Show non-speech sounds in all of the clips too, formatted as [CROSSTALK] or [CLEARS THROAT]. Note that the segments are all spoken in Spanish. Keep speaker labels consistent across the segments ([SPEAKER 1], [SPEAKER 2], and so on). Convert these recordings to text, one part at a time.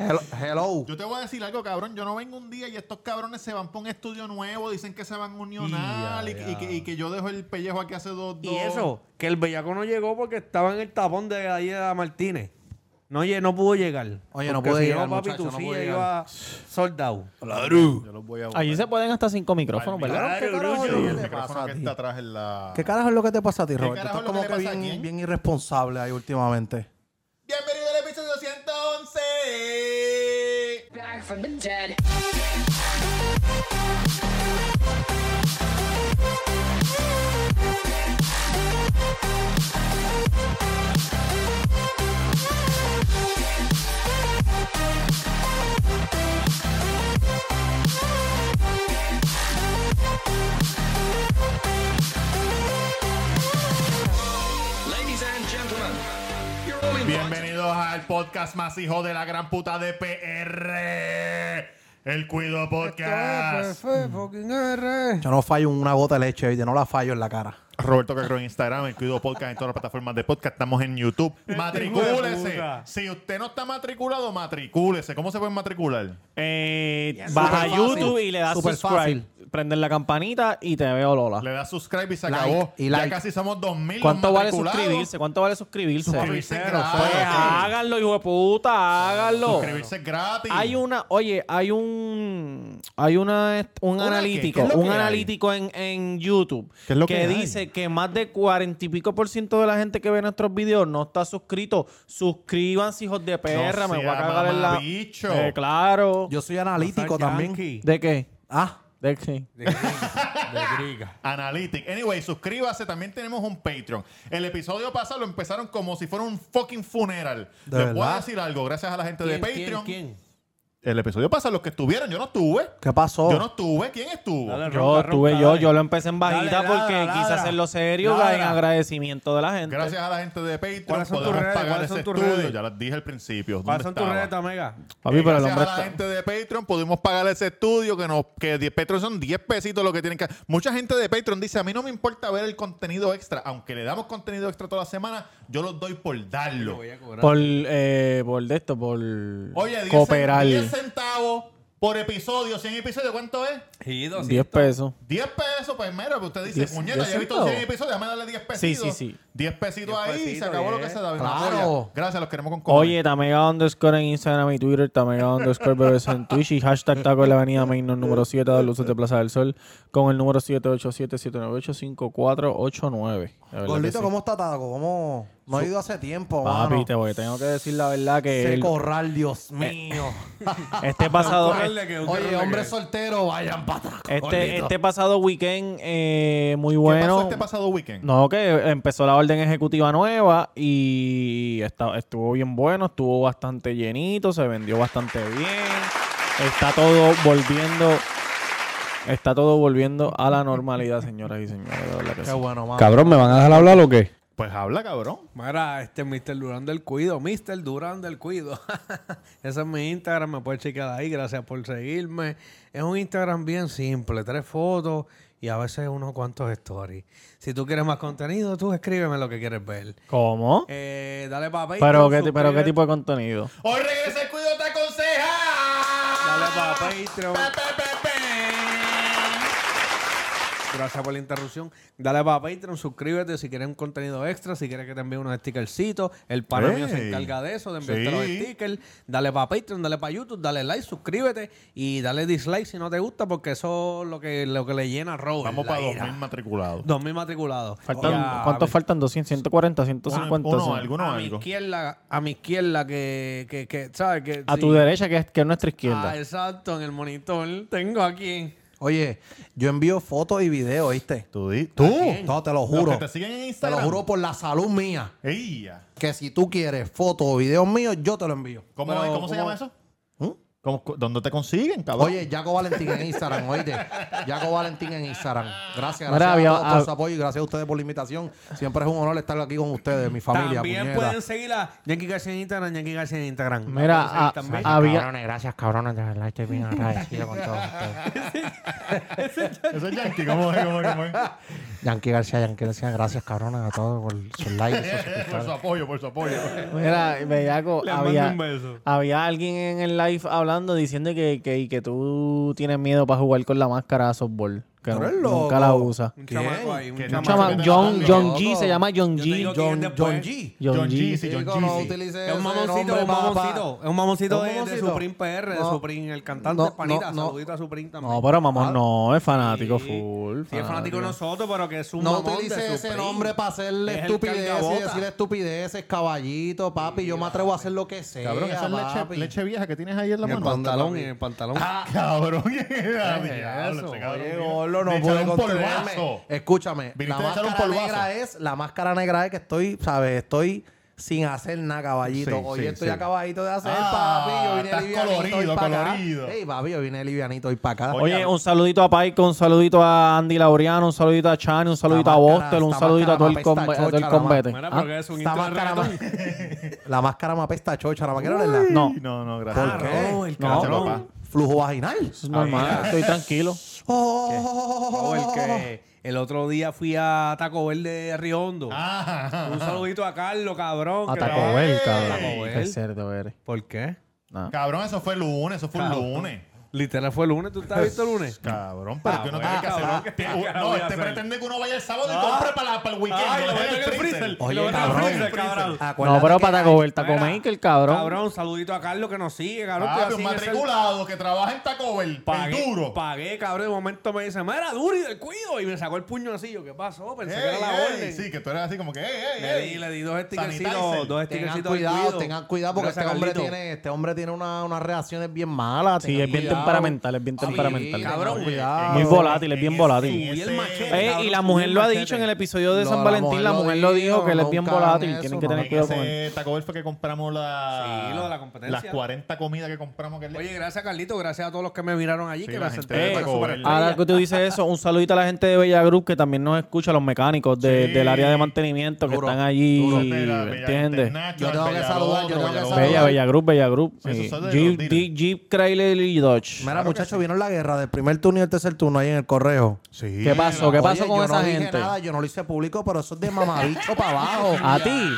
[SPEAKER 1] Hello. hello.
[SPEAKER 2] Yo te voy a decir algo, cabrón. Yo no vengo un día y estos cabrones se van por un estudio nuevo, dicen que se van a unionar
[SPEAKER 3] Ya,
[SPEAKER 2] y,
[SPEAKER 3] ya.
[SPEAKER 2] y que, y que yo dejo el pellejo aquí hace dos, dos.
[SPEAKER 4] Y eso, que el bellaco no llegó porque estaba en el tapón de ahí a Martínez. No, lle- no pudo llegar.
[SPEAKER 1] Oye, no
[SPEAKER 4] Porque
[SPEAKER 1] pude
[SPEAKER 4] si
[SPEAKER 1] llegar,
[SPEAKER 4] no, papi,
[SPEAKER 1] muchacho,
[SPEAKER 4] tu
[SPEAKER 1] no
[SPEAKER 4] silla
[SPEAKER 1] pude
[SPEAKER 4] iba sold out.
[SPEAKER 2] Yo los voy a
[SPEAKER 3] Allí se
[SPEAKER 2] buscar.
[SPEAKER 3] pueden hasta cinco micrófonos,
[SPEAKER 2] Ay,
[SPEAKER 4] Claro,
[SPEAKER 3] ¿verdad?
[SPEAKER 1] ¿Qué carajo
[SPEAKER 4] Lucho.
[SPEAKER 1] es lo que
[SPEAKER 2] El
[SPEAKER 1] te
[SPEAKER 2] micrófono
[SPEAKER 1] pasa a
[SPEAKER 2] que
[SPEAKER 1] ti?
[SPEAKER 2] está atrás en la...
[SPEAKER 1] ¿Qué carajo es lo que te pasa a ti,
[SPEAKER 2] ¿Qué
[SPEAKER 1] Robert? Tú
[SPEAKER 2] carajo
[SPEAKER 1] estás
[SPEAKER 2] es lo
[SPEAKER 1] como
[SPEAKER 2] que
[SPEAKER 1] que
[SPEAKER 2] le pasa a
[SPEAKER 1] bien,
[SPEAKER 2] quién?
[SPEAKER 1] bien irresponsable ahí últimamente.
[SPEAKER 2] Bienvenido al episodio 111.
[SPEAKER 5] Back from the dead.
[SPEAKER 6] Ladies and gentlemen, you're only
[SPEAKER 2] Bienvenidos al podcast más hijo de la gran puta de PR. El Cuido
[SPEAKER 1] pues.
[SPEAKER 2] Podcast.
[SPEAKER 4] Mm.
[SPEAKER 1] Yo no fallo una gota de leche, oye, no la fallo en la cara.
[SPEAKER 2] Roberto Cacro en Instagram, El Cuido Podcast en todas las plataformas de podcast. Estamos en YouTube.
[SPEAKER 4] hijo de
[SPEAKER 2] Matricúlese.
[SPEAKER 4] puta.
[SPEAKER 2] Si usted no está matriculado, matricúlese. ¿Cómo se puede matricular?
[SPEAKER 3] Eh,
[SPEAKER 1] Súper
[SPEAKER 3] baja
[SPEAKER 1] fácil.
[SPEAKER 3] YouTube y le das
[SPEAKER 1] Súper
[SPEAKER 3] subscribe.
[SPEAKER 1] fácil.
[SPEAKER 3] Prenden la campanita y te veo, Lola.
[SPEAKER 2] Le da subscribe y se
[SPEAKER 1] Ah. Like
[SPEAKER 2] acabó.
[SPEAKER 1] y like.
[SPEAKER 2] Ya casi somos 2000
[SPEAKER 3] ¿Cuánto
[SPEAKER 2] los
[SPEAKER 3] vale
[SPEAKER 2] matriculados.
[SPEAKER 3] suscribirse? ¿Cuánto vale suscribirse?
[SPEAKER 2] Suscribirse es
[SPEAKER 3] Pues
[SPEAKER 2] gratis.
[SPEAKER 3] háganlo, hijo de puta, háganlo.
[SPEAKER 2] Suscribirse es gratis.
[SPEAKER 3] Hay una, oye, hay un hay una est- un
[SPEAKER 2] ¿Una qué? ¿Qué
[SPEAKER 3] analítico,
[SPEAKER 2] es lo que
[SPEAKER 3] un
[SPEAKER 2] hay?
[SPEAKER 3] analítico en, en YouTube
[SPEAKER 2] ¿Qué es lo que hay?
[SPEAKER 3] dice que más de cuarenta y pico por ciento de la gente que ve nuestros videos no está suscrito. Suscríbanse, hijos de perra, me voy a
[SPEAKER 2] sea
[SPEAKER 3] cagar en la.
[SPEAKER 2] mamabicho.
[SPEAKER 3] Eh, claro.
[SPEAKER 1] Yo soy analítico también.
[SPEAKER 3] ¿De qué?
[SPEAKER 1] Ah,
[SPEAKER 3] ¿De qué?
[SPEAKER 2] Analytic. Anyway, suscríbase. También tenemos un Patreon. El episodio pasado lo empezaron como si fuera un fucking funeral.
[SPEAKER 1] ¿De
[SPEAKER 2] Les voy a
[SPEAKER 1] verdad?
[SPEAKER 2] decir algo. Gracias a la gente de
[SPEAKER 4] ¿Quién,
[SPEAKER 2] Patreon.
[SPEAKER 4] quién,
[SPEAKER 2] El episodio pasado, los que estuvieron, yo no estuve.
[SPEAKER 1] ¿qué pasó?
[SPEAKER 2] Yo no estuve. ¿Quién estuvo?
[SPEAKER 4] Dale,
[SPEAKER 3] Yo
[SPEAKER 4] ronca,
[SPEAKER 3] tuve
[SPEAKER 4] ronca,
[SPEAKER 3] yo,
[SPEAKER 4] dale.
[SPEAKER 3] yo lo empecé en bajita
[SPEAKER 4] Dale,
[SPEAKER 3] porque
[SPEAKER 4] ladra,
[SPEAKER 3] quise
[SPEAKER 4] ladra.
[SPEAKER 3] hacerlo serio
[SPEAKER 4] Ladra.
[SPEAKER 3] en agradecimiento de la gente.
[SPEAKER 2] Gracias a la gente de Patreon
[SPEAKER 4] ¿Cuáles son tus
[SPEAKER 2] podemos
[SPEAKER 4] redes?
[SPEAKER 2] pagar
[SPEAKER 4] ¿Cuáles son
[SPEAKER 2] ese
[SPEAKER 4] tus
[SPEAKER 2] estudio.
[SPEAKER 4] redes?
[SPEAKER 2] Ya las dije al principio. ¿Dónde
[SPEAKER 4] Pasan tus
[SPEAKER 2] estaba?
[SPEAKER 4] redes, amiga.
[SPEAKER 3] Papi,
[SPEAKER 2] Eh,
[SPEAKER 3] pero el
[SPEAKER 2] gracias
[SPEAKER 3] hombre
[SPEAKER 2] a la
[SPEAKER 3] está-
[SPEAKER 2] gente de Patreon pudimos pagar ese estudio que nos que 10 Patreon son 10 pesitos lo que tienen que mucha gente de Patreon dice a mí no me importa ver el contenido extra aunque le damos contenido extra toda la semana yo los doy por darlo
[SPEAKER 3] por, eh, por de esto, por
[SPEAKER 2] oye 10,
[SPEAKER 3] cooperar.
[SPEAKER 2] 10 centavos por episodio 100 episodios ¿cuánto es?
[SPEAKER 3] 10 pesos.
[SPEAKER 2] 10 pesos pues mira pues usted dice
[SPEAKER 3] Diez-
[SPEAKER 2] puñeta
[SPEAKER 3] diez
[SPEAKER 2] ya he visto
[SPEAKER 3] centavos.
[SPEAKER 2] 100 episodios déjame darle 10
[SPEAKER 3] Sí,
[SPEAKER 2] pesitos
[SPEAKER 3] sí, sí.
[SPEAKER 2] 10 pesitos ahí y se
[SPEAKER 4] pesitos,
[SPEAKER 2] acabó lo que
[SPEAKER 4] diez.
[SPEAKER 2] se da
[SPEAKER 1] Claro.
[SPEAKER 2] gracias los queremos con cojones.
[SPEAKER 3] Oye, Tamega underscore en Instagram y Twitter, Tamega underscore BBS en Twitch y hashtag taco en la avenida Mainor número 7 de Luces de Plaza del Sol con el número 787-798-5489. De verdad
[SPEAKER 1] Gordito,
[SPEAKER 3] que sí.
[SPEAKER 1] ¿cómo está Taco? ¿Cómo? No he ido hace tiempo,
[SPEAKER 3] Papi,
[SPEAKER 1] mano.
[SPEAKER 3] te voy, Eh, tengo que decir la verdad que
[SPEAKER 1] Ese
[SPEAKER 3] el-
[SPEAKER 1] corral, Dios mío.
[SPEAKER 3] este pasado...
[SPEAKER 1] Oye, hombre soltero, vayan para atrás.
[SPEAKER 3] Este,
[SPEAKER 1] gordito.
[SPEAKER 3] este pasado weekend eh, muy
[SPEAKER 2] ¿qué
[SPEAKER 3] bueno.
[SPEAKER 2] pasó este pasado weekend?
[SPEAKER 3] No, que empezó la orden ejecutiva nueva y está- estuvo bien bueno, estuvo bastante llenito, se vendió bastante bien. Está todo volviendo. Está todo volviendo a la normalidad, señoras y señores. de verdad que
[SPEAKER 1] Qué
[SPEAKER 3] sí.
[SPEAKER 1] bueno, mano.
[SPEAKER 7] Cabrón, ¿me van a dejar hablar o qué?
[SPEAKER 2] pues habla cabrón
[SPEAKER 4] Mira, este Mr. Durán del Cuido, Mr. Durán del Cuido. [LAUGHS] Ese es mi Instagram, me puedes chequear ahí, gracias por seguirme. Es un Instagram bien simple, tres fotos y a veces unos cuantos stories. Si tú quieres más contenido, tú escríbeme lo que quieres ver.
[SPEAKER 3] ¿Cómo?
[SPEAKER 4] Eh, dale para Patreon.
[SPEAKER 3] Pero qué, ti- pero qué
[SPEAKER 4] suscríbete.
[SPEAKER 3] tipo de contenido.
[SPEAKER 2] hoy regresa el cuido te aconseja
[SPEAKER 4] Dale para Patreon.
[SPEAKER 2] Pe, pe, pe, pe.
[SPEAKER 4] Gracias por la interrupción. Dale para Patreon, suscríbete si quieres un contenido extra, si quieres que te envíe unos stickercitos. El pana mío se
[SPEAKER 2] Ey.
[SPEAKER 4] encarga de eso, de enviarte los
[SPEAKER 2] Pues, Sí.
[SPEAKER 4] stickers. Dale para Patreon, dale para YouTube, dale like, suscríbete y dale dislike si no te gusta, porque eso es lo que, lo que le llena a Robert.
[SPEAKER 2] Vamos
[SPEAKER 4] la
[SPEAKER 2] para
[SPEAKER 4] ira.
[SPEAKER 2] 2000 matriculados.
[SPEAKER 4] 2000 matriculados.
[SPEAKER 3] Faltan,
[SPEAKER 4] Ya,
[SPEAKER 3] ¿Cuántos faltan? 200, 140,
[SPEAKER 2] Uno,
[SPEAKER 3] 150.
[SPEAKER 2] uno,
[SPEAKER 3] son.
[SPEAKER 2] alguno,
[SPEAKER 4] a mi
[SPEAKER 2] algo.
[SPEAKER 4] izquierda, a mi izquierda que, que, que ¿sabes? Que,
[SPEAKER 3] A
[SPEAKER 4] sí.
[SPEAKER 3] tu derecha, que es, que es nuestra izquierda.
[SPEAKER 4] Ah, exacto, en el monitor. Tengo aquí.
[SPEAKER 1] Oye, yo envío fotos y videos, ¿viste?
[SPEAKER 2] Tú, di- tú.
[SPEAKER 1] No, te lo
[SPEAKER 2] Los
[SPEAKER 1] juro.
[SPEAKER 2] que te siguen en
[SPEAKER 1] Te lo
[SPEAKER 2] Instagram.
[SPEAKER 1] juro por la salud mía.
[SPEAKER 2] Ey, ya.
[SPEAKER 1] Que si tú quieres fotos o videos míos, yo te lo envío.
[SPEAKER 2] ¿Cómo,
[SPEAKER 4] Pero,
[SPEAKER 2] es? ¿Cómo se
[SPEAKER 4] ¿cómo?
[SPEAKER 2] llama eso? ¿Cómo- cu- ¿Dónde te consiguen,
[SPEAKER 1] ¿Hm?
[SPEAKER 2] cabrón?
[SPEAKER 1] Oye, Jaco Valentín en Instagram, oíste. Jaco Valentín en Instagram. Gracias, gracias
[SPEAKER 3] Mira,
[SPEAKER 1] a
[SPEAKER 3] había-
[SPEAKER 1] todos por su
[SPEAKER 3] hab-
[SPEAKER 1] apoyo y gracias a ustedes por la invitación. Siempre es un honor estar aquí con ustedes, mi familia.
[SPEAKER 4] también
[SPEAKER 1] puñeta.
[SPEAKER 4] pueden seguir a Yankee García en Instagram, Yankee García en Instagram.
[SPEAKER 3] Mira,
[SPEAKER 4] Pueden seguir
[SPEAKER 3] a-
[SPEAKER 4] también.
[SPEAKER 3] había,
[SPEAKER 7] Cabrones, gracias, cabrones, de verdad estoy bien agradecido con todos ustedes.
[SPEAKER 2] Eso es yankee. ¿Cómo es? ¿Cómo es? ¿Cómo es?
[SPEAKER 1] [LAUGHS] Yankee García, Yankee García, gracias, cabrones, a todos por sus
[SPEAKER 2] [LAUGHS]
[SPEAKER 1] likes. sus
[SPEAKER 2] Por su
[SPEAKER 1] suscriptores.
[SPEAKER 2] apoyo, por su apoyo.
[SPEAKER 1] [LAUGHS]
[SPEAKER 3] Mira, Bellaco,
[SPEAKER 4] Les mando
[SPEAKER 3] había,
[SPEAKER 4] un beso.
[SPEAKER 3] había alguien en el live hablando diciendo que, que, y que tú tienes miedo para jugar con la máscara de softball. Que
[SPEAKER 4] Tú
[SPEAKER 3] nu-
[SPEAKER 4] eres
[SPEAKER 3] nunca
[SPEAKER 4] loco.
[SPEAKER 3] la usa.
[SPEAKER 4] Un
[SPEAKER 2] ¿Quién?
[SPEAKER 4] chamaco ahí, un
[SPEAKER 2] ¿Quién?
[SPEAKER 3] Un
[SPEAKER 4] chamaco.
[SPEAKER 2] Chamaco.
[SPEAKER 3] chama- John, John
[SPEAKER 1] Loco.
[SPEAKER 3] G se llama John
[SPEAKER 6] Yo te digo
[SPEAKER 3] G.
[SPEAKER 6] quién
[SPEAKER 4] John-
[SPEAKER 6] después.
[SPEAKER 4] John G.
[SPEAKER 2] John
[SPEAKER 3] John
[SPEAKER 2] G,
[SPEAKER 3] G.
[SPEAKER 2] sí, John
[SPEAKER 1] Chico, no
[SPEAKER 2] G. sí.
[SPEAKER 1] utilice
[SPEAKER 4] Es un
[SPEAKER 1] ese
[SPEAKER 4] mamoncito,
[SPEAKER 1] nombre
[SPEAKER 4] es un
[SPEAKER 1] pa- pa-
[SPEAKER 4] mamoncito. Es un mamoncito
[SPEAKER 1] ¿Es un
[SPEAKER 4] de, de
[SPEAKER 1] mamoncito?
[SPEAKER 4] Supreme PR, de
[SPEAKER 1] No.
[SPEAKER 4] Supreme, el cantante
[SPEAKER 1] No,
[SPEAKER 4] panita.
[SPEAKER 1] no, no.
[SPEAKER 4] Saludito a Supreme también.
[SPEAKER 3] No, pero mamón, no, es fanático
[SPEAKER 4] Sí.
[SPEAKER 3] full.
[SPEAKER 4] Sí, Ah. es fanático de nosotros, pero que es un
[SPEAKER 1] No
[SPEAKER 4] mamón de
[SPEAKER 1] utilice ese
[SPEAKER 4] Supreme.
[SPEAKER 1] nombre para hacerle
[SPEAKER 4] Es el
[SPEAKER 1] estupideces y
[SPEAKER 4] cargabota.
[SPEAKER 1] decir estupideces, caballito, papi. Yo me atrevo a hacer lo que sea.
[SPEAKER 2] Cabrón, esa es leche,
[SPEAKER 1] papi.
[SPEAKER 2] leche vieja que tienes ahí en la
[SPEAKER 4] En el
[SPEAKER 2] mano.
[SPEAKER 4] pantalón, en el pantalón.
[SPEAKER 2] Ah, [LAUGHS] cabrón.
[SPEAKER 1] Eso, oye, gordo, no puede contenerme. Escúchame,
[SPEAKER 2] Viniste
[SPEAKER 1] la
[SPEAKER 2] a echar un
[SPEAKER 1] máscara
[SPEAKER 2] polvazo.
[SPEAKER 1] negra es, la máscara negra es que estoy, ¿sabes? Estoy sin hacer nada, caballito.
[SPEAKER 2] Sí,
[SPEAKER 1] Hoy
[SPEAKER 2] sí,
[SPEAKER 1] estoy
[SPEAKER 2] sí.
[SPEAKER 1] acabadito de hacer,
[SPEAKER 2] Ah,
[SPEAKER 1] papi. Yo vine
[SPEAKER 2] estás
[SPEAKER 1] livianito
[SPEAKER 2] colorido,
[SPEAKER 1] hoy para acá.
[SPEAKER 2] colorido.
[SPEAKER 1] Ey, papi, yo vine livianito hoy para acá.
[SPEAKER 2] Oye,
[SPEAKER 3] Oye, un saludito a Paico, un saludito a Andy Laureano, un saludito a Chani, un saludito a
[SPEAKER 1] máscara-
[SPEAKER 3] Bostel, un
[SPEAKER 1] esta
[SPEAKER 3] saludito a todo el,
[SPEAKER 1] máscara
[SPEAKER 3] combe-
[SPEAKER 1] apesta
[SPEAKER 3] a todo el
[SPEAKER 1] chocha, la
[SPEAKER 3] combate.
[SPEAKER 4] Mira,
[SPEAKER 1] Ah,
[SPEAKER 4] porque es un
[SPEAKER 1] esta
[SPEAKER 4] intro de
[SPEAKER 1] máscara
[SPEAKER 4] reggaetón.
[SPEAKER 1] ma- La máscara me apesta a chocha, la máscara, ¿verdad?
[SPEAKER 3] No,
[SPEAKER 2] No, no, gracias.
[SPEAKER 1] ¿Por qué?
[SPEAKER 4] Eh, Ah, No, el
[SPEAKER 3] No,
[SPEAKER 2] Gracias,
[SPEAKER 3] no.
[SPEAKER 2] papá.
[SPEAKER 1] Flujo vaginal.
[SPEAKER 3] es normal, estoy tranquilo.
[SPEAKER 1] Oh,
[SPEAKER 4] O el que el otro día fui a Taco Verde de Río Hondo.
[SPEAKER 2] Ah,
[SPEAKER 4] Un saludito a Carlos, cabrón. que
[SPEAKER 3] Atacó
[SPEAKER 4] trabaja-
[SPEAKER 3] Bell,
[SPEAKER 2] Ey.
[SPEAKER 4] Taco
[SPEAKER 3] cabrón.
[SPEAKER 4] Bell.
[SPEAKER 3] Qué cerdo eres.
[SPEAKER 4] ¿Por qué?
[SPEAKER 2] cabrón, eso fue el lunes, eso fue el
[SPEAKER 4] Cabrón.
[SPEAKER 2] lunes.
[SPEAKER 4] Literal fue el lunes. ¿Tú estás visto el lunes?
[SPEAKER 2] Cabrón, pero que uno
[SPEAKER 4] Ah, bueno,
[SPEAKER 2] tiene que hacer.
[SPEAKER 4] cabrón,
[SPEAKER 2] un-
[SPEAKER 4] ¿qué
[SPEAKER 2] No,
[SPEAKER 4] voy a
[SPEAKER 2] este
[SPEAKER 4] hacer? Ah.
[SPEAKER 2] pretende que uno vaya el sábado y compre para, la- para el weekend.
[SPEAKER 4] Ay,
[SPEAKER 2] no
[SPEAKER 4] lo
[SPEAKER 2] deja
[SPEAKER 4] meto en el freezer.
[SPEAKER 1] Oye,
[SPEAKER 4] Lo meto en el
[SPEAKER 1] cabrón.
[SPEAKER 4] freezer, cabrón.
[SPEAKER 3] No, pero para Taco Bell, Taco
[SPEAKER 4] Mira,
[SPEAKER 3] Maker, cabrón.
[SPEAKER 4] Cabrón, saludito a Carlos que nos sigue, cabrón.
[SPEAKER 2] Papi,
[SPEAKER 4] Estoy
[SPEAKER 2] un
[SPEAKER 4] así en ese-
[SPEAKER 2] matriculado que trabaja en Taco Bell,
[SPEAKER 4] Pagué,
[SPEAKER 2] el duro.
[SPEAKER 4] pagué, cabrón. De momento me dice, mira, Duri del cuido. Y me sacó el puño así. Yo, ¿qué pasó? Pensé que era la
[SPEAKER 2] Ey, ey,
[SPEAKER 4] orden.
[SPEAKER 2] Sí, que tú eres así como que, ey, ey,
[SPEAKER 4] Le
[SPEAKER 2] ey.
[SPEAKER 4] di, le di dos
[SPEAKER 2] Sanitizer.
[SPEAKER 4] stickercitos, dos
[SPEAKER 1] Tengan
[SPEAKER 4] stickercitos del
[SPEAKER 1] cuidado,
[SPEAKER 4] cuido.
[SPEAKER 1] tengan cuidado porque
[SPEAKER 4] Gracias,
[SPEAKER 1] este hombre,
[SPEAKER 4] Carlito.
[SPEAKER 1] tiene, este hombre tiene una- unas reacciones bien malas.
[SPEAKER 3] Sí,
[SPEAKER 1] tengan
[SPEAKER 3] es bien
[SPEAKER 1] cuidado.
[SPEAKER 3] temperamental, es bien
[SPEAKER 1] Sí,
[SPEAKER 3] temperamental.
[SPEAKER 1] tengan
[SPEAKER 2] eh,
[SPEAKER 4] Cabrón,
[SPEAKER 1] cuidado.
[SPEAKER 3] Muy volátil, es bien
[SPEAKER 2] En
[SPEAKER 3] volátil.
[SPEAKER 2] ese-
[SPEAKER 4] Y el machete.
[SPEAKER 3] Eh, y la mujer lo ha dicho en el episodio de
[SPEAKER 1] No,
[SPEAKER 3] San
[SPEAKER 1] la
[SPEAKER 3] Valentín,
[SPEAKER 1] mujer
[SPEAKER 3] la
[SPEAKER 1] lo
[SPEAKER 3] mujer lo
[SPEAKER 1] dijo,
[SPEAKER 3] dijo, que él es
[SPEAKER 1] no
[SPEAKER 3] bien
[SPEAKER 1] cagan
[SPEAKER 3] volátil,
[SPEAKER 1] eso,
[SPEAKER 3] tienen que
[SPEAKER 1] no
[SPEAKER 3] tener
[SPEAKER 2] En
[SPEAKER 3] cuidado con él.
[SPEAKER 2] ese Taco Bell fue que compramos la...
[SPEAKER 4] Sí, lo de la competencia.
[SPEAKER 2] Las 40 comidas que compramos. Que
[SPEAKER 4] Oye, gracias, Carlito. Gracias a todos los que me miraron allí.
[SPEAKER 2] Sí,
[SPEAKER 4] que
[SPEAKER 2] la
[SPEAKER 4] me
[SPEAKER 2] gente
[SPEAKER 4] senté
[SPEAKER 3] de
[SPEAKER 4] súper
[SPEAKER 2] Taco Bell.
[SPEAKER 4] estrella.
[SPEAKER 3] Ahora que tú dices eso, un saludito a la gente de Bella Group que también nos escucha, los mecánicos de-
[SPEAKER 2] Sí.
[SPEAKER 3] del área de mantenimiento que
[SPEAKER 1] Duro,
[SPEAKER 3] están allí,
[SPEAKER 2] Duro, Bella,
[SPEAKER 3] ¿me
[SPEAKER 2] Bella,
[SPEAKER 3] entiendes?
[SPEAKER 2] Nacho,
[SPEAKER 1] Yo tengo que
[SPEAKER 2] Bella
[SPEAKER 1] saludar,
[SPEAKER 2] Loro,
[SPEAKER 1] yo tengo que
[SPEAKER 2] Loro.
[SPEAKER 1] saludar.
[SPEAKER 3] Bella, Bella Group, Bella Group.
[SPEAKER 2] Sí, esos
[SPEAKER 3] eh,
[SPEAKER 2] son de los
[SPEAKER 3] Jeep,
[SPEAKER 2] dealers.
[SPEAKER 3] Di- Jeep, Chrysler y Dodge.
[SPEAKER 1] Mira, muchachos, vino la guerra del primer turno y el tercer turno ahí en el correo.
[SPEAKER 2] Sí.
[SPEAKER 3] ¿Qué pasó? ¿Qué pasó
[SPEAKER 1] Oye,
[SPEAKER 3] con
[SPEAKER 1] yo
[SPEAKER 3] esa
[SPEAKER 1] no dije
[SPEAKER 3] gente?
[SPEAKER 1] nada, yo no lo hice público, pero eso es de mamabicho
[SPEAKER 2] [LAUGHS]
[SPEAKER 1] para abajo.
[SPEAKER 3] A ti.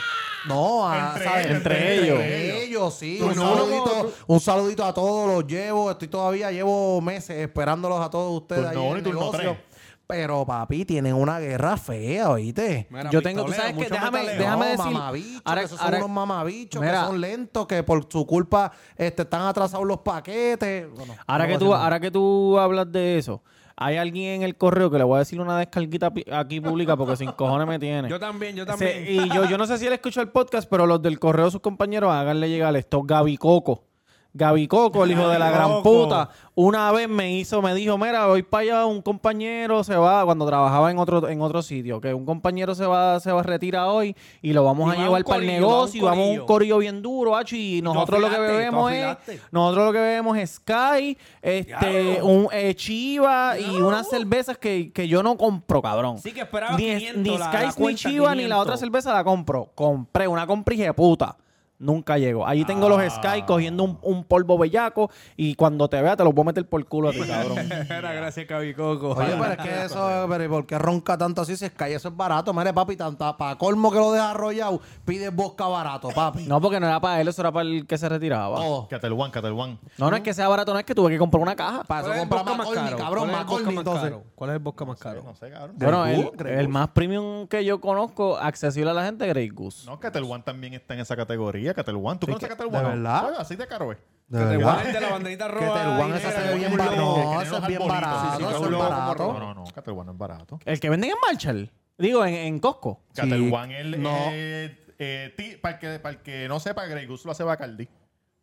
[SPEAKER 1] No, a,
[SPEAKER 2] Entre
[SPEAKER 1] ¿sabes?
[SPEAKER 2] ellos,
[SPEAKER 3] entre
[SPEAKER 2] ellos.
[SPEAKER 1] Entre ellos, sí.
[SPEAKER 2] Tú
[SPEAKER 1] Un
[SPEAKER 2] no,
[SPEAKER 1] saludito, un saludito a todos, los llevo. Estoy todavía, llevo meses esperándolos a todos ustedes
[SPEAKER 2] Turno
[SPEAKER 1] ahí en
[SPEAKER 2] uno y
[SPEAKER 1] el
[SPEAKER 2] Pues turno
[SPEAKER 1] negocio.
[SPEAKER 2] tres.
[SPEAKER 1] Pero, papi, tienen una guerra fea, ¿oíste?
[SPEAKER 4] Mira,
[SPEAKER 3] Yo tengo, tú
[SPEAKER 4] pistolero,
[SPEAKER 3] sabes que
[SPEAKER 4] mucho
[SPEAKER 3] déjame,
[SPEAKER 4] metalero.
[SPEAKER 3] déjame
[SPEAKER 1] No,
[SPEAKER 3] decir.
[SPEAKER 1] mamabichos,
[SPEAKER 3] ahora-
[SPEAKER 1] que esos son
[SPEAKER 3] ahora-
[SPEAKER 1] unos mamabichos
[SPEAKER 3] Mira.
[SPEAKER 1] que son lentos, que por su culpa este, están atrasados los paquetes. Bueno,
[SPEAKER 3] Ahora
[SPEAKER 1] no voy
[SPEAKER 3] que
[SPEAKER 1] a
[SPEAKER 3] tú,
[SPEAKER 1] decir nada.
[SPEAKER 3] ahora que tú hablas de eso, hay alguien en el correo que le voy a decir una descarguita pi- aquí pública porque sin cojones me tiene.
[SPEAKER 4] Yo también, yo
[SPEAKER 3] Se-
[SPEAKER 4] también.
[SPEAKER 3] y yo, yo no sé si él escuchó el podcast, pero los del correo, sus compañeros, háganle llegar esto. Gaby Coco. Gaby Coco, el hijo de la
[SPEAKER 2] Gaby
[SPEAKER 3] gran
[SPEAKER 2] Coco.
[SPEAKER 3] puta, una vez me hizo, me dijo, mira, voy para allá, un compañero se va, cuando trabajaba en otro, en otro sitio, que un compañero se va, se va a retirar hoy y lo
[SPEAKER 4] Y
[SPEAKER 3] vamos a
[SPEAKER 4] va un
[SPEAKER 3] llevar para el
[SPEAKER 4] corillo,
[SPEAKER 3] negocio, y
[SPEAKER 4] va un
[SPEAKER 3] vamos a un
[SPEAKER 4] corillo.
[SPEAKER 3] corillo bien duro, hacho, y nosotros lo que
[SPEAKER 4] afilaste,
[SPEAKER 3] bebemos
[SPEAKER 4] tú
[SPEAKER 3] es,
[SPEAKER 4] afilaste.
[SPEAKER 3] nosotros lo que bebemos es Sky, este,
[SPEAKER 4] Diablo.
[SPEAKER 3] un eh, Chiva y unas cervezas que, que yo no compro, cabrón.
[SPEAKER 4] Sí, que esperaba
[SPEAKER 3] Ni,
[SPEAKER 4] 500,
[SPEAKER 3] ni
[SPEAKER 4] la-
[SPEAKER 3] Sky,
[SPEAKER 4] la
[SPEAKER 3] ni
[SPEAKER 4] cuenta,
[SPEAKER 3] Chiva, ni la
[SPEAKER 4] 500.
[SPEAKER 3] otra cerveza la compro. Compré una compra hija de puta. Nunca llego. Allí
[SPEAKER 4] Ah.
[SPEAKER 3] tengo los Sky cogiendo un, un polvo bellaco y cuando te vea te los voy a meter por culo a ti, cabrón.
[SPEAKER 4] Era gracias, Cabicoco.
[SPEAKER 1] Oye, pero es que eso, pero ¿y ¿por qué ronca tanto así? Si es que eso es barato, mire, papi, tanta, para colmo que lo deja arrollado, pide bosca barato, papi.
[SPEAKER 3] [LAUGHS] [LAUGHS] No, porque no era para él, eso era para el que se retiraba.
[SPEAKER 1] Oh,
[SPEAKER 2] Cataluán, Cataluán.
[SPEAKER 3] No, no es que sea barato, no es que tuve que comprar una caja.
[SPEAKER 1] para eso compra McCormick, cabrón, McCormick, entonces.
[SPEAKER 4] ¿Cuál es el bosca más caro?
[SPEAKER 2] No sé, cabrón.
[SPEAKER 3] Bueno,
[SPEAKER 1] Grey
[SPEAKER 3] el,
[SPEAKER 1] Goose, Grey
[SPEAKER 3] el
[SPEAKER 1] Goose.
[SPEAKER 3] más premium que yo conozco, accesible a la gente, Grey
[SPEAKER 1] eh,
[SPEAKER 3] Goose.
[SPEAKER 2] No, Cataluán también está en esa categoría. Cataluán. ¿Tú conoces Cataluán?
[SPEAKER 1] ¿de verdad?
[SPEAKER 2] Oye, así de caro es.
[SPEAKER 1] De
[SPEAKER 4] Que te
[SPEAKER 1] verdad.
[SPEAKER 4] guarden de la banderita
[SPEAKER 1] Que
[SPEAKER 4] roja.
[SPEAKER 1] Teruán
[SPEAKER 4] ahí,
[SPEAKER 1] esa se
[SPEAKER 4] mira,
[SPEAKER 1] ve bien
[SPEAKER 4] un
[SPEAKER 2] barato.
[SPEAKER 1] barato.
[SPEAKER 2] que tiene
[SPEAKER 1] Eso es
[SPEAKER 2] los
[SPEAKER 1] bien
[SPEAKER 2] arbolitos,
[SPEAKER 1] barato,
[SPEAKER 2] sí, sí,
[SPEAKER 1] eso
[SPEAKER 2] con
[SPEAKER 1] es
[SPEAKER 2] logo como
[SPEAKER 1] barato.
[SPEAKER 2] No, no, no. Cataluán no es barato.
[SPEAKER 3] El que venden en Marshall. Digo, en, en Costco.
[SPEAKER 2] Cataluán es...
[SPEAKER 1] No.
[SPEAKER 2] eh, eh, ti- para, el que, para el que no sepa, Grey Goose lo hace Bacardi.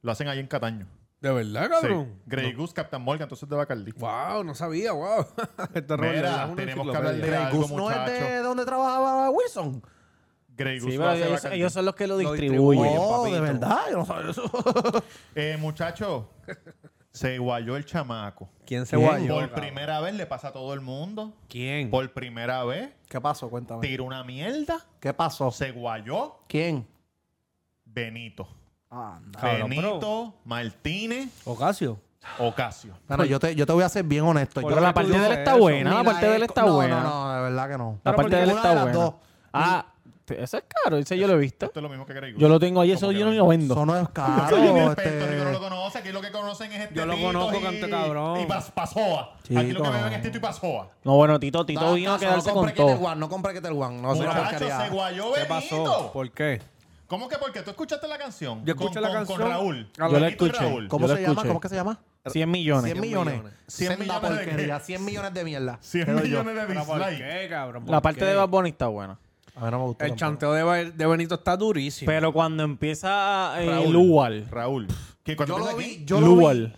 [SPEAKER 2] Lo hacen ahí en Cataño.
[SPEAKER 4] De verdad,
[SPEAKER 2] Sí.
[SPEAKER 4] cabrón.
[SPEAKER 2] Grey Goose, Captain Morgan, entonces de Bacardi.
[SPEAKER 4] Wow, no sabía, wow. [LAUGHS] Este Robert
[SPEAKER 2] Mira,
[SPEAKER 4] le da
[SPEAKER 2] tenemos
[SPEAKER 4] una
[SPEAKER 2] que
[SPEAKER 4] enciclopedia.
[SPEAKER 2] hablar de-
[SPEAKER 1] Grey
[SPEAKER 2] algo,
[SPEAKER 1] Goose no es de
[SPEAKER 2] muchacho.
[SPEAKER 1] donde trabajaba Wilson.
[SPEAKER 2] Grey Goose
[SPEAKER 3] Sí,
[SPEAKER 2] lo
[SPEAKER 3] pero
[SPEAKER 2] hace
[SPEAKER 3] ellos,
[SPEAKER 2] Bacardi.
[SPEAKER 3] ellos son los que lo
[SPEAKER 4] Lo
[SPEAKER 3] distribuyen.
[SPEAKER 4] distribuyen.
[SPEAKER 1] oh, de
[SPEAKER 4] papito.
[SPEAKER 1] verdad, yo no sabía eso.
[SPEAKER 2] Eh, muchacho, se guayó el chamaco.
[SPEAKER 4] ¿Quién se
[SPEAKER 1] ¿Quién?
[SPEAKER 4] guayó?
[SPEAKER 2] Por
[SPEAKER 4] cabrón?
[SPEAKER 2] primera vez le pasa a todo el mundo.
[SPEAKER 4] ¿Quién?
[SPEAKER 2] Por primera vez,
[SPEAKER 1] ¿Qué pasó? Cuéntame.
[SPEAKER 2] tiró una mierda.
[SPEAKER 1] ¿Qué pasó?
[SPEAKER 2] Se guayó
[SPEAKER 1] ¿Quién?
[SPEAKER 2] Benito.
[SPEAKER 1] Anda.
[SPEAKER 4] Cabrón,
[SPEAKER 2] Benito Martínez.
[SPEAKER 4] Ocasio.
[SPEAKER 2] Ocasio.
[SPEAKER 1] Bueno, yo te, yo te voy a ser bien honesto.
[SPEAKER 4] Por
[SPEAKER 1] Yo
[SPEAKER 3] Pero la
[SPEAKER 1] no-
[SPEAKER 3] parte
[SPEAKER 4] tú
[SPEAKER 3] de él
[SPEAKER 4] dices
[SPEAKER 3] está
[SPEAKER 4] eso?
[SPEAKER 3] buena,
[SPEAKER 1] ni
[SPEAKER 3] la parte de él
[SPEAKER 1] he-
[SPEAKER 3] está
[SPEAKER 1] no,
[SPEAKER 3] buena.
[SPEAKER 1] No, no, de verdad que no.
[SPEAKER 3] La parte de él
[SPEAKER 1] ninguna
[SPEAKER 3] está
[SPEAKER 1] las
[SPEAKER 3] buena.
[SPEAKER 1] dos.
[SPEAKER 3] Ah, te- eso es caro, ese yo lo he visto.
[SPEAKER 2] Esto es lo mismo que Grey
[SPEAKER 3] Yo lo tengo ahí,
[SPEAKER 2] ahí,
[SPEAKER 3] eso yo no lo vendo.
[SPEAKER 1] Eso no [LAUGHS] es
[SPEAKER 2] Claro, ni
[SPEAKER 1] caro.
[SPEAKER 2] en Puerto Rico no lo
[SPEAKER 1] este...
[SPEAKER 2] conoce. Aquí lo que conocen es este
[SPEAKER 4] Yo lo
[SPEAKER 2] Tito
[SPEAKER 4] conozco,
[SPEAKER 2] y-
[SPEAKER 4] canto cabrón.
[SPEAKER 2] Y pas- Pasoa. Aquí lo
[SPEAKER 1] Chico,
[SPEAKER 2] que beben
[SPEAKER 1] no.
[SPEAKER 2] es Tito y Pasoa.
[SPEAKER 3] No, bueno, Tito, Tito
[SPEAKER 1] Da
[SPEAKER 3] vino a
[SPEAKER 1] caso,
[SPEAKER 3] quedarse
[SPEAKER 1] no
[SPEAKER 3] con
[SPEAKER 1] compre Ketel
[SPEAKER 3] todo.
[SPEAKER 1] One, no compre Ketel One. No, es una
[SPEAKER 2] Muchachos,
[SPEAKER 1] porquería.
[SPEAKER 2] se guayó
[SPEAKER 4] ¿Qué
[SPEAKER 2] Benito.
[SPEAKER 4] pasó? ¿Por qué?
[SPEAKER 2] ¿Cómo que porque tú escuchaste la canción?
[SPEAKER 4] Yo escuché
[SPEAKER 2] Con-
[SPEAKER 4] la
[SPEAKER 2] con-
[SPEAKER 4] canción.
[SPEAKER 2] Con Raúl.
[SPEAKER 4] Yo
[SPEAKER 3] la
[SPEAKER 2] Benito y
[SPEAKER 3] escuché.
[SPEAKER 2] Raúl.
[SPEAKER 1] ¿Cómo
[SPEAKER 3] Yo lo
[SPEAKER 1] se llama?
[SPEAKER 3] escuché.
[SPEAKER 1] ¿Cómo que se llama?
[SPEAKER 3] 100 millones.
[SPEAKER 1] 100 millones.
[SPEAKER 4] millones.
[SPEAKER 1] 100 millones
[SPEAKER 2] millones de qué?
[SPEAKER 1] porquería. 100 millones de mierda.
[SPEAKER 2] 100
[SPEAKER 1] Creo yo.
[SPEAKER 2] millones de
[SPEAKER 4] ¿Pero por
[SPEAKER 2] dislikes.
[SPEAKER 4] qué, cabrón? ¿Por
[SPEAKER 3] La parte
[SPEAKER 4] qué?
[SPEAKER 3] de Bad Bunny está buena.
[SPEAKER 1] A mí no me gustó.
[SPEAKER 4] El
[SPEAKER 1] tampoco.
[SPEAKER 4] chanteo de, Ba- de Benito está durísimo.
[SPEAKER 3] Pero cuando empieza eh,
[SPEAKER 2] Raúl.
[SPEAKER 3] Lual.
[SPEAKER 2] Raúl. Que cuando
[SPEAKER 1] Yo lo
[SPEAKER 2] empieza
[SPEAKER 1] vi,
[SPEAKER 2] aquí-
[SPEAKER 1] yo lo vi.
[SPEAKER 3] Lual.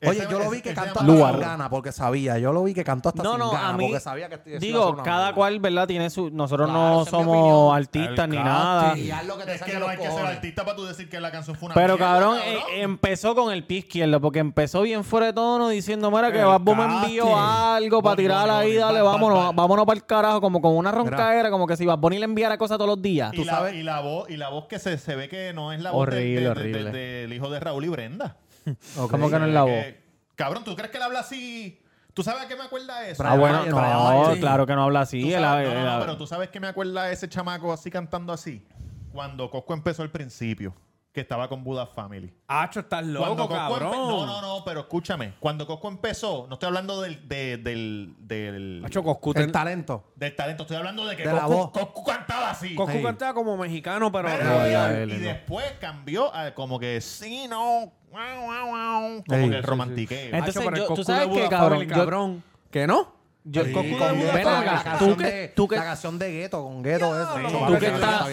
[SPEAKER 1] Oye,
[SPEAKER 2] Ese-
[SPEAKER 1] yo lo
[SPEAKER 2] ese-
[SPEAKER 1] vi que
[SPEAKER 2] ese
[SPEAKER 1] cantó
[SPEAKER 2] llama
[SPEAKER 1] hasta
[SPEAKER 3] Lugar.
[SPEAKER 1] sin gana porque sabía. Yo lo vi que cantó hasta
[SPEAKER 3] No,
[SPEAKER 1] sin
[SPEAKER 3] no,
[SPEAKER 1] gana
[SPEAKER 3] a mí.
[SPEAKER 1] porque sabía que iba a
[SPEAKER 3] Digo,
[SPEAKER 1] ser una
[SPEAKER 3] cada
[SPEAKER 1] mierda.
[SPEAKER 3] cual, ¿verdad? Tiene su. Nosotros
[SPEAKER 1] Claro, esa
[SPEAKER 3] no
[SPEAKER 1] es mi
[SPEAKER 3] somos
[SPEAKER 1] opinión.
[SPEAKER 3] artistas
[SPEAKER 2] El
[SPEAKER 3] ni
[SPEAKER 2] casting.
[SPEAKER 3] nada.
[SPEAKER 1] Y haz lo que te
[SPEAKER 2] Es
[SPEAKER 1] salga
[SPEAKER 2] que
[SPEAKER 1] de
[SPEAKER 2] no
[SPEAKER 1] los
[SPEAKER 2] hay que ser
[SPEAKER 1] cojones.
[SPEAKER 2] artista para tú decir que la canción fue una
[SPEAKER 3] Pero
[SPEAKER 2] mierda,
[SPEAKER 3] cabrón, eh, empezó con el pie izquierdo porque empezó bien fuera de tono diciendo, mira
[SPEAKER 2] Eh,
[SPEAKER 3] que
[SPEAKER 4] El
[SPEAKER 3] Bad Bunny envió
[SPEAKER 4] casting.
[SPEAKER 3] algo para
[SPEAKER 2] Bunny,
[SPEAKER 3] tirar
[SPEAKER 2] Bunny,
[SPEAKER 3] ahí,
[SPEAKER 2] Bunny,
[SPEAKER 3] dale,
[SPEAKER 2] Bad, Bad,
[SPEAKER 3] vámonos,
[SPEAKER 2] Bad.
[SPEAKER 3] vámonos para el carajo, como con una roncaera, como que si Bad Bunny le enviara cosas todos los días.
[SPEAKER 2] y, la,
[SPEAKER 1] sabes-
[SPEAKER 2] y la voz, y la voz que se, se ve que no es la voz del-
[SPEAKER 3] Horrible,
[SPEAKER 2] del-
[SPEAKER 3] horrible.
[SPEAKER 2] del- del hijo de Raúl y Brenda.
[SPEAKER 1] Ok.
[SPEAKER 3] ¿Cómo que no es la voz?
[SPEAKER 2] Que- cabrón, ¿tú crees que él habla así? ¿Tú sabes a qué me acuerda eso?
[SPEAKER 3] Ah, bueno,
[SPEAKER 1] Brian Myers,
[SPEAKER 3] no,
[SPEAKER 1] sí.
[SPEAKER 3] claro que no habla
[SPEAKER 2] Tú
[SPEAKER 3] así. él
[SPEAKER 2] sabes-
[SPEAKER 3] ha-
[SPEAKER 2] no, no,
[SPEAKER 3] él ha-
[SPEAKER 2] no, pero tú sabes que me acuerda ese chamaco así cantando así. Cuando Cosco empezó al principio, que estaba con Buda Family.
[SPEAKER 4] Acho, estás
[SPEAKER 2] Cuando
[SPEAKER 4] loco,
[SPEAKER 2] Coscu empe-
[SPEAKER 4] cabrón.
[SPEAKER 2] No, no, no, pero escúchame. Cuando Cosco empezó, no estoy hablando del, de- del, del,
[SPEAKER 4] Acho, Coscu,
[SPEAKER 1] El
[SPEAKER 4] ten-
[SPEAKER 1] talento.
[SPEAKER 2] del talento, estoy hablando de que
[SPEAKER 1] De la
[SPEAKER 2] Coscu-
[SPEAKER 1] voz.
[SPEAKER 2] Coscu cantaba así.
[SPEAKER 4] Coscu
[SPEAKER 1] Sí.
[SPEAKER 4] cantaba como mexicano, pero...
[SPEAKER 2] Pero,
[SPEAKER 3] No,
[SPEAKER 2] y-
[SPEAKER 3] ya él,
[SPEAKER 2] y
[SPEAKER 3] no.
[SPEAKER 2] después cambió a como que sí, no, guau, guau, guau, como
[SPEAKER 1] Ey.
[SPEAKER 2] que el romantiqueo.
[SPEAKER 3] Entonces,
[SPEAKER 4] Acho, pero el
[SPEAKER 3] yo- tú
[SPEAKER 4] Coscu
[SPEAKER 3] sabes
[SPEAKER 4] de
[SPEAKER 3] que,
[SPEAKER 4] Buda
[SPEAKER 3] cabrón,
[SPEAKER 4] Family,
[SPEAKER 3] yo-
[SPEAKER 4] cabrón. ¿Que no?
[SPEAKER 3] Yo-
[SPEAKER 1] Sí,
[SPEAKER 3] Coco de
[SPEAKER 1] con
[SPEAKER 3] Buda
[SPEAKER 1] Gueto,
[SPEAKER 3] Family.
[SPEAKER 1] la
[SPEAKER 3] tú
[SPEAKER 1] canción
[SPEAKER 3] que,
[SPEAKER 1] de-
[SPEAKER 3] tú que-
[SPEAKER 1] la canción de Gueto con Gueto es
[SPEAKER 3] tú que estás-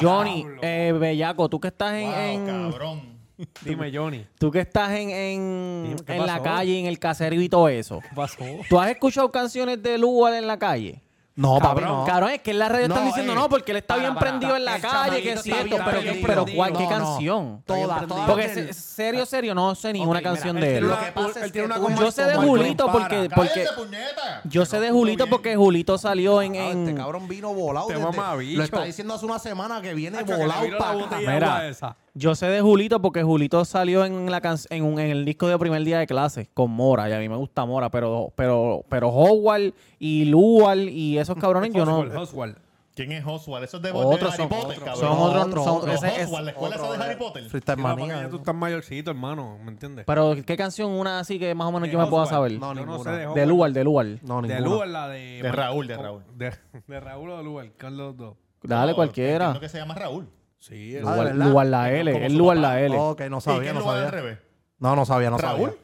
[SPEAKER 3] Johnny,
[SPEAKER 4] Diablo.
[SPEAKER 3] eh, Bellaco, tú que estás en,
[SPEAKER 2] Wow,
[SPEAKER 3] en-
[SPEAKER 2] cabrón.
[SPEAKER 4] [LAUGHS] Dime, Johnny.
[SPEAKER 3] tú que estás en, en,
[SPEAKER 4] Dime, ¿qué
[SPEAKER 3] en la
[SPEAKER 4] pasó?
[SPEAKER 3] calle, en el caserito eso.
[SPEAKER 4] ¿Qué pasó?
[SPEAKER 3] ¿Tú has escuchado canciones de Lugar en la calle?
[SPEAKER 1] No, Oh, papi,
[SPEAKER 3] cabrón,
[SPEAKER 1] no.
[SPEAKER 3] cabrón, es que en la radio
[SPEAKER 1] No,
[SPEAKER 3] están diciendo
[SPEAKER 1] eh,
[SPEAKER 3] no, porque él está
[SPEAKER 1] para,
[SPEAKER 3] bien
[SPEAKER 1] para,
[SPEAKER 3] prendido en la
[SPEAKER 1] el
[SPEAKER 3] calle,
[SPEAKER 1] chamaquito
[SPEAKER 3] que
[SPEAKER 1] está
[SPEAKER 3] sí esto,
[SPEAKER 1] bien
[SPEAKER 3] pero,
[SPEAKER 1] prendido.
[SPEAKER 3] pero ¿cuál, ¿qué
[SPEAKER 1] No, no.
[SPEAKER 3] canción?
[SPEAKER 1] Todas,
[SPEAKER 4] Está bien
[SPEAKER 1] todas.
[SPEAKER 3] Porque
[SPEAKER 4] prendido.
[SPEAKER 3] se- serio, serio, no sé ninguna
[SPEAKER 4] mira,
[SPEAKER 3] canción
[SPEAKER 2] este
[SPEAKER 4] él tiene
[SPEAKER 3] de él.
[SPEAKER 1] Lo
[SPEAKER 4] una-
[SPEAKER 1] que pasa
[SPEAKER 4] él
[SPEAKER 1] es
[SPEAKER 4] tiene
[SPEAKER 1] que
[SPEAKER 4] una
[SPEAKER 1] tú-
[SPEAKER 4] como-
[SPEAKER 3] Yo sé de
[SPEAKER 4] como el
[SPEAKER 3] Julito
[SPEAKER 4] compara.
[SPEAKER 3] porque, porque
[SPEAKER 2] Cállate, puñeta.
[SPEAKER 3] yo
[SPEAKER 2] Que
[SPEAKER 3] sé
[SPEAKER 2] no
[SPEAKER 3] de
[SPEAKER 2] escucho
[SPEAKER 3] Julito
[SPEAKER 2] bien.
[SPEAKER 3] porque Julito salió en,
[SPEAKER 1] Ah,
[SPEAKER 3] en
[SPEAKER 1] Este cabrón vino volado.
[SPEAKER 4] Este
[SPEAKER 1] desde-
[SPEAKER 4] mamabicho.
[SPEAKER 1] Lo está diciendo hace una semana que viene
[SPEAKER 4] Acho, que le
[SPEAKER 1] volado
[SPEAKER 4] vino la
[SPEAKER 1] para
[SPEAKER 4] botella.
[SPEAKER 1] acá.
[SPEAKER 4] agua
[SPEAKER 3] Mira,
[SPEAKER 4] esa.
[SPEAKER 3] yo sé de Julito porque Julito salió en la can- en, un- en el disco de primer día de clase con Mora y a mí me gusta Mora, pero pero pero Howard y Lual y esos
[SPEAKER 1] [LAUGHS]
[SPEAKER 3] cabrones yo no
[SPEAKER 4] Oswald, Oswald.
[SPEAKER 2] ¿Quién es Oswald? Eso es de, de
[SPEAKER 3] otros
[SPEAKER 2] Harry
[SPEAKER 3] son,
[SPEAKER 2] Potter,
[SPEAKER 3] otros,
[SPEAKER 2] cabrón.
[SPEAKER 3] son otros
[SPEAKER 1] Otro,
[SPEAKER 3] son-
[SPEAKER 1] otro.
[SPEAKER 2] Los
[SPEAKER 3] ese- ese-
[SPEAKER 2] Oswald, la escuela esa
[SPEAKER 1] Otro
[SPEAKER 2] de Harry
[SPEAKER 1] de-
[SPEAKER 2] Potter.
[SPEAKER 1] Freestyle
[SPEAKER 4] Mira, porque ya
[SPEAKER 1] manía.
[SPEAKER 4] tú estás mayorcito, hermano. ¿Me entiendes?
[SPEAKER 3] pero qué canción una así que más o menos yo me puedo
[SPEAKER 4] Oswald.
[SPEAKER 3] saber
[SPEAKER 1] No,
[SPEAKER 4] Yo no
[SPEAKER 1] ninguna.
[SPEAKER 4] sé de
[SPEAKER 3] de
[SPEAKER 4] Howard.
[SPEAKER 3] Lual de Lual
[SPEAKER 1] No,
[SPEAKER 4] De
[SPEAKER 1] ninguno. Ah,
[SPEAKER 4] Lugar, la de...
[SPEAKER 2] De Raúl, de Raúl.
[SPEAKER 4] De, de Raúl o de Lugar, ¿cuál de los dos?
[SPEAKER 3] dale
[SPEAKER 2] No,
[SPEAKER 3] cualquiera
[SPEAKER 2] entiendo que se llama Raúl.
[SPEAKER 4] Sí, el
[SPEAKER 1] Ah,
[SPEAKER 3] Lual,
[SPEAKER 1] ¿verdad?
[SPEAKER 3] Lual la L
[SPEAKER 2] Como
[SPEAKER 3] es
[SPEAKER 2] su
[SPEAKER 3] Lual
[SPEAKER 2] papá.
[SPEAKER 3] la L
[SPEAKER 1] Ok, no
[SPEAKER 2] ¿Y
[SPEAKER 1] sabía,
[SPEAKER 2] quién
[SPEAKER 1] no
[SPEAKER 2] lo va al
[SPEAKER 1] sabía.
[SPEAKER 2] revés?
[SPEAKER 1] No, no sabía, no
[SPEAKER 2] ¿Raúl?
[SPEAKER 1] sabía.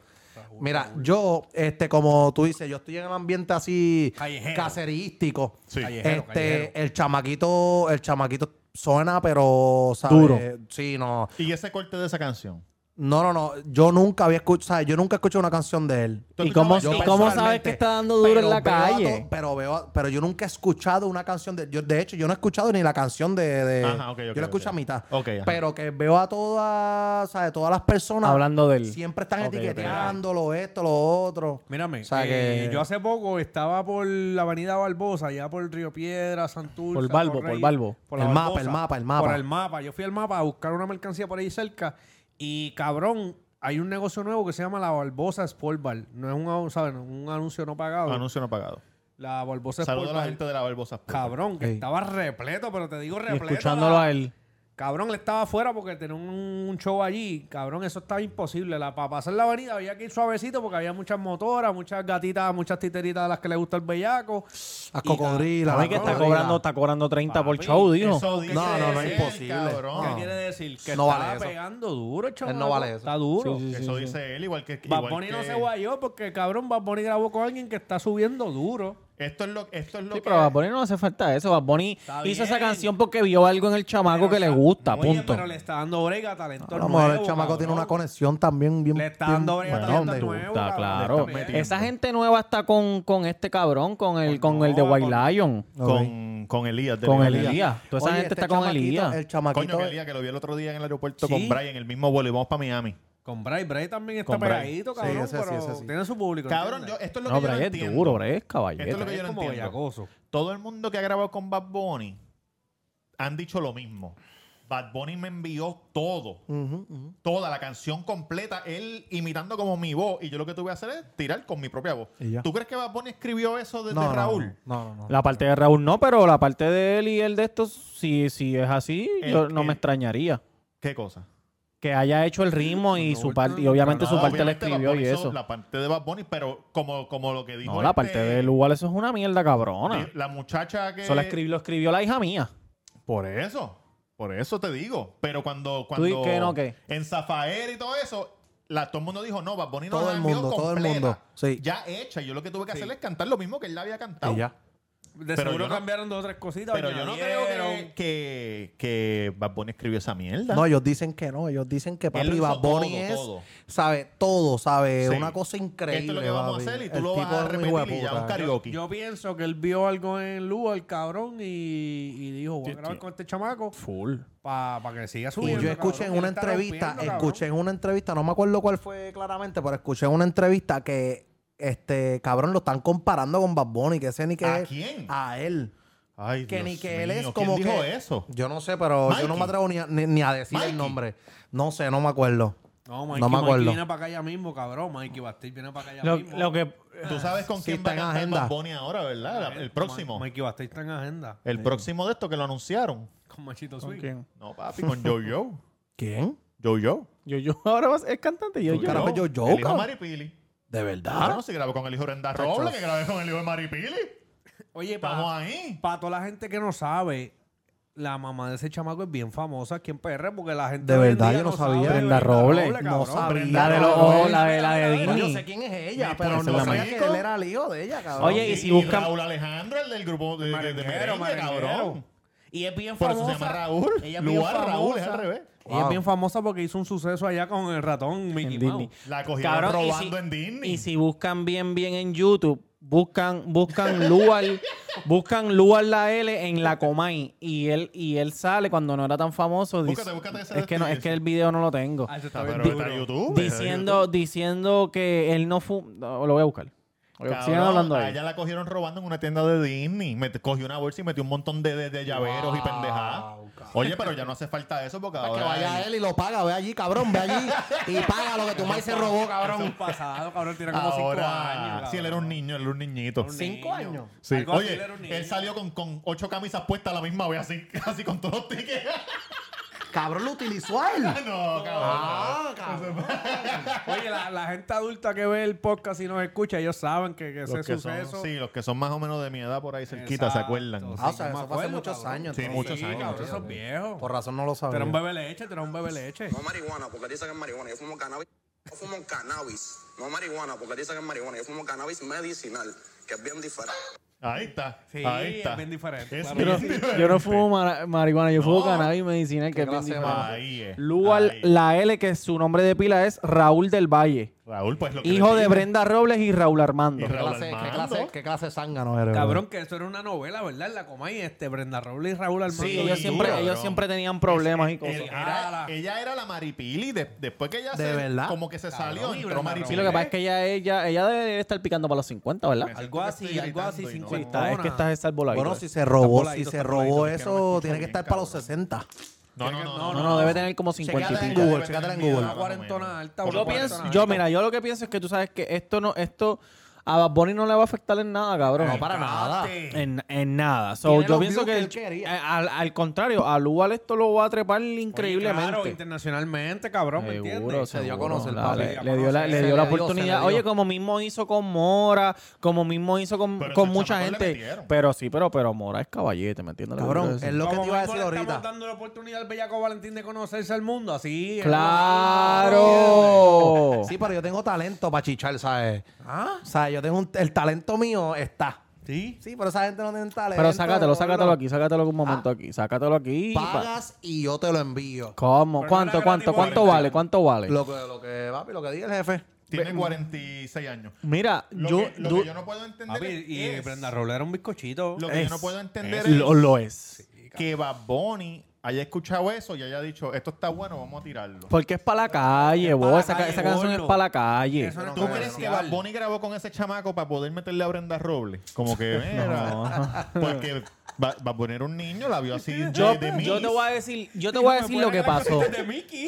[SPEAKER 1] Mira, yo, este, como tú dices, yo estoy en un ambiente así
[SPEAKER 4] Callejero.
[SPEAKER 1] caserístico.
[SPEAKER 2] Sí.
[SPEAKER 4] Callejero,
[SPEAKER 1] este,
[SPEAKER 4] callejero.
[SPEAKER 1] el chamaquito, el chamaquito suena, pero ¿sabes?
[SPEAKER 3] Duro.
[SPEAKER 1] Sí, no.
[SPEAKER 2] ¿Y ese corte de esa canción?
[SPEAKER 1] No, no, no. Yo nunca había escuchado, ¿sabes? Yo nunca escuché una canción de él.
[SPEAKER 2] ¿Tú
[SPEAKER 3] y cómo,
[SPEAKER 2] escuchabas
[SPEAKER 1] Yo
[SPEAKER 3] y
[SPEAKER 2] eso?
[SPEAKER 3] cómo
[SPEAKER 1] personalmente,
[SPEAKER 3] sabes que está dando duro en
[SPEAKER 1] pero
[SPEAKER 3] la
[SPEAKER 1] veo a to-
[SPEAKER 3] calle
[SPEAKER 1] pero veo, a- pero yo nunca he escuchado una canción de. Yo, de hecho, yo no he escuchado ni la canción de. de-
[SPEAKER 2] Ajá, ok, ok,
[SPEAKER 1] yo la escucho
[SPEAKER 2] ok.
[SPEAKER 1] a mitad.
[SPEAKER 2] Ok, ajá.
[SPEAKER 1] Pero que veo a todas, ¿sabes? Todas las personas
[SPEAKER 3] Hablando de él.
[SPEAKER 1] Siempre están
[SPEAKER 3] Ok, ok,
[SPEAKER 1] etiquetándolo, esto, lo otro.
[SPEAKER 4] Mírame,
[SPEAKER 1] O sea
[SPEAKER 4] eh,
[SPEAKER 1] que-
[SPEAKER 4] yo hace poco estaba por la avenida Barbosa, allá por Río Piedra, Santurce.
[SPEAKER 3] Por Balbo, por
[SPEAKER 4] Reyes,
[SPEAKER 3] Balbo.
[SPEAKER 1] El
[SPEAKER 4] la
[SPEAKER 1] mapa,
[SPEAKER 4] Barbosa,
[SPEAKER 1] el mapa, el mapa.
[SPEAKER 4] Por el mapa. Yo fui al mapa a buscar una mercancía por ahí cerca y, cabrón, hay un negocio nuevo que se llama La Barbosa Sport Bar. No es un, anu- ¿sabes? No, un anuncio no pagado.
[SPEAKER 2] Anuncio no pagado.
[SPEAKER 4] La Barbosa
[SPEAKER 2] Saludos
[SPEAKER 4] Sport
[SPEAKER 2] a la
[SPEAKER 4] Bar.
[SPEAKER 2] gente de la Barbosa. Sport.
[SPEAKER 4] Cabrón, que
[SPEAKER 1] Ey.
[SPEAKER 4] estaba repleto, pero te digo
[SPEAKER 3] y
[SPEAKER 4] repleto.
[SPEAKER 3] escuchándolo
[SPEAKER 4] la-
[SPEAKER 3] a él
[SPEAKER 4] Cabrón, le estaba afuera porque tenía un, un show allí. Cabrón, eso estaba imposible. La, para pasar la avenida había que ir suavecito porque había muchas motoras, muchas gatitas, muchas titeritas a las que le gusta el bellaco.
[SPEAKER 1] Las
[SPEAKER 4] Y ca-
[SPEAKER 1] cocodrilas.
[SPEAKER 3] Ay,
[SPEAKER 1] las
[SPEAKER 3] que está
[SPEAKER 1] cocodrilas.
[SPEAKER 3] cobrando está cobrando 30 por
[SPEAKER 4] Papi,
[SPEAKER 3] show dijo
[SPEAKER 2] Eso dice
[SPEAKER 1] No, no, no,
[SPEAKER 2] él,
[SPEAKER 1] imposible.
[SPEAKER 2] cabrón.
[SPEAKER 4] ¿Qué quiere decir? Que
[SPEAKER 1] Ah. No
[SPEAKER 4] estaba
[SPEAKER 1] vale eso.
[SPEAKER 4] pegando duro, chaval.
[SPEAKER 1] Él no vale eso.
[SPEAKER 4] Está duro.
[SPEAKER 3] Sí, sí, sí.
[SPEAKER 2] Eso dice él, igual que.
[SPEAKER 4] Bad
[SPEAKER 2] igual
[SPEAKER 4] Bunny no
[SPEAKER 2] que-
[SPEAKER 4] se guayó porque, cabrón, Bad Bunny grabó con alguien que está subiendo duro.
[SPEAKER 2] Esto es lo, esto es lo
[SPEAKER 3] Sí,
[SPEAKER 2] que.
[SPEAKER 3] pero Bad Bunny no hace falta eso. Bad Bunny
[SPEAKER 4] Está
[SPEAKER 3] hizo esa
[SPEAKER 4] bien.
[SPEAKER 3] canción porque vio algo en el chamaco
[SPEAKER 4] Pero,
[SPEAKER 3] que
[SPEAKER 4] o sea,
[SPEAKER 3] le gusta,
[SPEAKER 4] oye,
[SPEAKER 3] punto.
[SPEAKER 4] Pero le está dando brega a talento
[SPEAKER 1] Ah, A lo mejor el
[SPEAKER 4] nuevo,
[SPEAKER 1] chamaco tiene
[SPEAKER 4] cabrón.
[SPEAKER 1] una conexión también bien.
[SPEAKER 4] Le está dando
[SPEAKER 1] bien-
[SPEAKER 4] brega a
[SPEAKER 1] bueno,
[SPEAKER 4] talento
[SPEAKER 1] donde-
[SPEAKER 4] nuevo.
[SPEAKER 3] Está claro.
[SPEAKER 4] cabrón, también.
[SPEAKER 3] Esa gente nueva está con, con este cabrón, con el,
[SPEAKER 4] Con
[SPEAKER 3] con el de
[SPEAKER 4] Nova,
[SPEAKER 3] White
[SPEAKER 4] con-
[SPEAKER 3] Lion,
[SPEAKER 2] Con, con Elías. de
[SPEAKER 3] con el
[SPEAKER 2] Elías.
[SPEAKER 3] Elías. Toda esa
[SPEAKER 1] Oye,
[SPEAKER 3] gente
[SPEAKER 1] este
[SPEAKER 3] está con el
[SPEAKER 1] chamaquito-
[SPEAKER 3] Elías.
[SPEAKER 1] El chamaquito.
[SPEAKER 2] Coño, que Elías, que lo vi el otro día en el aeropuerto
[SPEAKER 4] Sí.
[SPEAKER 2] con Brian, el mismo vuelo, y vamos para Miami.
[SPEAKER 4] Con Bray, Bray también está
[SPEAKER 2] Con Bray.
[SPEAKER 4] pegadito,
[SPEAKER 1] Sí,
[SPEAKER 4] cabrón,
[SPEAKER 1] ese sí,
[SPEAKER 4] pero
[SPEAKER 1] ese sí.
[SPEAKER 4] tiene su público.
[SPEAKER 2] Cabrón, yo,
[SPEAKER 4] ¿entiendes?
[SPEAKER 2] esto es lo
[SPEAKER 3] No,
[SPEAKER 2] que yo
[SPEAKER 3] pero
[SPEAKER 2] no
[SPEAKER 3] es
[SPEAKER 2] entiendo.
[SPEAKER 3] duro, pero es
[SPEAKER 2] Esto es lo
[SPEAKER 3] caballero.
[SPEAKER 2] que yo
[SPEAKER 4] Es
[SPEAKER 2] no
[SPEAKER 4] como
[SPEAKER 2] entiendo.
[SPEAKER 4] bellacoso.
[SPEAKER 2] Todo el mundo que ha grabado con Bad Bunny han dicho lo mismo. Bad Bunny me envió todo. Toda la canción completa. Él imitando como mi voz. Y yo lo que tuve que hacer es tirar con mi propia voz.
[SPEAKER 1] Y ya.
[SPEAKER 2] ¿Tú crees que Bad Bunny escribió eso desde
[SPEAKER 1] No, no,
[SPEAKER 2] Raúl?
[SPEAKER 1] No, no, no.
[SPEAKER 3] La parte de Raúl no, pero la parte de él y el de estos, si, si es así,
[SPEAKER 2] El-
[SPEAKER 3] yo no
[SPEAKER 2] el-
[SPEAKER 3] me extrañaría.
[SPEAKER 2] ¿Qué cosa?
[SPEAKER 3] Que haya hecho el ritmo y
[SPEAKER 4] No,
[SPEAKER 3] su
[SPEAKER 4] no,
[SPEAKER 3] parte, y
[SPEAKER 4] no,
[SPEAKER 3] obviamente
[SPEAKER 4] no,
[SPEAKER 3] su
[SPEAKER 4] no,
[SPEAKER 3] parte la
[SPEAKER 2] Obviamente, Bad
[SPEAKER 3] escribió y
[SPEAKER 2] Bunny hizo
[SPEAKER 3] eso.
[SPEAKER 2] La parte de Bad Bunny, pero como, como lo que dijo.
[SPEAKER 3] No, la
[SPEAKER 2] este-
[SPEAKER 3] parte de Lugal, eso es una mierda cabrona.
[SPEAKER 2] di- La muchacha que.
[SPEAKER 3] Eso la escribió, lo escribió la hija mía.
[SPEAKER 2] Por eso. Por eso te digo. Pero cuando.
[SPEAKER 3] Tú di
[SPEAKER 2] cuando
[SPEAKER 3] que no, que.
[SPEAKER 2] En Zafaer y todo eso. La, todo el mundo dijo, no, Bad Bunny no
[SPEAKER 1] Todo
[SPEAKER 2] la
[SPEAKER 1] el
[SPEAKER 2] envió
[SPEAKER 1] mundo, todo el
[SPEAKER 2] completa,
[SPEAKER 1] mundo. Sí.
[SPEAKER 2] Ya hecha. Yo lo que tuve que hacer es cantar lo mismo que él la había cantado.
[SPEAKER 1] Y ya.
[SPEAKER 4] De
[SPEAKER 2] Pero
[SPEAKER 4] seguro
[SPEAKER 2] yo no-
[SPEAKER 4] cambiaron dos o tres cositas.
[SPEAKER 2] Pero yo no creo que,
[SPEAKER 4] añadieron.
[SPEAKER 2] que, que Bad Bunny escribió esa mierda.
[SPEAKER 1] No, ellos dicen que no. Ellos dicen que papi
[SPEAKER 2] hizo
[SPEAKER 1] Bad Bunny
[SPEAKER 2] todo,
[SPEAKER 1] es.
[SPEAKER 2] todo.
[SPEAKER 1] Sabe todo, sabe.
[SPEAKER 2] Sí.
[SPEAKER 1] Una cosa increíble.
[SPEAKER 2] Esto es lo que vamos a
[SPEAKER 1] papi.
[SPEAKER 2] hacer y tú
[SPEAKER 1] El
[SPEAKER 2] lo vas
[SPEAKER 1] tipo
[SPEAKER 2] a
[SPEAKER 1] es un
[SPEAKER 2] repetir
[SPEAKER 1] hijo de
[SPEAKER 2] y ya
[SPEAKER 1] puta.
[SPEAKER 2] un karaoke.
[SPEAKER 4] Yo pienso que él vio algo en Lu, el cabrón, y, y dijo, voy a grabar con este chamaco
[SPEAKER 3] Full.
[SPEAKER 4] para que siga
[SPEAKER 1] Y
[SPEAKER 4] subiendo.
[SPEAKER 1] yo escuché en
[SPEAKER 4] cabrón,
[SPEAKER 1] una
[SPEAKER 4] él está
[SPEAKER 1] entrevista,
[SPEAKER 4] rompiendo, cabrón.
[SPEAKER 1] escuché en una entrevista, no me acuerdo cuál fue claramente, pero escuché en una entrevista que este cabrón lo están comparando con Bad Bunny, que ese ni que
[SPEAKER 2] ¿A
[SPEAKER 1] es-
[SPEAKER 2] quién?
[SPEAKER 1] a él.
[SPEAKER 2] Ay,
[SPEAKER 1] Que
[SPEAKER 2] Dios
[SPEAKER 1] ni que él
[SPEAKER 2] mío,
[SPEAKER 1] es
[SPEAKER 2] ¿quién
[SPEAKER 1] como
[SPEAKER 2] dijo
[SPEAKER 1] que-
[SPEAKER 2] eso?
[SPEAKER 1] Yo no sé, pero yo no
[SPEAKER 2] Mikey.
[SPEAKER 1] me atrevo ni a, ni- ni a decir
[SPEAKER 2] Mikey.
[SPEAKER 1] el nombre. No sé, no me acuerdo.
[SPEAKER 4] No, Mikey,
[SPEAKER 1] No me acuerdo.
[SPEAKER 4] Mikey viene para acá ya mismo, cabrón. Mikey Bastille viene para acá ya
[SPEAKER 3] Lo,
[SPEAKER 4] mismo.
[SPEAKER 3] lo que.
[SPEAKER 2] Tú sabes con
[SPEAKER 1] Sí,
[SPEAKER 2] quién
[SPEAKER 1] está
[SPEAKER 2] va a
[SPEAKER 1] en
[SPEAKER 2] cantar
[SPEAKER 1] agenda.
[SPEAKER 2] Bad Bunny ahora, ¿verdad? El próximo.
[SPEAKER 4] Ma- Mikey Bastille está en agenda
[SPEAKER 2] El próximo de esto que lo anunciaron.
[SPEAKER 4] con Machito
[SPEAKER 3] ¿Con
[SPEAKER 4] Swing.
[SPEAKER 3] quién?
[SPEAKER 2] No, papi, con Jojo.
[SPEAKER 1] ¿Quién?
[SPEAKER 2] Jojo.
[SPEAKER 3] Yo, yo [LAUGHS] ahora vas- es cantante. Yo, yo.
[SPEAKER 1] Claro, pues Jojo,
[SPEAKER 2] El hijo de
[SPEAKER 1] cabrón.
[SPEAKER 2] Maripili.
[SPEAKER 1] ¿De
[SPEAKER 2] Ah.
[SPEAKER 1] verdad?
[SPEAKER 2] No, si grabó con el hijo de Renda Robles, que grabé con el hijo de Maripili.
[SPEAKER 4] Oye,
[SPEAKER 2] Estamos
[SPEAKER 4] para
[SPEAKER 2] ahí.
[SPEAKER 4] toda la gente que no sabe, la mamá de ese chamaco es bien famosa aquí en PR porque la gente.
[SPEAKER 1] De
[SPEAKER 4] hoy en
[SPEAKER 1] verdad,
[SPEAKER 4] día
[SPEAKER 1] yo no
[SPEAKER 4] sabe
[SPEAKER 1] sabía.
[SPEAKER 4] de
[SPEAKER 3] Brenda Robles,
[SPEAKER 1] No
[SPEAKER 4] cabrón.
[SPEAKER 1] sabía.
[SPEAKER 2] Brenda
[SPEAKER 3] La de los
[SPEAKER 2] Robles.
[SPEAKER 3] ojos, la de, la de
[SPEAKER 1] Bueno,
[SPEAKER 3] Dini.
[SPEAKER 1] yo sé quién es ella,
[SPEAKER 2] Mi
[SPEAKER 1] pero
[SPEAKER 2] esposa
[SPEAKER 1] no
[SPEAKER 2] la
[SPEAKER 1] sabía que
[SPEAKER 2] México.
[SPEAKER 1] él era el hijo de ella, cabrón.
[SPEAKER 3] Oye, y si buscan-
[SPEAKER 2] Raúl Alejandro, el del grupo de, de, de
[SPEAKER 4] Merenguero,
[SPEAKER 2] merengue, cabrón.
[SPEAKER 4] merenguero. Y es bien
[SPEAKER 2] Por
[SPEAKER 4] famosa.
[SPEAKER 2] eso se llama Raúl.
[SPEAKER 4] Ella es bien
[SPEAKER 2] Lugar
[SPEAKER 4] famosa.
[SPEAKER 2] Raúl, es al revés.
[SPEAKER 4] Ella es bien famosa porque hizo un suceso allá con el ratón Mickey
[SPEAKER 3] En
[SPEAKER 4] Mouse.
[SPEAKER 3] Disney.
[SPEAKER 2] La cogieron
[SPEAKER 3] Cabrón, y
[SPEAKER 2] robando
[SPEAKER 3] si-
[SPEAKER 2] en Disney.
[SPEAKER 3] Y si buscan bien, bien en YouTube, buscan, buscan [LAUGHS] Lual, buscan Lual la L en la Comay. Y él, y él sale cuando no era tan famoso. dic-
[SPEAKER 2] Búscate, búscate ese
[SPEAKER 3] es que no, es
[SPEAKER 2] destino.
[SPEAKER 3] que el video no lo tengo.
[SPEAKER 4] Ah, eso
[SPEAKER 2] Ah,
[SPEAKER 4] está bien
[SPEAKER 2] pero
[SPEAKER 4] duro.
[SPEAKER 2] está en YouTube.
[SPEAKER 3] Diciendo, diciendo que él no fue. lo voy a buscar. Oye,
[SPEAKER 2] Cabrón,
[SPEAKER 3] sigan hablando
[SPEAKER 2] a
[SPEAKER 3] ahí.
[SPEAKER 2] ella la cogieron robando en una tienda de Disney. Met- cogió una bolsa y metió un montón de, de- de llaveros y pendejadas. Oye, pero ya no hace falta eso porque
[SPEAKER 1] Que
[SPEAKER 2] ahora...
[SPEAKER 1] vaya él y lo paga, ve allí, cabrón, ve allí y paga lo que tu madre se robó,
[SPEAKER 4] Cabrón,
[SPEAKER 1] cabrón.
[SPEAKER 4] un pasado, cabrón, tiene como cinco
[SPEAKER 2] Ahora,
[SPEAKER 4] años.
[SPEAKER 2] sí, él era un niño, él era un niñito.
[SPEAKER 1] ¿Cinco años?
[SPEAKER 2] Sí.
[SPEAKER 4] Algo así,
[SPEAKER 2] Oye,
[SPEAKER 4] él era un niño.
[SPEAKER 2] él salió con, con ocho camisas puestas a la misma vez, así, [LAUGHS] así con todos los tickets. [LAUGHS]
[SPEAKER 1] Cabrón, lo utilizó a él.
[SPEAKER 2] no, cabrón.
[SPEAKER 1] Ah, cabrón.
[SPEAKER 4] Oye, la, la gente adulta que ve el podcast y nos escucha, ellos saben que, que ese
[SPEAKER 2] Los que son,
[SPEAKER 4] suceso.
[SPEAKER 2] sí, los que son más o menos de mi edad por ahí cerquita, ¿se
[SPEAKER 4] Exacto,
[SPEAKER 2] acuerdan?
[SPEAKER 4] sí.
[SPEAKER 1] Ah, o sea,
[SPEAKER 4] yo
[SPEAKER 1] eso
[SPEAKER 4] me
[SPEAKER 1] fue hace
[SPEAKER 4] acuerdo,
[SPEAKER 1] muchos
[SPEAKER 4] cabrón.
[SPEAKER 1] años.
[SPEAKER 2] Sí,
[SPEAKER 1] entonces.
[SPEAKER 2] muchos
[SPEAKER 4] Sí,
[SPEAKER 2] años,
[SPEAKER 4] cabrón,
[SPEAKER 2] muchos
[SPEAKER 4] esos viejos.
[SPEAKER 1] Por razón no lo
[SPEAKER 4] Tú eres un
[SPEAKER 1] sabía.
[SPEAKER 4] bebé leche, tú eres un bebé leche.
[SPEAKER 6] No marihuana, porque dice que es marihuana. Yo fumo cannabis. Yo fumo cannabis. No marihuana, porque dice que es marihuana. Yo fumo cannabis medicinal, que es bien diferente.
[SPEAKER 2] Ahí está.
[SPEAKER 4] Sí,
[SPEAKER 2] ahí está.
[SPEAKER 4] es bien diferente,
[SPEAKER 2] Es
[SPEAKER 4] claro.
[SPEAKER 3] Yo
[SPEAKER 2] bien
[SPEAKER 3] no,
[SPEAKER 2] diferente.
[SPEAKER 3] yo no fumo mara- marihuana, yo fumo
[SPEAKER 2] No.
[SPEAKER 3] cannabis medicinal, que es bien
[SPEAKER 1] clase de
[SPEAKER 3] diferente.
[SPEAKER 1] marihuana?
[SPEAKER 2] Ahí es.
[SPEAKER 3] Lual
[SPEAKER 2] ahí.
[SPEAKER 3] la L, que su nombre de pila es Raúl del Valle.
[SPEAKER 2] Raúl, pues lo que
[SPEAKER 3] Hijo
[SPEAKER 2] le
[SPEAKER 3] de
[SPEAKER 2] digo.
[SPEAKER 3] Brenda Robles y Raúl Armando.
[SPEAKER 2] Y
[SPEAKER 1] ¿Qué
[SPEAKER 2] Raúl
[SPEAKER 1] clase, ¿qué,
[SPEAKER 2] Armando.
[SPEAKER 1] clase, ¿Qué clase de zángano eres?
[SPEAKER 4] Cabrón, que eso era una novela, ¿verdad? En la coma y este, Brenda Robles y Raúl Armando.
[SPEAKER 3] Sí,
[SPEAKER 2] Sí,
[SPEAKER 3] ellos,
[SPEAKER 2] sí,
[SPEAKER 3] siempre,
[SPEAKER 2] cabrón.
[SPEAKER 3] ellos siempre tenían problemas y
[SPEAKER 2] Él
[SPEAKER 3] cosas.
[SPEAKER 2] era- ella era la Maripili. de- después que ella
[SPEAKER 1] ¿De
[SPEAKER 2] se,
[SPEAKER 1] verdad?
[SPEAKER 2] como que se salió,
[SPEAKER 4] y
[SPEAKER 2] entró
[SPEAKER 4] Brenda
[SPEAKER 2] Maripili.
[SPEAKER 3] Sí, lo que pasa es que ella, ella, ella debe estar picando para los 50, ¿verdad?
[SPEAKER 4] Algo así, algo así,
[SPEAKER 2] Estoy
[SPEAKER 3] Sí,
[SPEAKER 4] 50.
[SPEAKER 3] está- es que estás de salvo la vida.
[SPEAKER 1] Bueno, si se robó, si
[SPEAKER 4] voladito,
[SPEAKER 1] se
[SPEAKER 4] está
[SPEAKER 1] robó
[SPEAKER 4] voladito, es que no me
[SPEAKER 1] eso,
[SPEAKER 4] escucho
[SPEAKER 1] tiene que
[SPEAKER 4] bien,
[SPEAKER 1] estar para los 60.
[SPEAKER 2] No, no, no. no,
[SPEAKER 3] no, no, debe tener como 50 y
[SPEAKER 1] Chequéala en
[SPEAKER 3] pico.
[SPEAKER 1] Google, chécatela en Google.
[SPEAKER 4] Una cuarentona alta.
[SPEAKER 2] Yo
[SPEAKER 4] una
[SPEAKER 3] Yo
[SPEAKER 2] pienso-
[SPEAKER 3] pienso,
[SPEAKER 4] cuarentona
[SPEAKER 3] yo
[SPEAKER 4] alta.
[SPEAKER 3] mira, yo lo que pienso es que tú sabes que esto no, esto a Bad Bunny no le va a afectar en nada, cabrón.
[SPEAKER 1] No, para nada.
[SPEAKER 3] En, en nada. So,
[SPEAKER 1] Tiene
[SPEAKER 3] yo
[SPEAKER 1] los
[SPEAKER 3] pienso
[SPEAKER 1] views
[SPEAKER 3] que,
[SPEAKER 1] que
[SPEAKER 3] el- eh,
[SPEAKER 1] él quería.
[SPEAKER 3] al, al contrario, a Lual esto lo va a trepar
[SPEAKER 4] Claro,
[SPEAKER 3] increíblemente.
[SPEAKER 4] internacionalmente, cabrón, ¿me
[SPEAKER 3] Seguro,
[SPEAKER 4] entiendes?
[SPEAKER 1] Se dio a conocer,
[SPEAKER 3] seguro.
[SPEAKER 1] papi.
[SPEAKER 3] Le-
[SPEAKER 1] Se dio a
[SPEAKER 3] Le dio la,
[SPEAKER 1] conocer.
[SPEAKER 3] le
[SPEAKER 1] Se
[SPEAKER 3] dio la
[SPEAKER 1] le dio, se
[SPEAKER 3] oportunidad.
[SPEAKER 1] le dio.
[SPEAKER 3] Oye, como mismo hizo con Mora, como mismo hizo con,
[SPEAKER 2] Pero
[SPEAKER 3] con
[SPEAKER 2] ese
[SPEAKER 3] mucha
[SPEAKER 2] chamaco le
[SPEAKER 3] gente.
[SPEAKER 2] metieron.
[SPEAKER 3] Pero sí, pero, pero Mora es caballete, ¿me entiendes? lo que
[SPEAKER 1] Cabrón,
[SPEAKER 3] quiero decir?
[SPEAKER 1] es lo que
[SPEAKER 4] Como
[SPEAKER 1] te iba a
[SPEAKER 4] mismo
[SPEAKER 1] decir
[SPEAKER 4] le Estamos
[SPEAKER 1] ahorita.
[SPEAKER 4] dando la oportunidad al bellaco Valentín de conocerse al mundo, así.
[SPEAKER 3] ¡Claro!
[SPEAKER 1] Sí, pero yo tengo talento para chichar, ¿sabes?
[SPEAKER 4] Ah,
[SPEAKER 1] O sea, yo tengo un- el talento mío está.
[SPEAKER 4] sí.
[SPEAKER 1] Sí, pero esa gente no tiene talento.
[SPEAKER 3] Pero sácatelo, sácatelo
[SPEAKER 1] boludo.
[SPEAKER 3] aquí, sácatelo un
[SPEAKER 1] Ah.
[SPEAKER 3] momento aquí, sácatelo aquí. y pa-
[SPEAKER 1] Pagas y yo te lo envío.
[SPEAKER 3] ¿Cómo?
[SPEAKER 4] Pero no
[SPEAKER 3] ¿Cuánto,
[SPEAKER 4] era
[SPEAKER 3] cuánto,
[SPEAKER 4] gratis,
[SPEAKER 3] cuánto
[SPEAKER 4] Valentín.
[SPEAKER 3] vale? ¿Cuánto vale?
[SPEAKER 1] Lo que, lo que, papi, lo que diga el jefe.
[SPEAKER 2] Tiene 46 años.
[SPEAKER 3] Mira,
[SPEAKER 2] Lo,
[SPEAKER 3] yo,
[SPEAKER 2] que, lo
[SPEAKER 3] du-
[SPEAKER 2] que yo no puedo entender
[SPEAKER 4] Papi, y
[SPEAKER 2] es,
[SPEAKER 4] Brenda Robles era un bizcochito.
[SPEAKER 2] lo que yo
[SPEAKER 3] es-
[SPEAKER 2] no puedo entender es,
[SPEAKER 3] lo- lo es.
[SPEAKER 2] que Bad Bunny haya escuchado eso y haya dicho, esto está bueno, vamos a tirarlo.
[SPEAKER 3] Porque es para la calle,
[SPEAKER 4] pa'
[SPEAKER 3] vos.
[SPEAKER 4] la
[SPEAKER 3] Esa, ca-
[SPEAKER 4] calle,
[SPEAKER 3] esa canción es
[SPEAKER 4] gordo.
[SPEAKER 3] para la calle.
[SPEAKER 4] Eso no
[SPEAKER 2] ¿Tú
[SPEAKER 4] es
[SPEAKER 2] crees que
[SPEAKER 4] comercial.
[SPEAKER 2] Bad
[SPEAKER 3] [LAUGHS]
[SPEAKER 2] Bunny grabó con ese chamaco para poder meterle a Brenda Robles? Como que, mira, porque Va, va a poner un niño, la vio
[SPEAKER 3] [LAUGHS]
[SPEAKER 2] así. de-
[SPEAKER 3] Yo,
[SPEAKER 2] de
[SPEAKER 3] yo
[SPEAKER 2] mí.
[SPEAKER 3] te voy a decir, yo te voy a decir lo que pasó. Y
[SPEAKER 2] Ajá,
[SPEAKER 3] te,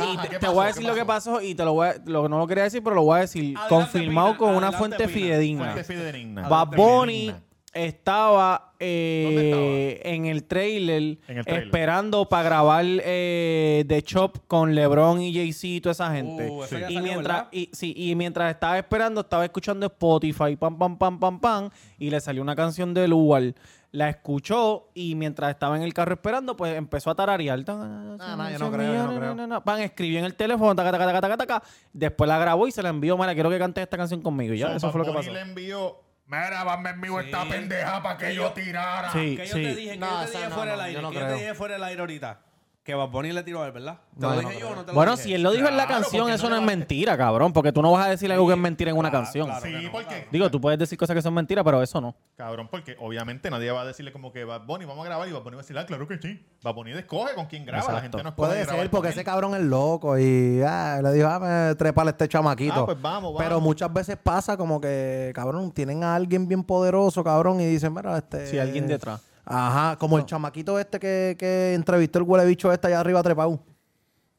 [SPEAKER 2] Ah, ¿qué
[SPEAKER 3] te
[SPEAKER 2] pasó?
[SPEAKER 3] voy a
[SPEAKER 2] ¿Qué
[SPEAKER 3] decir lo que pasó y te lo voy a, lo- no lo quería decir, pero lo voy a decir.
[SPEAKER 5] Adelante,
[SPEAKER 3] confirmado
[SPEAKER 5] Pina,
[SPEAKER 3] con una
[SPEAKER 5] adelante,
[SPEAKER 3] fuente
[SPEAKER 5] Pina.
[SPEAKER 3] fidedigna.
[SPEAKER 2] Fuente fidedigna.
[SPEAKER 3] Bad Bunny estaba, eh,
[SPEAKER 2] Ah. ¿Dónde estaba?
[SPEAKER 3] en el trailer
[SPEAKER 2] En el trailer.
[SPEAKER 3] esperando para grabar eh, The Chop con LeBron y Jay-Z y toda esa gente.
[SPEAKER 5] Uh, eso ya
[SPEAKER 3] y,
[SPEAKER 5] salió,
[SPEAKER 3] mientras,
[SPEAKER 5] ¿verdad?
[SPEAKER 3] y, sí, y mientras estaba esperando, estaba escuchando Spotify, pam, pam, pam, pam, pam, y le salió una canción de Lugar. La escuchó y mientras estaba en el carro esperando, pues empezó a tararear. Tan-
[SPEAKER 1] Ah, no, yo no creo, yo no creo.
[SPEAKER 3] na, na. Pan escribió en el teléfono, taca, taca, taca, taca, taca. después la grabó y se la envió. Mira, quiero que cantes esta canción conmigo. Y Ya,
[SPEAKER 2] So,
[SPEAKER 3] eso
[SPEAKER 2] Bad
[SPEAKER 3] fue lo que
[SPEAKER 2] Bunny
[SPEAKER 3] pasó.
[SPEAKER 2] le envió. Mira, van enmigo esta pendeja para que yo tirara.
[SPEAKER 3] Sí,
[SPEAKER 5] Que yo
[SPEAKER 3] sí.
[SPEAKER 5] te dije, que
[SPEAKER 1] No,
[SPEAKER 5] yo te
[SPEAKER 1] esa
[SPEAKER 5] dije
[SPEAKER 1] no,
[SPEAKER 5] fuera del
[SPEAKER 1] no,
[SPEAKER 5] aire,
[SPEAKER 1] yo no
[SPEAKER 5] que yo te
[SPEAKER 1] creo.
[SPEAKER 5] dije fuera del aire ahorita. Que Bad Bunny le tiró a él, ¿verdad? ¿Te
[SPEAKER 1] No,
[SPEAKER 5] lo
[SPEAKER 1] yo
[SPEAKER 5] dije
[SPEAKER 1] no
[SPEAKER 5] yo o no te lo
[SPEAKER 3] Bueno,
[SPEAKER 5] dije?
[SPEAKER 3] si él lo dijo en la
[SPEAKER 2] Claro,
[SPEAKER 3] canción,
[SPEAKER 2] porque
[SPEAKER 3] eso
[SPEAKER 2] no
[SPEAKER 3] no es
[SPEAKER 2] le va-
[SPEAKER 3] mentira, cabrón. Porque tú no vas a decir algo que es mentira en una
[SPEAKER 5] claro,
[SPEAKER 3] canción.
[SPEAKER 5] claro.
[SPEAKER 2] Sí, porque.
[SPEAKER 3] Digo, tú puedes decir cosas que son mentiras, pero eso no.
[SPEAKER 2] Cabrón, porque obviamente nadie va a decirle como que Bad Bunny, vamos a grabar y Bad Bunny va a decir, ah, claro que sí. Bad Bunny escoge con quién graba, la
[SPEAKER 3] Exacto.
[SPEAKER 2] gente no escoge
[SPEAKER 1] Puede
[SPEAKER 2] grabar
[SPEAKER 1] ser, porque
[SPEAKER 2] con
[SPEAKER 1] ese
[SPEAKER 2] él.
[SPEAKER 1] cabrón es loco y ah, le dijo, ah, me trepale este chamaquito.
[SPEAKER 2] Ah, pues vamos, vamos.
[SPEAKER 1] Pero muchas veces pasa como que, cabrón, tienen a alguien bien poderoso, cabrón, y dicen, mira, este...
[SPEAKER 3] Sí, alguien detrás.
[SPEAKER 1] Ajá, como el chamaquito este que, que entrevistó el huele bicho este allá arriba trepado.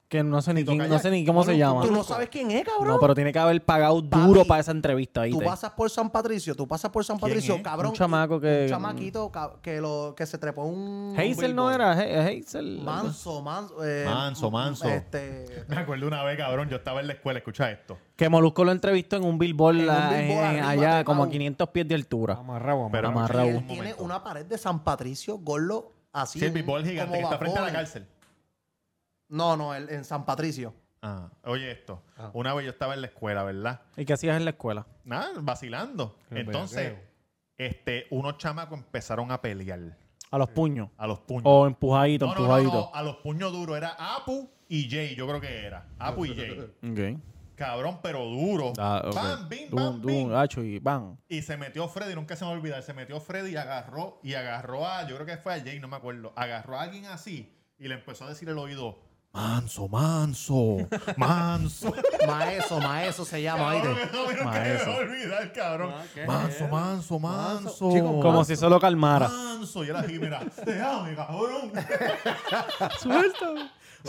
[SPEAKER 3] Que no sé ni, quién-
[SPEAKER 2] Kayak.
[SPEAKER 3] no sé ni cómo se llama.
[SPEAKER 1] Tú no sabes quién es, cabrón.
[SPEAKER 3] No, pero tiene que haber pagado
[SPEAKER 1] Papi,
[SPEAKER 3] duro para esa entrevista ahí.
[SPEAKER 1] Tú pasas por San Patricio, tú pasas por San Patricio,
[SPEAKER 2] es?
[SPEAKER 1] cabrón.
[SPEAKER 3] Un chamaco que-
[SPEAKER 1] Un chamaquito ca- que, lo, que se trepó un...
[SPEAKER 3] Hazel no
[SPEAKER 1] billboard.
[SPEAKER 3] era, He- Hazel.
[SPEAKER 1] Manso, manso. eh,
[SPEAKER 2] Manso, manso.
[SPEAKER 1] Este...
[SPEAKER 2] Me acuerdo una vez, cabrón, yo estaba en la escuela, escucha esto.
[SPEAKER 3] Que Molusco lo entrevistó en un billboard,
[SPEAKER 1] un
[SPEAKER 3] la- en-
[SPEAKER 1] billboard arriba,
[SPEAKER 3] allá
[SPEAKER 1] trepado.
[SPEAKER 3] como a 500 pies de altura.
[SPEAKER 4] Amarrado,
[SPEAKER 2] Pero
[SPEAKER 4] amarrado.
[SPEAKER 1] Y
[SPEAKER 3] Amarrado.
[SPEAKER 1] él
[SPEAKER 2] un
[SPEAKER 1] tiene
[SPEAKER 2] momento.
[SPEAKER 1] una pared de San Patricio, Gorlo, así.
[SPEAKER 2] Sí, el
[SPEAKER 1] un-
[SPEAKER 2] béisbol gigante
[SPEAKER 1] como
[SPEAKER 2] que está frente a la
[SPEAKER 1] vapor.
[SPEAKER 2] cárcel.
[SPEAKER 1] No, no, el- en San Patricio.
[SPEAKER 2] Ah, oye esto. Una vez yo estaba en la escuela, ¿verdad?
[SPEAKER 3] ¿Y qué hacías en la escuela?
[SPEAKER 2] Nada, vacilando. Entonces, este, unos chamacos empezaron a pelear
[SPEAKER 3] A los puños.
[SPEAKER 2] a los puños.
[SPEAKER 3] O empujadito,
[SPEAKER 2] No, no, no,
[SPEAKER 3] empujadito.
[SPEAKER 2] no, a los puños duros. Era Apu y Jay, yo creo que era. Apu y Jay.
[SPEAKER 3] Ok.
[SPEAKER 2] Cabrón, pero duro.
[SPEAKER 3] Ah, ok.
[SPEAKER 2] Bam, bim,
[SPEAKER 3] Dum,
[SPEAKER 2] bam,
[SPEAKER 3] dum,
[SPEAKER 2] bim.
[SPEAKER 3] hacho, y bam.
[SPEAKER 2] Y se metió Freddy, nunca se me va a olvidar, se metió Freddy y agarró, y agarró a, yo creo que fue a Jay, no me acuerdo, agarró a alguien así y le empezó a decir el oído, manso, manso, manso.
[SPEAKER 1] Maeso, Maeso se llama,
[SPEAKER 2] cabrón,
[SPEAKER 1] ¿oíste?
[SPEAKER 2] eso a mí nunca me va a olvidar, cabrón. Manso, manso, manso.
[SPEAKER 3] Como si eso lo calmara.
[SPEAKER 2] Manso, y él aquí, mira, déjame, cabrón. Oye,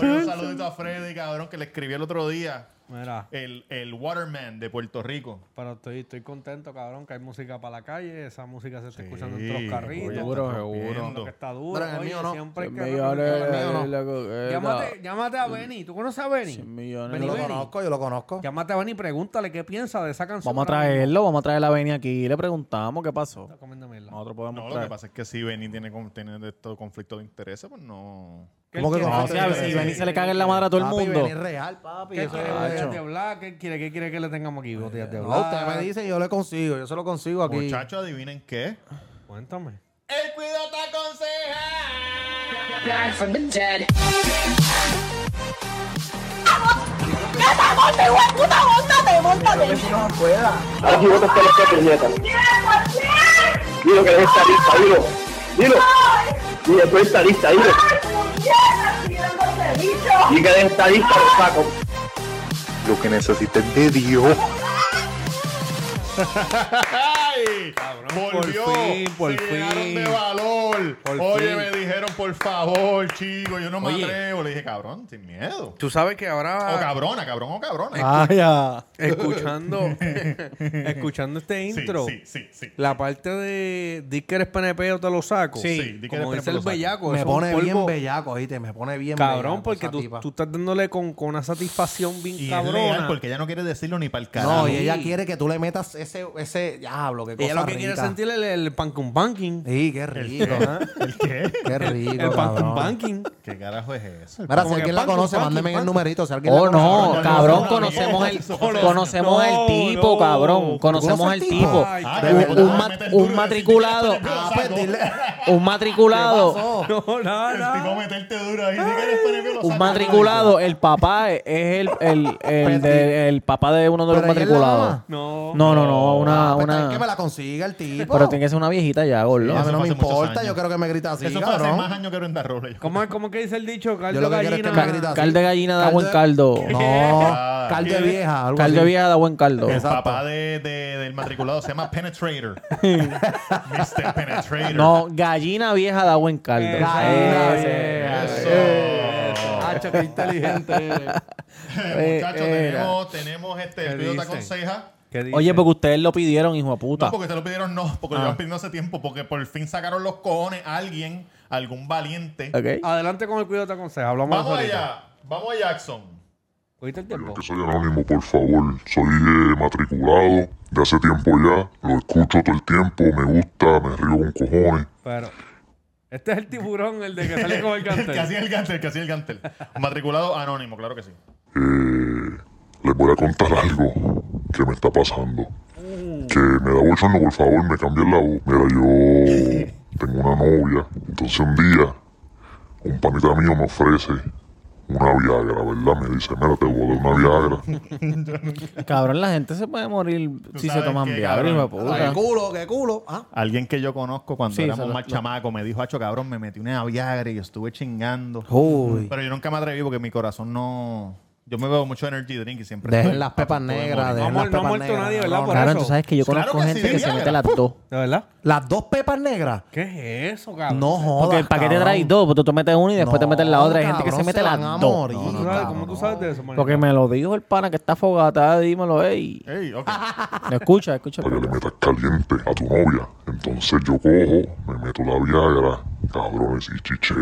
[SPEAKER 2] un saludito a Freddy, cabrón, que le escribí el otro día,
[SPEAKER 4] Mira,
[SPEAKER 2] el, el Waterman de Puerto Rico.
[SPEAKER 4] pero estoy, estoy contento, cabrón, que hay música para la calle. Esa música se está escuchando
[SPEAKER 2] Sí,
[SPEAKER 4] entre los carritos.
[SPEAKER 2] oye,
[SPEAKER 3] Seguro,
[SPEAKER 2] está
[SPEAKER 3] seguro.
[SPEAKER 2] rompiendo.
[SPEAKER 4] Lo que está duro.
[SPEAKER 1] Pero en el
[SPEAKER 4] oye,
[SPEAKER 1] mío no.
[SPEAKER 4] siempre hay que Llámate,
[SPEAKER 3] Llámate.
[SPEAKER 4] llámate a Benny. ¿Tú conoces a Benny?
[SPEAKER 3] Cien millones.
[SPEAKER 1] Yo
[SPEAKER 4] Benny,
[SPEAKER 1] lo
[SPEAKER 4] Benny.
[SPEAKER 1] conozco, yo lo conozco.
[SPEAKER 4] Llámate a Benny y pregúntale qué piensa de esa canción.
[SPEAKER 3] Vamos a
[SPEAKER 4] ahora mismo.
[SPEAKER 3] traerlo, vamos a traer la venia aquí. Le preguntamos qué pasó.
[SPEAKER 4] Está comiendo mierda.
[SPEAKER 3] Nosotros podemos
[SPEAKER 2] No, lo que
[SPEAKER 3] traer.
[SPEAKER 2] pasa es que si Benny tiene, con- tiene de estos conflictos de intereses, pues no.
[SPEAKER 4] ¿Qué él
[SPEAKER 1] ¿Cómo que
[SPEAKER 4] quiere?
[SPEAKER 1] conoce?
[SPEAKER 3] O sea, si
[SPEAKER 2] Sí,
[SPEAKER 3] Benny
[SPEAKER 2] sí,
[SPEAKER 3] se le caga en la madre a todo el
[SPEAKER 1] Papi,
[SPEAKER 3] mundo.
[SPEAKER 1] Benny es real, papi.
[SPEAKER 4] ¿Qué
[SPEAKER 1] Eso es-
[SPEAKER 4] quiere
[SPEAKER 3] Hacho.
[SPEAKER 4] botellas de Black? ¿Qué quiere, qué quiere que le tengamos aquí? Botellas de
[SPEAKER 1] No,
[SPEAKER 4] Black.
[SPEAKER 1] ustedes me dicen, yo lo consigo, yo se lo consigo aquí.
[SPEAKER 2] Muchachos, adivinen qué.
[SPEAKER 4] Cuéntame.
[SPEAKER 2] El cuidado te aconseja.
[SPEAKER 8] back from the dead.
[SPEAKER 9] Aquí votas por los que puñetas. Dilo que eres estadista, dilo. Dilo. Dilo, tú eres estadista, dilo. Y que eres estadista, lo saco. Lo que necesites de Dios.
[SPEAKER 2] [LAUGHS] ¡Ay! Volvió.
[SPEAKER 4] por fin, por
[SPEAKER 2] Se
[SPEAKER 4] fin.
[SPEAKER 2] llenaron de valor.
[SPEAKER 4] Por
[SPEAKER 2] Oye,
[SPEAKER 4] fin.
[SPEAKER 2] me dijeron, por favor, chico, yo no me
[SPEAKER 4] Oye.
[SPEAKER 2] atrevo. Le dije, cabrón, sin miedo.
[SPEAKER 4] Tú sabes que
[SPEAKER 2] O
[SPEAKER 4] ahora
[SPEAKER 2] cabrona, cabrón, o cabrona.
[SPEAKER 3] Ah, Vaya.
[SPEAKER 4] escuchando [LAUGHS] escuchando este
[SPEAKER 2] sí,
[SPEAKER 4] intro,
[SPEAKER 2] sí, sí, sí.
[SPEAKER 4] la parte de di que eres PNP o te lo saco.
[SPEAKER 2] Sí, di que eres
[SPEAKER 4] como
[SPEAKER 2] PNP,
[SPEAKER 4] dice
[SPEAKER 2] lo
[SPEAKER 4] el
[SPEAKER 2] saco.
[SPEAKER 4] bellaco,
[SPEAKER 1] Me
[SPEAKER 4] eso es un
[SPEAKER 1] pone bien
[SPEAKER 4] polvo-
[SPEAKER 1] bellaco, oíste, me pone bien bellaco
[SPEAKER 4] Cabrón, porque
[SPEAKER 1] esa
[SPEAKER 4] tú,
[SPEAKER 1] tipa.
[SPEAKER 4] tú estás dándole con, con una satisfacción bien
[SPEAKER 2] Y es leal,
[SPEAKER 4] cabrona.
[SPEAKER 2] porque ella no quiere decirlo ni para el carajo.
[SPEAKER 1] No, y ella
[SPEAKER 4] Sí.
[SPEAKER 1] quiere que tú le metas ese, ese diablo, que cosa
[SPEAKER 4] Ella lo que quiere
[SPEAKER 1] rica.
[SPEAKER 4] es sentir el, el pan con banking.
[SPEAKER 1] Sí, qué
[SPEAKER 4] [LAUGHS]
[SPEAKER 1] rico.
[SPEAKER 2] ¿El qué?
[SPEAKER 1] Qué rico,
[SPEAKER 4] El pan con
[SPEAKER 1] ah, cabrón.
[SPEAKER 2] [LAUGHS]
[SPEAKER 4] banking.
[SPEAKER 2] ¿Qué carajo es eso?
[SPEAKER 1] Mira, si
[SPEAKER 4] Como que
[SPEAKER 1] alguien la
[SPEAKER 4] pan con
[SPEAKER 1] conoce,
[SPEAKER 4] pan,
[SPEAKER 1] mándeme
[SPEAKER 4] pan.
[SPEAKER 1] el numerito. Si alguien la
[SPEAKER 3] Oh,
[SPEAKER 1] conoce,
[SPEAKER 3] no,
[SPEAKER 1] mándeme el
[SPEAKER 3] cabrón,
[SPEAKER 1] numerito.
[SPEAKER 3] conocemos el,
[SPEAKER 2] No,
[SPEAKER 3] conocemos el tipo,
[SPEAKER 4] no.
[SPEAKER 3] cabrón. Conocemos el
[SPEAKER 1] ¿Conoces
[SPEAKER 3] tipo.
[SPEAKER 4] Ay,
[SPEAKER 2] Ah,
[SPEAKER 1] de
[SPEAKER 2] que me
[SPEAKER 1] verdad.
[SPEAKER 3] Un,
[SPEAKER 2] gusta
[SPEAKER 3] mat-
[SPEAKER 2] meter
[SPEAKER 3] un
[SPEAKER 2] duro y
[SPEAKER 3] matriculado,
[SPEAKER 2] decirte,
[SPEAKER 1] Ah,
[SPEAKER 2] "Yo
[SPEAKER 1] pues
[SPEAKER 2] lo saco".
[SPEAKER 1] dile.
[SPEAKER 3] un
[SPEAKER 1] ¿Qué
[SPEAKER 3] matriculado,
[SPEAKER 1] pasó?
[SPEAKER 4] No, no,
[SPEAKER 2] El tipo
[SPEAKER 4] no.
[SPEAKER 2] meterte duro ahí. Dile que eres PNP, lo
[SPEAKER 3] un
[SPEAKER 2] saco.
[SPEAKER 3] matriculado, el papá es el, el, el, de- el papá de uno de los
[SPEAKER 1] Pero ella es la
[SPEAKER 3] matriculados.
[SPEAKER 1] mamá.
[SPEAKER 4] No.
[SPEAKER 3] No, no, no,
[SPEAKER 1] Ah,
[SPEAKER 3] una,
[SPEAKER 1] pues, tal
[SPEAKER 3] una.
[SPEAKER 1] que me la consiga el tipo.
[SPEAKER 3] Pero tiene que ser una viejita ya, gordo.
[SPEAKER 2] Sí,
[SPEAKER 1] A mí
[SPEAKER 2] eso
[SPEAKER 1] no
[SPEAKER 2] fue
[SPEAKER 1] me
[SPEAKER 2] hace muchos
[SPEAKER 1] importa,
[SPEAKER 2] años.
[SPEAKER 1] yo creo que me grita así,
[SPEAKER 2] Eso fue hace más
[SPEAKER 1] cabrón.
[SPEAKER 2] años que no en Darrola.
[SPEAKER 4] ¿Cómo, es- cómo que dice el dicho?
[SPEAKER 1] Yo
[SPEAKER 4] Caldo
[SPEAKER 1] lo que quiero es que
[SPEAKER 4] gallina.
[SPEAKER 1] me grita así.
[SPEAKER 3] Cal de gallina da buen caldo.
[SPEAKER 1] [LAUGHS] [LAUGHS] No,
[SPEAKER 2] Ah.
[SPEAKER 1] cal de vieja, algo
[SPEAKER 3] Cal de
[SPEAKER 1] así.
[SPEAKER 3] vieja da buen caldo.
[SPEAKER 2] El
[SPEAKER 1] Exacto.
[SPEAKER 2] papá de, de- del matriculado se llama Penetrator. Mr. Penetrator. [LAUGHS]
[SPEAKER 3] No, gallina, Gallina vieja da buen caldo.
[SPEAKER 1] Gallina
[SPEAKER 3] Ese,
[SPEAKER 2] Eso.
[SPEAKER 1] Hacho, qué inteligente eres.
[SPEAKER 3] eh,
[SPEAKER 2] Muchachos,
[SPEAKER 3] era.
[SPEAKER 2] tenemos, tenemos este. El Toyota con ceja.
[SPEAKER 5] ¿Qué dice?
[SPEAKER 1] pues,
[SPEAKER 3] Oye, porque ustedes lo pidieron, hijo de puta.
[SPEAKER 2] No, porque te lo pidieron, no, porque lo iban pidiendo hace tiempo, porque por fin sacaron los cojones a alguien, algún valiente.
[SPEAKER 3] Ok.
[SPEAKER 4] Adelante con el cuidado te aconseja. Hablamos
[SPEAKER 2] Vamos
[SPEAKER 4] ahorita.
[SPEAKER 2] allá, vamos a Jackson.
[SPEAKER 4] ¿Cogiste el tiempo?
[SPEAKER 8] Que soy anónimo, por favor. Soy eh, matriculado de hace tiempo ya. Lo escucho todo el tiempo. Me gusta, me río con cojones.
[SPEAKER 4] Pero. Este es el tiburón, el de que sale con
[SPEAKER 2] [LAUGHS]
[SPEAKER 4] el
[SPEAKER 2] que
[SPEAKER 4] cartel.
[SPEAKER 2] hacía el gantel, que hacía el gantel. Matriculado anónimo, claro que sí.
[SPEAKER 8] Eh, les voy a contar algo que me está pasando. Que me da bochorno, por favor, me cambien la voz. Mira, yo tengo una novia. Entonces un día, un panita mío me ofrece una Viagra, ¿verdad? Me dice, mira, te voy a dar una Viagra.
[SPEAKER 3] Cabrón, la gente se puede morir si se
[SPEAKER 2] sabes
[SPEAKER 3] toman
[SPEAKER 2] qué,
[SPEAKER 3] Viagra, hijo de
[SPEAKER 2] cabrón.
[SPEAKER 1] Qué
[SPEAKER 3] puta.
[SPEAKER 1] culo, qué culo. Ah,
[SPEAKER 2] Alguien que yo conozco cuando
[SPEAKER 3] Sí,
[SPEAKER 2] éramos
[SPEAKER 3] se lo-
[SPEAKER 2] más
[SPEAKER 3] lo-
[SPEAKER 2] chamaco me dijo, Hacho, cabrón, me metí una Viagra y yo estuve chingando.
[SPEAKER 1] Uy.
[SPEAKER 2] Pero yo nunca me atreví porque mi corazón no. Yo me bebo mucho energy drink y siempre.
[SPEAKER 1] Dejen
[SPEAKER 2] estoy
[SPEAKER 1] las
[SPEAKER 2] a punto
[SPEAKER 1] pepas
[SPEAKER 2] de
[SPEAKER 1] negras. dejen
[SPEAKER 2] morir.
[SPEAKER 1] las
[SPEAKER 4] No ha mu- no ha
[SPEAKER 1] pepas
[SPEAKER 4] muerto
[SPEAKER 1] negras.
[SPEAKER 4] nadie, ¿verdad? Pues,
[SPEAKER 1] No,
[SPEAKER 4] Por
[SPEAKER 1] no.
[SPEAKER 3] Cabrón,
[SPEAKER 4] eso.
[SPEAKER 3] tú sabes que yo
[SPEAKER 2] Claro
[SPEAKER 3] conozco
[SPEAKER 2] que sí,
[SPEAKER 3] gente que se
[SPEAKER 2] Viagra.
[SPEAKER 3] mete las dos.
[SPEAKER 4] ¿De verdad?
[SPEAKER 1] Las dos pepas negras.
[SPEAKER 4] ¿Qué es eso, cabrón?
[SPEAKER 1] No jodas.
[SPEAKER 3] Porque ¿para qué te traes dos? Porque tú te metes una y después te metes la otra. Hay gente que se mete las dos.
[SPEAKER 4] ¿Tú sabes- ¿Cómo tú sabes de eso, manito?
[SPEAKER 3] Porque me lo dijo el pana que está fogata, dímelo, [LAUGHS] ey.
[SPEAKER 2] Ey, ok.
[SPEAKER 3] ¿Me escucha, escucha.
[SPEAKER 8] para que le metas caliente a tu novia. Entonces yo cojo, me meto la Viagra, cabrones, y chiché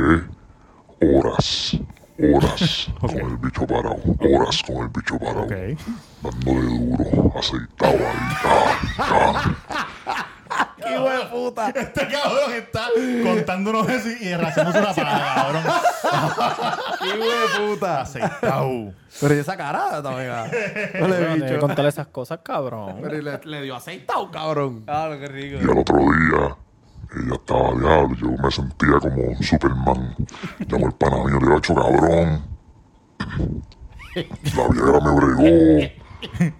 [SPEAKER 8] horas, horas con el bicho parado, horas con el bicho parado, dándole duro, aceitado ahí. ah, ah.
[SPEAKER 2] [LAUGHS] Este cabrón está contando unos besos y erracemos una paga, cabrón.
[SPEAKER 1] [LAUGHS] Hijo de puta.
[SPEAKER 2] Aceitado.
[SPEAKER 1] Pero ¿y esa cara,
[SPEAKER 3] [LAUGHS]
[SPEAKER 1] amiga. No le he
[SPEAKER 3] Contarle
[SPEAKER 1] dicho.
[SPEAKER 3] esas cosas, cabrón.
[SPEAKER 1] Pero ¿y le, le dio aceitado, cabrón.
[SPEAKER 3] Ah.
[SPEAKER 4] Claro, qué rico.
[SPEAKER 8] Y al otro día, ella estaba diablo, yo me sentía como un Superman. Llamó el pana mío, le digo, "Acho, cabrón. La Viagra me bregó.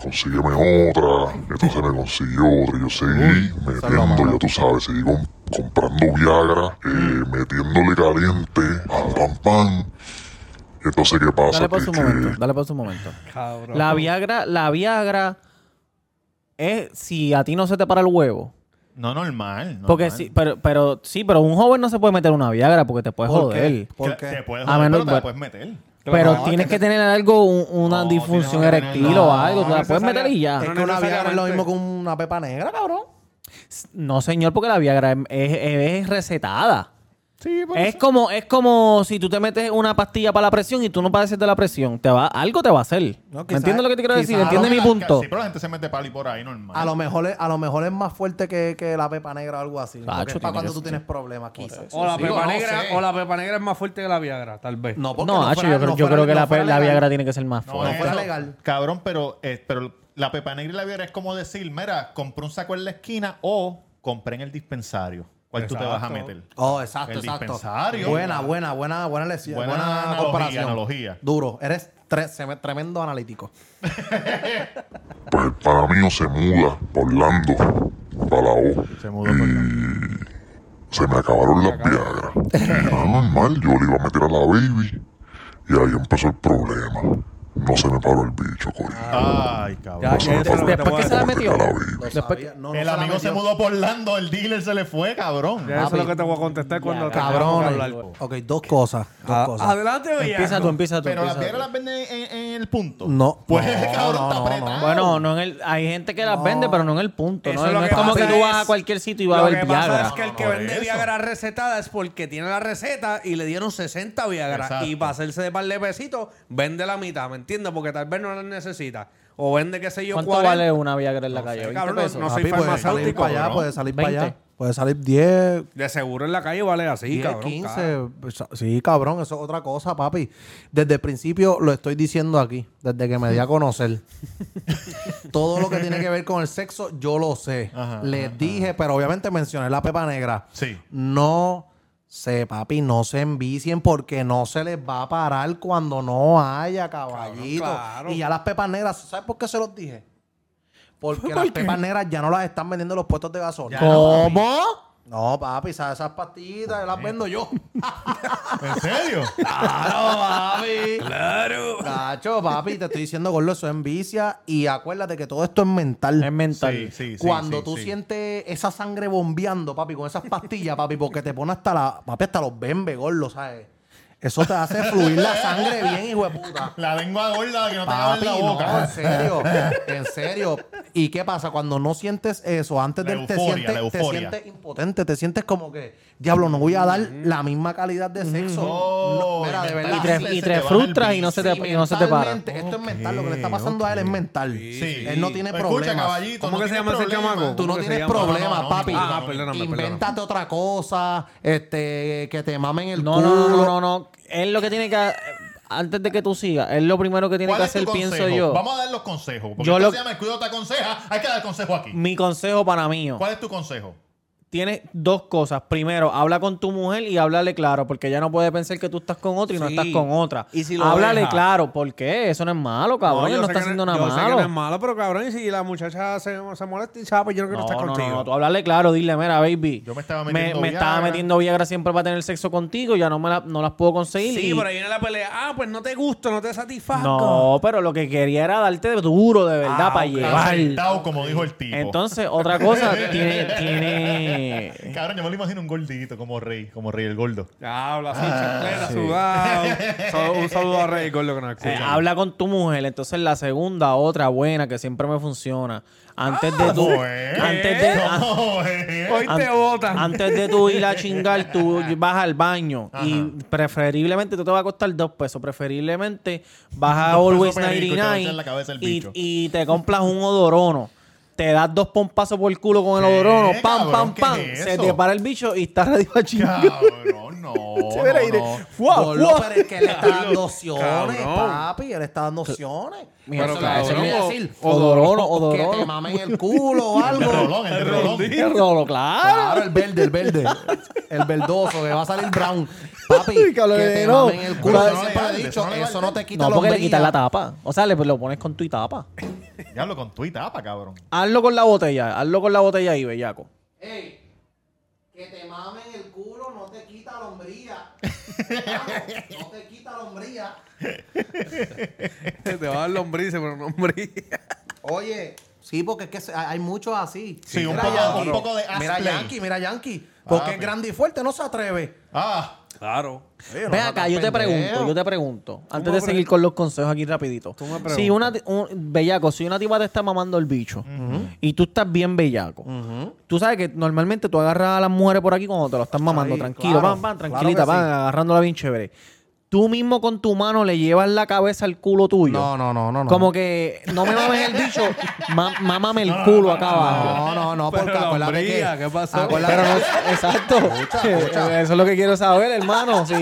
[SPEAKER 8] Consígueme otra. Entonces me consiguió otra. y Yo seguí metiendo, ya tú sabes, seguí com- comprando Viagra, eh,
[SPEAKER 3] Mm.
[SPEAKER 8] metiéndole caliente al pan pan. Entonces, ¿qué pasa?
[SPEAKER 3] Dale pausa
[SPEAKER 8] Que-
[SPEAKER 3] un
[SPEAKER 8] que-
[SPEAKER 3] momento, dale pausa un momento.
[SPEAKER 4] Cabrón.
[SPEAKER 3] La Viagra, la Viagra es si a ti no se te para el huevo.
[SPEAKER 2] No normal.
[SPEAKER 3] Porque
[SPEAKER 2] normal.
[SPEAKER 3] sí, pero, pero sí, pero un joven no se puede meter una Viagra porque te puedes
[SPEAKER 1] ¿Por
[SPEAKER 3] joder.
[SPEAKER 1] qué? ¿Por
[SPEAKER 2] Te
[SPEAKER 1] qué?
[SPEAKER 2] puedes
[SPEAKER 3] A
[SPEAKER 2] joder, pero
[SPEAKER 3] menos-
[SPEAKER 2] te la
[SPEAKER 3] bueno.
[SPEAKER 2] puedes meter.
[SPEAKER 3] Pero
[SPEAKER 1] No,
[SPEAKER 3] tienes
[SPEAKER 1] tienes
[SPEAKER 3] que tener algo, un- una
[SPEAKER 2] No,
[SPEAKER 3] disfunción
[SPEAKER 2] tienes que tener-
[SPEAKER 3] erectil
[SPEAKER 2] no,
[SPEAKER 3] o algo.
[SPEAKER 4] no
[SPEAKER 3] te la puedes
[SPEAKER 4] necesariamente.
[SPEAKER 3] meter y ya.
[SPEAKER 1] Es
[SPEAKER 4] No
[SPEAKER 1] que una Viagra es lo
[SPEAKER 4] necesariamente.
[SPEAKER 1] mismo que una pepa negra, cabrón.
[SPEAKER 3] No, señor, porque la Viagra es, es- es recetada. es como es como si tú te metes una pastilla para la presión y tú no padeces de la presión. Te va, algo te va a hacer.
[SPEAKER 1] No,
[SPEAKER 3] ¿Me
[SPEAKER 1] quizás-
[SPEAKER 3] ¿Entiendes lo que te quiero decir?
[SPEAKER 1] quizás-
[SPEAKER 3] ¿Entiendes mi
[SPEAKER 2] Pero la-
[SPEAKER 3] punto?
[SPEAKER 2] Ah, Sí, pero la gente se mete pali por ahí normal.
[SPEAKER 1] A lo mejor es, a lo mejor es más fuerte que, que la pepa negra o algo así.
[SPEAKER 3] Tacho,
[SPEAKER 1] Porque es para
[SPEAKER 3] tiene
[SPEAKER 1] cuando
[SPEAKER 3] que
[SPEAKER 1] tú
[SPEAKER 3] ser.
[SPEAKER 1] tienes problemas, quizás.
[SPEAKER 4] O la
[SPEAKER 1] Digo,
[SPEAKER 4] pepa
[SPEAKER 1] no
[SPEAKER 4] negra,
[SPEAKER 1] sé.
[SPEAKER 4] o la pepa negra es más fuerte que la Viagra, tal vez.
[SPEAKER 1] No, porque
[SPEAKER 3] No,
[SPEAKER 1] no
[SPEAKER 3] Hacho,
[SPEAKER 1] fuera-
[SPEAKER 3] yo creo,
[SPEAKER 1] no
[SPEAKER 3] yo
[SPEAKER 1] fuera-
[SPEAKER 3] creo que
[SPEAKER 1] no
[SPEAKER 3] la, pe-
[SPEAKER 1] fuera
[SPEAKER 3] la
[SPEAKER 1] legal.
[SPEAKER 3] Viagra tiene que ser más
[SPEAKER 2] No,
[SPEAKER 3] fuerte.
[SPEAKER 2] es-
[SPEAKER 1] fuera legal.
[SPEAKER 2] Cabrón, pero, eh, pero la pepa negra y la viera es como decir, mira, compré un saco en la esquina o compré en el dispensario. ¿Cuál tú te vas a
[SPEAKER 4] Exacto.
[SPEAKER 2] meter?
[SPEAKER 1] Oh, exacto,
[SPEAKER 2] El
[SPEAKER 1] exacto.
[SPEAKER 2] dispensario.
[SPEAKER 1] Buena, buena, buena, buena lección.
[SPEAKER 2] Buena
[SPEAKER 1] Buena,
[SPEAKER 2] analogía,
[SPEAKER 1] comparación.
[SPEAKER 2] analogía.
[SPEAKER 1] Duro. Eres tre- se- tremendo analítico.
[SPEAKER 8] Pues el pana mío se muda por Orlando, para la O.
[SPEAKER 2] Se mudó por allá.
[SPEAKER 8] se me acabaron las Viagra. Y era normal, yo le iba a meter a la baby. Y ahí empezó el problema. No se me paró el bicho, coño.
[SPEAKER 2] Ah, Ay, cabrón.
[SPEAKER 8] se me
[SPEAKER 4] eso es lo que te
[SPEAKER 3] Este, Después
[SPEAKER 4] voy
[SPEAKER 3] que
[SPEAKER 4] a
[SPEAKER 3] se la
[SPEAKER 4] decir.
[SPEAKER 3] metió.
[SPEAKER 8] A la baby.
[SPEAKER 1] Lo sabía. No, no
[SPEAKER 2] el
[SPEAKER 1] se la
[SPEAKER 2] amigo se
[SPEAKER 1] metió.
[SPEAKER 2] mudó por Orlando, el dealer se le fue, cabrón.
[SPEAKER 4] Ya eso es
[SPEAKER 1] Papi,
[SPEAKER 4] lo que te voy a contestar cuando tengamos que hablar.
[SPEAKER 1] Cabrones. Ok, dos cosas. Dos
[SPEAKER 4] Ah,
[SPEAKER 1] cosas.
[SPEAKER 4] Adelante,
[SPEAKER 3] Empieza tú,
[SPEAKER 4] Villagra.
[SPEAKER 3] empieza tú.
[SPEAKER 2] Pero las
[SPEAKER 3] empieza tú.
[SPEAKER 2] piedras las venden en, en el punto.
[SPEAKER 1] No.
[SPEAKER 2] Pues,
[SPEAKER 1] No,
[SPEAKER 2] [LAUGHS] cabrón,
[SPEAKER 1] no, no,
[SPEAKER 2] está
[SPEAKER 1] no.
[SPEAKER 2] apretado.
[SPEAKER 3] Bueno, no en el, hay gente que las vende, pero no en el punto.
[SPEAKER 4] Eso
[SPEAKER 3] No,
[SPEAKER 4] es lo
[SPEAKER 3] No es
[SPEAKER 4] que
[SPEAKER 3] como que
[SPEAKER 4] pasa
[SPEAKER 3] tú vas
[SPEAKER 4] es-
[SPEAKER 3] a cualquier sitio y va a
[SPEAKER 4] Lo
[SPEAKER 3] haber
[SPEAKER 4] que pasa es
[SPEAKER 3] Viagra.
[SPEAKER 4] que el que
[SPEAKER 2] No, no,
[SPEAKER 4] vende
[SPEAKER 2] por eso.
[SPEAKER 4] Viagra recetada es porque tiene la receta y le dieron 60 Viagra.
[SPEAKER 2] Exacto.
[SPEAKER 4] Y para hacerse de par de pesitos, vende la mitad, ¿me entiendes? Porque tal vez no la necesita. O vende, qué sé yo,
[SPEAKER 3] ¿Cuánto
[SPEAKER 4] 40.
[SPEAKER 3] vale una Viagra en la calle?
[SPEAKER 4] sé,
[SPEAKER 3] 20
[SPEAKER 4] cabrón,
[SPEAKER 3] pesos.
[SPEAKER 4] no sé.
[SPEAKER 1] Papi,
[SPEAKER 4] soy
[SPEAKER 1] puede salir
[SPEAKER 4] farmacéutico,
[SPEAKER 1] para allá,
[SPEAKER 4] cabrón.
[SPEAKER 1] puede salir para
[SPEAKER 3] 20.
[SPEAKER 1] allá. Puede salir 10,
[SPEAKER 4] De seguro en la calle vale así,
[SPEAKER 1] 10,
[SPEAKER 4] cabrón.
[SPEAKER 1] 15.
[SPEAKER 4] cara.
[SPEAKER 1] pues, Sí, cabrón, eso es otra cosa, papi. Desde el principio lo estoy diciendo aquí, desde que me di a conocer. Todo lo que tiene que ver con el sexo, yo lo sé.
[SPEAKER 2] Ajá,
[SPEAKER 1] Les dije, pero obviamente mencioné la pepa negra.
[SPEAKER 2] Sí.
[SPEAKER 1] No sé, papi, no se envicien porque no se les va a parar cuando no haya caballito.
[SPEAKER 4] claro.
[SPEAKER 1] Y ya las pepas negras, ¿sabes por qué se los dije? Porque las pepas negras ya no las están vendiendo en los puestos de gasolina.
[SPEAKER 2] Ya no,
[SPEAKER 3] ¿Cómo?
[SPEAKER 1] No, papi, esas, esas pastillitas las vendo yo. [LAUGHS]
[SPEAKER 2] ¿En serio?
[SPEAKER 1] Claro, papi. Claro. Cacho, papi, te estoy diciendo, Gordo, eso es envidia. Y acuérdate que todo esto es mental.
[SPEAKER 3] Es mental.
[SPEAKER 2] Sí, sí, sí,
[SPEAKER 1] Cuando
[SPEAKER 2] sí,
[SPEAKER 1] tú
[SPEAKER 2] sí.
[SPEAKER 1] sientes esa sangre bombeando, papi, con esas pastillas, papi, porque te pone hasta la. Papi, hasta los bembes, gordo, ¿sabes? Eso te hace fluir la sangre bien, hijo de puta.
[SPEAKER 2] La lengua gorda que no te cabe
[SPEAKER 1] Papi,
[SPEAKER 2] en la
[SPEAKER 1] no,
[SPEAKER 2] boca.
[SPEAKER 1] en serio, en serio. ¿Y qué pasa? Cuando no sientes eso, antes
[SPEAKER 2] La
[SPEAKER 1] del te,
[SPEAKER 2] euforia, la
[SPEAKER 1] sientes, te
[SPEAKER 2] euforia.
[SPEAKER 1] sientes impotente, te sientes como que, diablo, no voy a dar la misma calidad de sexo.
[SPEAKER 2] Oh,
[SPEAKER 1] No, mira, de
[SPEAKER 2] mental.
[SPEAKER 1] verdad.
[SPEAKER 2] Ah,
[SPEAKER 3] Y te,
[SPEAKER 2] sí,
[SPEAKER 3] y
[SPEAKER 2] se
[SPEAKER 3] te
[SPEAKER 2] te va
[SPEAKER 3] frustras
[SPEAKER 2] el
[SPEAKER 3] y no se te,
[SPEAKER 1] Sí,
[SPEAKER 3] y no se te para.
[SPEAKER 1] mentalmente, Esto es mental, lo que le está pasando a él es mental.
[SPEAKER 2] Sí.
[SPEAKER 1] Él no tiene
[SPEAKER 2] Escucha,
[SPEAKER 1] problemas.
[SPEAKER 2] caballito,
[SPEAKER 4] ¿Cómo
[SPEAKER 2] no
[SPEAKER 4] que se
[SPEAKER 2] tienes
[SPEAKER 4] llama ese
[SPEAKER 2] problemas.
[SPEAKER 4] chamaco?
[SPEAKER 1] Tú no
[SPEAKER 4] ¿Cómo que se
[SPEAKER 1] tienes
[SPEAKER 4] llama?
[SPEAKER 1] problemas,
[SPEAKER 2] No, no,
[SPEAKER 1] papi.
[SPEAKER 2] no, no,
[SPEAKER 3] Ah,
[SPEAKER 2] no.
[SPEAKER 4] perdóname, perdóname.
[SPEAKER 1] Invéntate otra cosa, este, que te mamen el
[SPEAKER 3] No,
[SPEAKER 1] culo.
[SPEAKER 3] no, no, no, no, no. Es lo que tiene que. eh, Antes de que tú sigas, es lo primero que tiene
[SPEAKER 2] ¿Cuál
[SPEAKER 3] que
[SPEAKER 2] es tu
[SPEAKER 3] hacer, pienso
[SPEAKER 2] consejo?
[SPEAKER 3] yo.
[SPEAKER 2] Vamos a dar los consejos. Porque
[SPEAKER 3] Yo
[SPEAKER 2] esto
[SPEAKER 3] lo-
[SPEAKER 2] se llama el cuidado te aconseja. Hay que dar consejo aquí.
[SPEAKER 3] Mi consejo para mí.
[SPEAKER 2] ¿Cuál es tu consejo?
[SPEAKER 3] Tienes dos cosas. Primero, habla con tu mujer y háblale claro, porque ella no puede pensar que tú estás con otra y no
[SPEAKER 4] Sí.
[SPEAKER 3] estás con otra.
[SPEAKER 5] ¿Y si lo
[SPEAKER 3] háblale
[SPEAKER 5] deja?
[SPEAKER 3] claro, ¿por qué? Eso no es malo, cabrón.
[SPEAKER 4] yo
[SPEAKER 3] Él No,
[SPEAKER 4] sé
[SPEAKER 3] está
[SPEAKER 4] que
[SPEAKER 3] haciendo
[SPEAKER 4] yo
[SPEAKER 3] nada
[SPEAKER 4] sé que no es
[SPEAKER 3] malo.
[SPEAKER 4] malo, pero cabrón, y si la muchacha se, se molesta y sabe, yo no quiero
[SPEAKER 3] No,
[SPEAKER 4] estar
[SPEAKER 3] no,
[SPEAKER 4] contigo.
[SPEAKER 3] no, tú háblale claro, dile, mira, baby.
[SPEAKER 2] Yo me estaba
[SPEAKER 3] me,
[SPEAKER 2] metiendo
[SPEAKER 3] me estaba
[SPEAKER 2] Viagra.
[SPEAKER 3] metiendo Viagra siempre para tener sexo contigo, ya no me la- no las puedo conseguir.
[SPEAKER 4] Sí,
[SPEAKER 3] y-
[SPEAKER 4] pero ahí viene la pelea. Ah, pues no te gusta, no te satisfazco.
[SPEAKER 3] No, pero lo que quería era darte duro de verdad
[SPEAKER 4] Ah,
[SPEAKER 3] para llevar.
[SPEAKER 2] Sentado, como dijo el tipo.
[SPEAKER 3] Entonces, otra
[SPEAKER 4] [LAUGHS]
[SPEAKER 3] cosa,
[SPEAKER 2] [LAUGHS]
[SPEAKER 3] tiene, tiene.
[SPEAKER 2] Cabrón, yo me lo imagino un gordito como rey, como rey el gordo.
[SPEAKER 4] Habla así, chanclera, [LAUGHS] sudado. Sal- Ah, un saludo a Rey con lo que nos
[SPEAKER 3] eh,
[SPEAKER 4] escucha.
[SPEAKER 3] habla con tu mujer. Entonces, la segunda, otra buena que siempre me funciona. Antes de tú.
[SPEAKER 2] ¿Cómo es?
[SPEAKER 3] Antes de. an-
[SPEAKER 2] Ah, ¿Cómo es?
[SPEAKER 4] Hoy te
[SPEAKER 3] an-
[SPEAKER 4] botan.
[SPEAKER 3] antes de tú ir a chingar,
[SPEAKER 2] [LAUGHS]
[SPEAKER 3] tú vas al baño y preferiblemente tú te vas a costar dos pesos. Preferiblemente vas a
[SPEAKER 2] Dos
[SPEAKER 3] Always
[SPEAKER 2] pesos perico y te va a echar
[SPEAKER 3] 99
[SPEAKER 2] en la cabeza el
[SPEAKER 3] y,
[SPEAKER 2] bicho.
[SPEAKER 3] y te compras un odorono. Te das dos pompazos por el culo con el
[SPEAKER 2] ¿Qué,
[SPEAKER 3] odorono. Pam,
[SPEAKER 2] cabrón?
[SPEAKER 3] pam,
[SPEAKER 2] ¿Qué
[SPEAKER 3] pam.
[SPEAKER 2] es
[SPEAKER 3] Se
[SPEAKER 2] eso?
[SPEAKER 3] te para el bicho y estás ready a chingar. [LAUGHS]
[SPEAKER 2] Cabrón, no. no, no.
[SPEAKER 3] Fuá,
[SPEAKER 1] Gordo,
[SPEAKER 3] fuá.
[SPEAKER 1] pero
[SPEAKER 3] [LAUGHS]
[SPEAKER 1] es que él está dando opciones,
[SPEAKER 4] Cabrón.
[SPEAKER 1] papi. Él está dando opciones.
[SPEAKER 3] Mira,
[SPEAKER 1] Eso-
[SPEAKER 4] cabrón,
[SPEAKER 1] eso quiere
[SPEAKER 4] o-
[SPEAKER 1] decir,
[SPEAKER 3] odorono,
[SPEAKER 1] Que te
[SPEAKER 3] odorono.
[SPEAKER 1] mamen el culo
[SPEAKER 2] [LAUGHS]
[SPEAKER 1] o
[SPEAKER 2] El
[SPEAKER 1] algo.
[SPEAKER 2] rolón, el rolón.
[SPEAKER 3] Qué rolo, claro.
[SPEAKER 1] Claro, el verde, el verde. El verdoso, que va a salir brown. Papi,
[SPEAKER 3] Ay,
[SPEAKER 1] que
[SPEAKER 3] cabrón,
[SPEAKER 1] te
[SPEAKER 3] no.
[SPEAKER 1] mamen el culo. Yo
[SPEAKER 2] Pero eso no
[SPEAKER 1] siempre
[SPEAKER 2] le
[SPEAKER 1] he
[SPEAKER 2] vale,
[SPEAKER 1] dicho,
[SPEAKER 2] eso no le
[SPEAKER 1] eso
[SPEAKER 2] vale.
[SPEAKER 1] no te quita
[SPEAKER 3] No, porque le
[SPEAKER 1] hombría.
[SPEAKER 3] quitas la tapa. O sea, le, pues, lo pones con tu tapa.
[SPEAKER 2] Diablo, con tu y tapa, cabrón.
[SPEAKER 3] Hazlo con la botella. Hazlo con la botella ahí, bellaco.
[SPEAKER 1] Ey, que te mamen el culo no te quita la hombría. no te quita la hombría.
[SPEAKER 4] [LAUGHS] Te va a dar lombrices, pero no lombriz.
[SPEAKER 1] Oye, sí, porque es que se- hay muchos así.
[SPEAKER 2] Sí, un
[SPEAKER 1] Mira
[SPEAKER 2] poco-
[SPEAKER 1] Yankee,
[SPEAKER 2] un poco de
[SPEAKER 1] Mira
[SPEAKER 2] Asplay.
[SPEAKER 1] Yankee, mira Yankee. Porque es grande y fuerte, no se atreve.
[SPEAKER 2] Ah,
[SPEAKER 4] Claro.
[SPEAKER 3] Ven acá, yo te pregunto, yo te pregunto. Antes de
[SPEAKER 4] me
[SPEAKER 3] seguir con los consejos aquí rapidito.
[SPEAKER 4] Tú me
[SPEAKER 3] Si una, ti- un, bellaco, si una tipa te está mamando el bicho y tú estás bien bellaco, tú sabes que normalmente tú agarras a las mujeres por aquí cuando te lo están mamando,
[SPEAKER 1] Ahí,
[SPEAKER 3] tranquilo,
[SPEAKER 1] claro,
[SPEAKER 3] van, van,
[SPEAKER 1] claro
[SPEAKER 3] tranquilita,
[SPEAKER 1] que
[SPEAKER 3] van,
[SPEAKER 1] sí.
[SPEAKER 3] agarrándola bien chévere. Tú mismo con tu mano le llevas la cabeza al culo tuyo.
[SPEAKER 1] No, no, no, no. no.
[SPEAKER 3] Como que no me mames el bicho, má- mámame el culo acá abajo.
[SPEAKER 1] No, no, no, porque
[SPEAKER 4] Pero la
[SPEAKER 1] acuérdate
[SPEAKER 4] hombría,
[SPEAKER 1] que.
[SPEAKER 4] ¿qué pasó?
[SPEAKER 1] acuérdate-
[SPEAKER 3] Pero no- exacto.
[SPEAKER 1] escucha.
[SPEAKER 3] Eso es lo que quiero saber, hermano. Si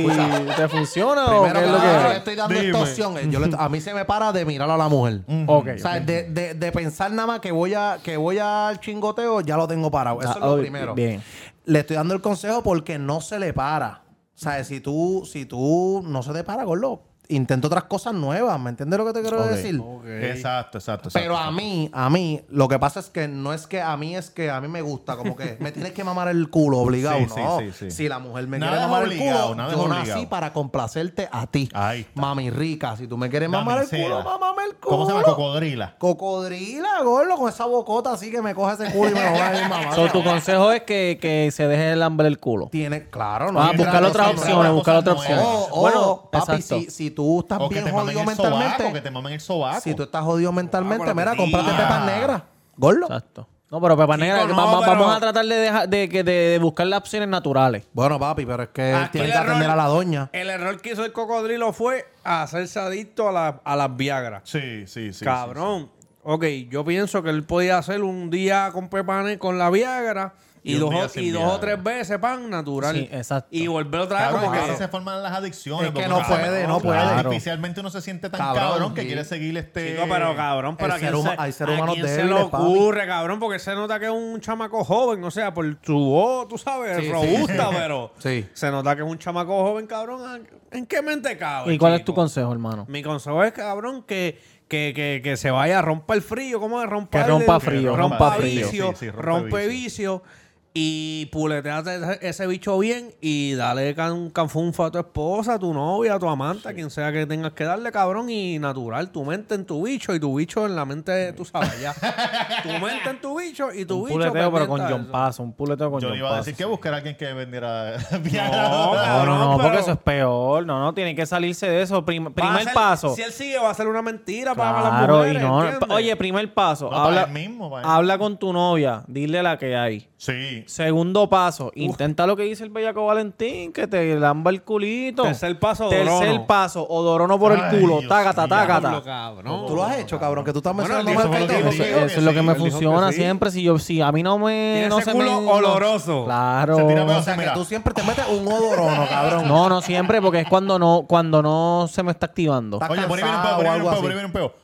[SPEAKER 3] te funciona o qué
[SPEAKER 1] Primero
[SPEAKER 3] es
[SPEAKER 1] que
[SPEAKER 3] lo
[SPEAKER 1] nada, yo le
[SPEAKER 3] que.
[SPEAKER 1] estoy dando esta opción. Yo le- a mí se me para de mirar a la mujer.
[SPEAKER 3] Ok.
[SPEAKER 1] O sea, de, de- de pensar nada más que voy a que voy al chingoteo, ya lo tengo parado. Eso
[SPEAKER 3] Ah,
[SPEAKER 1] es lo
[SPEAKER 3] oh,
[SPEAKER 1] primero.
[SPEAKER 3] bien.
[SPEAKER 1] Le estoy dando el consejo porque no se le para. O sea, si tú, si tú no se te para, gordo, intenta otras cosas nuevas. ¿Me entiendes lo que te quiero
[SPEAKER 2] Ok.
[SPEAKER 1] decir?
[SPEAKER 2] exacto, exacto, exacto.
[SPEAKER 1] Pero a mí, a mí, lo que pasa es que no es que a mí, es que a mí me gusta, como que me tienes que mamar el culo obligado,
[SPEAKER 2] Sí, sí,
[SPEAKER 1] ¿no?
[SPEAKER 2] sí, sí.
[SPEAKER 1] Si la mujer me
[SPEAKER 2] Nada
[SPEAKER 1] quiere
[SPEAKER 2] es
[SPEAKER 1] mamar el
[SPEAKER 2] obligado,
[SPEAKER 1] culo,
[SPEAKER 2] nada es
[SPEAKER 1] yo nací
[SPEAKER 2] obligado.
[SPEAKER 1] para complacerte a ti.
[SPEAKER 2] Ahí está.
[SPEAKER 1] Mami rica, si tú me quieres
[SPEAKER 2] Dame
[SPEAKER 1] mamar el
[SPEAKER 2] seda.
[SPEAKER 1] culo, mamame el culo.
[SPEAKER 2] ¿Cómo se llama? Cocodrila.
[SPEAKER 1] Cocodrila, gordo, con esa bocota así que me coge ese culo y me lo va a ir mamando.
[SPEAKER 3] So, tu consejo es que, que se deje el hambre el culo.
[SPEAKER 1] Tiene, claro, no.
[SPEAKER 3] Ah,
[SPEAKER 1] tiene
[SPEAKER 3] buscar
[SPEAKER 1] que
[SPEAKER 3] otras
[SPEAKER 1] ser-
[SPEAKER 3] opciones, buscar otras opciones.
[SPEAKER 1] O, o,
[SPEAKER 3] Bueno,
[SPEAKER 1] papi,
[SPEAKER 3] exacto.
[SPEAKER 1] si, si tú estás
[SPEAKER 2] O que
[SPEAKER 1] bien
[SPEAKER 2] te mamen
[SPEAKER 1] jodido
[SPEAKER 2] el sobaco, que
[SPEAKER 1] mentalmente,
[SPEAKER 2] te Ah, mamen el sobaco.
[SPEAKER 1] si tú estás jodido mentalmente,
[SPEAKER 4] Sobaco,
[SPEAKER 1] mira,
[SPEAKER 4] la
[SPEAKER 1] comprate
[SPEAKER 2] tetilla.
[SPEAKER 1] pepas negras. Gordo.
[SPEAKER 3] Exacto. No, pero Pepa Negra,
[SPEAKER 4] Chico,
[SPEAKER 3] que
[SPEAKER 4] no,
[SPEAKER 3] vamos,
[SPEAKER 4] pero-
[SPEAKER 3] vamos a tratar de, dejar- de, que- de- de buscar las opciones naturales.
[SPEAKER 1] Bueno, papi, pero es que
[SPEAKER 2] Ah,
[SPEAKER 4] Aquí
[SPEAKER 1] tiene
[SPEAKER 4] el
[SPEAKER 1] que atender
[SPEAKER 4] error-
[SPEAKER 1] a la doña.
[SPEAKER 4] El error que hizo el cocodrilo fue hacerse adicto a, la- a las Viagra.
[SPEAKER 2] Sí, sí, sí.
[SPEAKER 4] Cabrón. Ok, yo pienso que él podía hacer un día con pepane con la Viagra
[SPEAKER 2] Y
[SPEAKER 4] y,
[SPEAKER 2] un
[SPEAKER 4] dos,
[SPEAKER 2] día
[SPEAKER 4] o-
[SPEAKER 2] sin
[SPEAKER 4] y dos
[SPEAKER 2] Viagra.
[SPEAKER 4] o tres veces pan natural.
[SPEAKER 3] Sí, exacto.
[SPEAKER 4] Y volver otra vez
[SPEAKER 2] Claro,
[SPEAKER 4] como
[SPEAKER 2] porque
[SPEAKER 4] que.
[SPEAKER 2] se forman las adicciones.
[SPEAKER 1] Es que
[SPEAKER 2] porque
[SPEAKER 1] no
[SPEAKER 2] uno
[SPEAKER 1] puede,
[SPEAKER 2] sabe-
[SPEAKER 1] no puede.
[SPEAKER 2] Claro,
[SPEAKER 1] Claro.
[SPEAKER 2] Artificialmente uno se siente tan
[SPEAKER 1] Cabrón,
[SPEAKER 2] cabrón, que
[SPEAKER 1] sí.
[SPEAKER 2] quiere seguir este...
[SPEAKER 4] Chico, pero cabrón, pero
[SPEAKER 1] El
[SPEAKER 4] a quién
[SPEAKER 1] ser huma-
[SPEAKER 4] se-
[SPEAKER 1] hay ser
[SPEAKER 4] a
[SPEAKER 1] humanos
[SPEAKER 4] quién se
[SPEAKER 1] débiles,
[SPEAKER 4] le
[SPEAKER 1] papi.
[SPEAKER 4] ocurre, cabrón, porque se nota que es un chamaco joven, o sea, por su voz, tú sabes,
[SPEAKER 1] Sí, sí,
[SPEAKER 4] robusta, pero
[SPEAKER 1] Sí.
[SPEAKER 4] se nota que es un chamaco joven, cabrón. ¿a- ¿En qué mente cabe?
[SPEAKER 3] ¿Y cuál es tu
[SPEAKER 4] chico?
[SPEAKER 3] consejo, hermano?
[SPEAKER 4] Mi consejo es, cabrón, que, que, que, que se vaya a romper frío. ¿Cómo es romper?
[SPEAKER 3] Que rompa frío,
[SPEAKER 2] rompa frío.
[SPEAKER 4] vicio,
[SPEAKER 2] Sí, sí, rompe
[SPEAKER 4] rompe vicio. Y puleteate ese, ese bicho bien y dale can, canfunfa a tu esposa, a tu novia, a tu amante, a quien sea que tengas que darle, cabrón, y natural. Tu mente en tu bicho y tu bicho en la mente de tu sabes ya. tu mente en tu bicho y tu
[SPEAKER 3] Un
[SPEAKER 4] bicho.
[SPEAKER 3] puleteo, pero con
[SPEAKER 4] pendiente a
[SPEAKER 3] John
[SPEAKER 4] eso.
[SPEAKER 3] Paso. Un puleteo con
[SPEAKER 2] Yo
[SPEAKER 3] John
[SPEAKER 2] iba a
[SPEAKER 3] Paso.
[SPEAKER 2] decir que buscar a alguien que vendiera [LAUGHS]
[SPEAKER 3] No,
[SPEAKER 2] Viagra.
[SPEAKER 3] no, no,
[SPEAKER 2] pero-
[SPEAKER 3] porque eso es peor. No, no, tiene que salirse de eso. Prim-
[SPEAKER 4] Va a
[SPEAKER 3] primer
[SPEAKER 4] ser-
[SPEAKER 3] paso.
[SPEAKER 4] Si él sigue, va a ser una mentira para las
[SPEAKER 3] Claro,
[SPEAKER 4] mujeres.
[SPEAKER 3] y no.
[SPEAKER 4] ¿entiendes?
[SPEAKER 3] Oye, primer paso.
[SPEAKER 2] No, para
[SPEAKER 3] habla,
[SPEAKER 2] él mismo, para él.
[SPEAKER 3] habla con tu novia. Dile la que hay.
[SPEAKER 2] Sí.
[SPEAKER 3] Segundo paso, intenta lo que dice el bellaco Valentín, que te lamba el culito.
[SPEAKER 4] Tercer paso,
[SPEAKER 3] Tercer
[SPEAKER 4] Dorono.
[SPEAKER 3] paso, odorono por el
[SPEAKER 2] Ay,
[SPEAKER 3] culo,
[SPEAKER 2] Dios
[SPEAKER 3] tágata,
[SPEAKER 2] mío.
[SPEAKER 3] tágata.
[SPEAKER 4] Diablo, cabrón.
[SPEAKER 1] Tú lo has hecho, cabrón, que tú estás mencionando
[SPEAKER 2] él hizo
[SPEAKER 1] mal
[SPEAKER 2] lo que
[SPEAKER 1] cartón.
[SPEAKER 2] él
[SPEAKER 3] Eso,
[SPEAKER 2] dijo.
[SPEAKER 1] Eso-
[SPEAKER 2] que
[SPEAKER 3] eso es lo
[SPEAKER 2] sí,
[SPEAKER 3] que me
[SPEAKER 2] él dijo que
[SPEAKER 3] funciona
[SPEAKER 4] sí.
[SPEAKER 3] siempre. Si yo, si a mí no me,
[SPEAKER 4] Tiene
[SPEAKER 3] no
[SPEAKER 4] ese
[SPEAKER 3] se me-
[SPEAKER 4] culo
[SPEAKER 3] no-
[SPEAKER 4] oloroso.
[SPEAKER 3] Claro.
[SPEAKER 2] Se tira para
[SPEAKER 1] O sea, que
[SPEAKER 2] Mira.
[SPEAKER 1] tú siempre te metes un odorono, cabrón.
[SPEAKER 3] No, no siempre, porque es cuando no, cuando no se me está activando.
[SPEAKER 1] Está
[SPEAKER 2] Oye, por ahí viene un
[SPEAKER 1] cansado
[SPEAKER 2] peo, por
[SPEAKER 1] o
[SPEAKER 2] ahí viene un
[SPEAKER 1] algo
[SPEAKER 2] peo, por ahí
[SPEAKER 1] así.
[SPEAKER 2] viene un peo.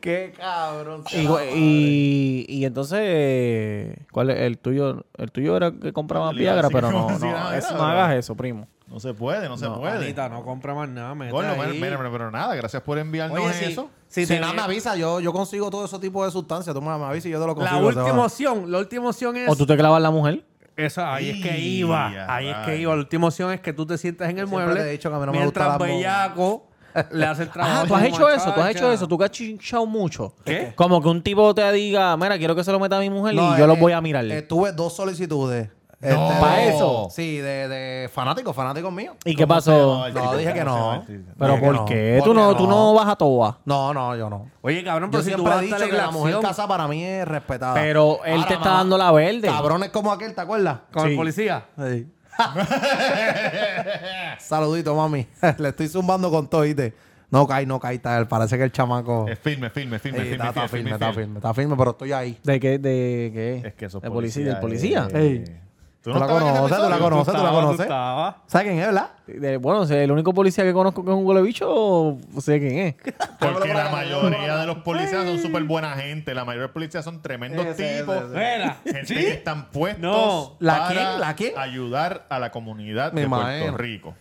[SPEAKER 1] Qué cabrón.
[SPEAKER 3] Y, y, y entonces, eh, ¿cuál es el tuyo? El tuyo era que compraba
[SPEAKER 2] Le iba a
[SPEAKER 3] Viagra,
[SPEAKER 2] decir
[SPEAKER 3] pero
[SPEAKER 2] que
[SPEAKER 3] no,
[SPEAKER 2] no
[SPEAKER 3] no,
[SPEAKER 2] hiciera nada,
[SPEAKER 3] eso- no
[SPEAKER 2] pero-
[SPEAKER 3] hagas eso, primo.
[SPEAKER 2] No se puede, no se puede.
[SPEAKER 4] Anita, no compra más nada. mete
[SPEAKER 2] Gordo,
[SPEAKER 4] ahí.
[SPEAKER 2] pero, pero- pero- pero nada, gracias por enviarnos
[SPEAKER 4] Oye, sí.
[SPEAKER 2] eso.
[SPEAKER 1] Si,
[SPEAKER 4] Si te
[SPEAKER 1] nada me
[SPEAKER 4] viene-
[SPEAKER 1] avisa, yo, yo consigo todo ese tipo de sustancias. Tú me me avisas y yo te lo
[SPEAKER 4] La
[SPEAKER 1] consigo. te
[SPEAKER 4] última
[SPEAKER 1] va.
[SPEAKER 4] opción, la última opción es.
[SPEAKER 3] O tú te clavas la mujer.
[SPEAKER 4] Esa, ahí es que
[SPEAKER 2] Ey,
[SPEAKER 4] iba.
[SPEAKER 2] ya,
[SPEAKER 4] Ahí es que
[SPEAKER 2] vaya.
[SPEAKER 4] iba. La última opción es que tú te sientas en el
[SPEAKER 1] Siempre
[SPEAKER 4] mueble.
[SPEAKER 1] te he dicho que a mí no me
[SPEAKER 4] mientras
[SPEAKER 1] gustan las
[SPEAKER 4] bellaco le hace el trabajo.
[SPEAKER 3] Ah, tú has
[SPEAKER 4] como
[SPEAKER 3] hecho eso, tú has
[SPEAKER 4] machacha.
[SPEAKER 3] hecho eso, tú que has chinchado mucho.
[SPEAKER 4] ¿Qué?
[SPEAKER 3] Como que un tipo te diga, mira, quiero que se lo meta a mi mujer
[SPEAKER 1] No,
[SPEAKER 3] y yo
[SPEAKER 1] eh,
[SPEAKER 3] lo voy a mirar.
[SPEAKER 1] eh, tuve dos solicitudes.
[SPEAKER 2] ¿Para
[SPEAKER 1] de-
[SPEAKER 2] eso?
[SPEAKER 1] Sí, de, de fanáticos, fanáticos míos.
[SPEAKER 3] ¿Y qué
[SPEAKER 2] ¿Cómo
[SPEAKER 3] pasó?
[SPEAKER 2] se llama?
[SPEAKER 1] No, dije que no.
[SPEAKER 3] ¿Pero
[SPEAKER 1] Dije que
[SPEAKER 3] por
[SPEAKER 1] no.
[SPEAKER 3] qué?
[SPEAKER 1] ¿Por
[SPEAKER 3] Tú no,
[SPEAKER 1] qué
[SPEAKER 3] tú no vas a toa.
[SPEAKER 1] No, no, yo no.
[SPEAKER 4] Oye, cabrón,
[SPEAKER 1] Yo
[SPEAKER 4] pero si tú
[SPEAKER 1] siempre
[SPEAKER 4] vas
[SPEAKER 1] he
[SPEAKER 4] a
[SPEAKER 1] dicho
[SPEAKER 4] estar
[SPEAKER 1] que
[SPEAKER 4] en la
[SPEAKER 1] la mujer
[SPEAKER 4] acción
[SPEAKER 1] casa para mí es respetada.
[SPEAKER 3] Pero
[SPEAKER 1] Ah.
[SPEAKER 3] él
[SPEAKER 1] Ahora
[SPEAKER 3] te está
[SPEAKER 1] más,
[SPEAKER 3] dando la verde.
[SPEAKER 1] Cabrones como aquel, ¿te acuerdas?
[SPEAKER 4] con
[SPEAKER 3] Sí.
[SPEAKER 4] el policía.
[SPEAKER 1] Sí. [LAUGHS] Saludito, mami. [LAUGHS] Le estoy zumbando con todo, ¿viste? No cae, no cae, tal. Parece que el chamaco...
[SPEAKER 2] [LAUGHS] Es firme, firme, firme,
[SPEAKER 1] Ey, está,
[SPEAKER 2] firme,
[SPEAKER 1] está firme,
[SPEAKER 2] firme, firme,
[SPEAKER 1] está firme, está firme, pero estoy ahí.
[SPEAKER 3] ¿De qué? ¿De qué?
[SPEAKER 2] Es que eso es
[SPEAKER 3] ¿De policía? ¿Del
[SPEAKER 2] policía,
[SPEAKER 3] policía?
[SPEAKER 2] eh.
[SPEAKER 1] Tú la
[SPEAKER 2] estabas en ese
[SPEAKER 1] conoces, tú la
[SPEAKER 2] episodio?
[SPEAKER 1] conoces, tú la
[SPEAKER 2] estabas,
[SPEAKER 1] conoces.
[SPEAKER 2] estabas.
[SPEAKER 1] ¿Sabes quién es, verdad?
[SPEAKER 3] Eh, De- bueno, sé, el único policía que conozco que es un huele bicho, sé quién es.
[SPEAKER 2] Porque la mayoría de los policías son súper buena gente. La mayoría de los policías son tremendos tipos.
[SPEAKER 5] Mira,
[SPEAKER 2] Gente
[SPEAKER 5] ¿sí?
[SPEAKER 2] que están puestos
[SPEAKER 5] No.
[SPEAKER 1] ¿La
[SPEAKER 2] para
[SPEAKER 1] quién? ¿La quién?
[SPEAKER 2] ayudar a la comunidad
[SPEAKER 1] Me
[SPEAKER 2] de
[SPEAKER 1] imagino.
[SPEAKER 2] Puerto Rico.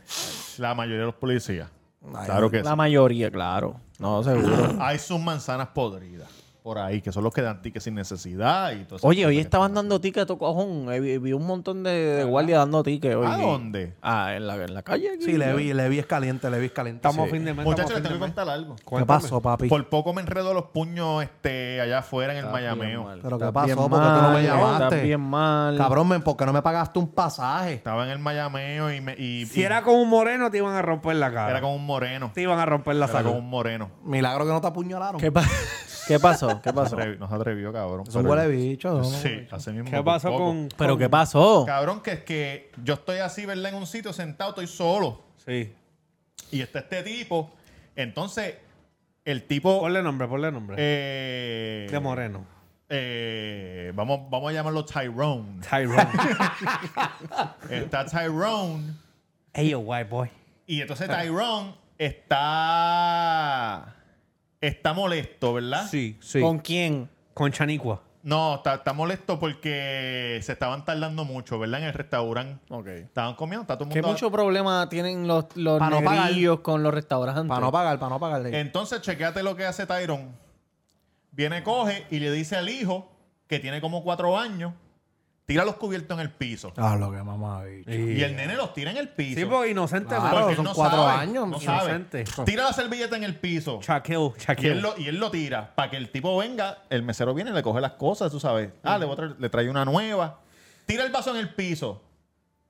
[SPEAKER 2] La mayoría de los policías.
[SPEAKER 1] Ay,
[SPEAKER 2] claro que sí.
[SPEAKER 3] La mayoría, claro. No,
[SPEAKER 1] Ah,
[SPEAKER 3] seguro.
[SPEAKER 2] Hay sus manzanas podridas por ahí, que son los que dan tickets sin necesidad y todo eso.
[SPEAKER 3] Oye, hoy estaban dando tickets, to- cojón. Eh, Vi, vi un montón de, de guardias dando tickets. hoy.
[SPEAKER 2] ¿A dónde?
[SPEAKER 3] Ah, en la, en la calle. aquí.
[SPEAKER 1] Sí, le vi, le vi es caliente, le vi es caliente.
[SPEAKER 4] Estamos a fin de mes. estamos a
[SPEAKER 2] Muchachos,
[SPEAKER 4] fin
[SPEAKER 2] les tengo que
[SPEAKER 4] de mes.
[SPEAKER 3] ¿eh?
[SPEAKER 2] contar algo.
[SPEAKER 1] ¿Qué pasó,
[SPEAKER 4] Pues
[SPEAKER 1] papi?
[SPEAKER 2] Por poco me enredo los puños este, allá afuera en el Miami.
[SPEAKER 1] ¿Pero qué
[SPEAKER 3] Estás
[SPEAKER 1] pasó?
[SPEAKER 3] bien
[SPEAKER 1] ¿Por qué tú no me
[SPEAKER 3] mal,
[SPEAKER 1] llamaste?
[SPEAKER 3] Estás bien mal.
[SPEAKER 1] Cabrón, men, ¿por qué no me pagaste un pasaje?
[SPEAKER 2] Estaba en el Miami y, me, y,
[SPEAKER 4] Si
[SPEAKER 2] y-
[SPEAKER 4] era con un moreno, te iban a romper la cara.
[SPEAKER 2] era con un moreno.
[SPEAKER 4] Te iban a romper la
[SPEAKER 2] Era con
[SPEAKER 4] saco.
[SPEAKER 2] un moreno.
[SPEAKER 1] Milagro que no te apuñalaron.
[SPEAKER 3] ¿Qué, pa- [LAUGHS] ¿Qué pasó? ¿Qué
[SPEAKER 2] No se
[SPEAKER 3] pasó?
[SPEAKER 2] atrevi- no se atrevió, cabrón.
[SPEAKER 1] Es un
[SPEAKER 2] Pero-
[SPEAKER 1] huele bicho. ¿no?
[SPEAKER 2] Sí, así mismo.
[SPEAKER 4] ¿Qué
[SPEAKER 2] por
[SPEAKER 4] pasó
[SPEAKER 2] poco.
[SPEAKER 4] con.?
[SPEAKER 3] ¿Pero qué pasó?
[SPEAKER 2] Cabrón, que es que yo estoy así, ¿verdad? En un sitio sentado, estoy solo.
[SPEAKER 4] Sí.
[SPEAKER 2] Y está este tipo. Entonces, el tipo.
[SPEAKER 4] Ponle nombre, ponle nombre.
[SPEAKER 2] eh,
[SPEAKER 4] de moreno.
[SPEAKER 2] eh, vamos, vamos a llamarlo
[SPEAKER 4] [LAUGHS]
[SPEAKER 2] Tyrone.
[SPEAKER 4] Tyrone.
[SPEAKER 2] Está Tyrone.
[SPEAKER 4] Ey, yo, white boy.
[SPEAKER 2] Y entonces Tyrone está. Está molesto, ¿verdad?
[SPEAKER 4] Sí, sí.
[SPEAKER 3] ¿Con
[SPEAKER 4] Con,
[SPEAKER 3] quién?
[SPEAKER 4] Chanicua.
[SPEAKER 2] No, está, está molesto porque se estaban tardando mucho, ¿verdad? En el restaurante.
[SPEAKER 3] Ok.
[SPEAKER 2] Estaban comiendo, está todo el
[SPEAKER 3] ¿Qué
[SPEAKER 2] mundo.
[SPEAKER 3] mucho problema tienen los, los
[SPEAKER 1] Pa' no pagar.
[SPEAKER 3] negrillos con los restaurantes?
[SPEAKER 1] Para no pagar, para no pagar.
[SPEAKER 2] Entonces, chequéate lo que hace Tyrone. Viene, coge y le dice al hijo, que tiene como cuatro años, tira los cubiertos en el piso.
[SPEAKER 1] Ah, lo que mamá bicho.
[SPEAKER 2] Y el nene los tira en el piso.
[SPEAKER 4] Sí, porque inocente.
[SPEAKER 1] Claro,
[SPEAKER 2] Porque él
[SPEAKER 1] son cuatro
[SPEAKER 2] sabe,
[SPEAKER 1] años,
[SPEAKER 2] no sabe.
[SPEAKER 4] inocente.
[SPEAKER 2] Tira la servilleta en el piso. Y
[SPEAKER 4] Chaqueo,
[SPEAKER 2] él,
[SPEAKER 4] chaqueo.
[SPEAKER 2] lo, y él lo tira para que el tipo venga, el mesero viene, le coge las cosas, tú sabes. Ah, le, voy a traer- le trae una nueva. Tira el vaso en el piso.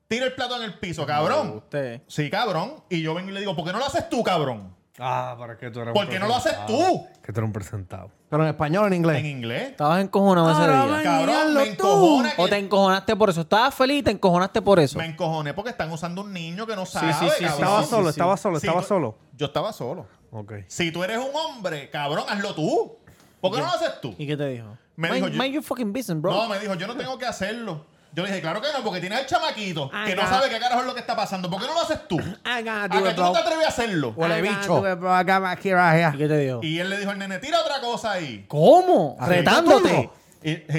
[SPEAKER 2] Tira el plato en el piso, cabrón.
[SPEAKER 3] Usted.
[SPEAKER 2] Sí, cabrón. Y yo vengo y le digo, ¿por qué no lo haces tú, cabrón?
[SPEAKER 4] Ah, pero es que tú eres
[SPEAKER 2] ¿Por qué no lo haces tú?
[SPEAKER 4] Que tú eres un presentado.
[SPEAKER 1] Pero en español o en inglés.
[SPEAKER 2] En inglés.
[SPEAKER 3] Estabas encojonado ese
[SPEAKER 1] Ahora
[SPEAKER 3] día.
[SPEAKER 1] ven.
[SPEAKER 2] Cabrón,
[SPEAKER 1] Míralo
[SPEAKER 2] me
[SPEAKER 1] tú.
[SPEAKER 2] encojona que-
[SPEAKER 3] O te encojonaste por eso. Estabas feliz y te encojonaste por eso.
[SPEAKER 2] Me encojoné porque están usando un niño que no sabe,
[SPEAKER 3] sí, sí,
[SPEAKER 2] cabrón.
[SPEAKER 4] Estaba
[SPEAKER 3] sí,
[SPEAKER 4] solo,
[SPEAKER 3] sí.
[SPEAKER 4] estaba solo,
[SPEAKER 2] Sí,
[SPEAKER 4] estaba
[SPEAKER 2] tú-
[SPEAKER 4] solo.
[SPEAKER 2] Yo estaba solo.
[SPEAKER 4] Ok.
[SPEAKER 2] Si tú eres un hombre, cabrón, hazlo tú. ¿Por qué no lo haces tú?
[SPEAKER 3] ¿Y qué te dijo?
[SPEAKER 2] Me
[SPEAKER 3] mind,
[SPEAKER 2] dijo yo-
[SPEAKER 3] mind your fucking business, bro.
[SPEAKER 2] No, me dijo, yo no tengo que hacerlo. Yo le dije, claro que no, porque tienes al chamaquito que
[SPEAKER 4] Ay,
[SPEAKER 2] no
[SPEAKER 4] no.
[SPEAKER 2] sabe qué carajo es lo que está pasando. ¿Por qué no lo haces tú?
[SPEAKER 4] I gotta
[SPEAKER 2] ¿A
[SPEAKER 4] do
[SPEAKER 2] que
[SPEAKER 4] it,
[SPEAKER 2] tú no
[SPEAKER 4] Ah, bro.
[SPEAKER 2] te atreves a hacerlo? Ah,
[SPEAKER 1] Huele
[SPEAKER 4] I gotta
[SPEAKER 1] bicho.
[SPEAKER 4] do it, bro. I got my kid right
[SPEAKER 3] ¿Y
[SPEAKER 4] here.
[SPEAKER 3] qué te dijo?
[SPEAKER 2] Y él le dijo al nene, tira otra cosa ahí.
[SPEAKER 3] ¿Cómo?
[SPEAKER 1] Así.
[SPEAKER 3] Retándote.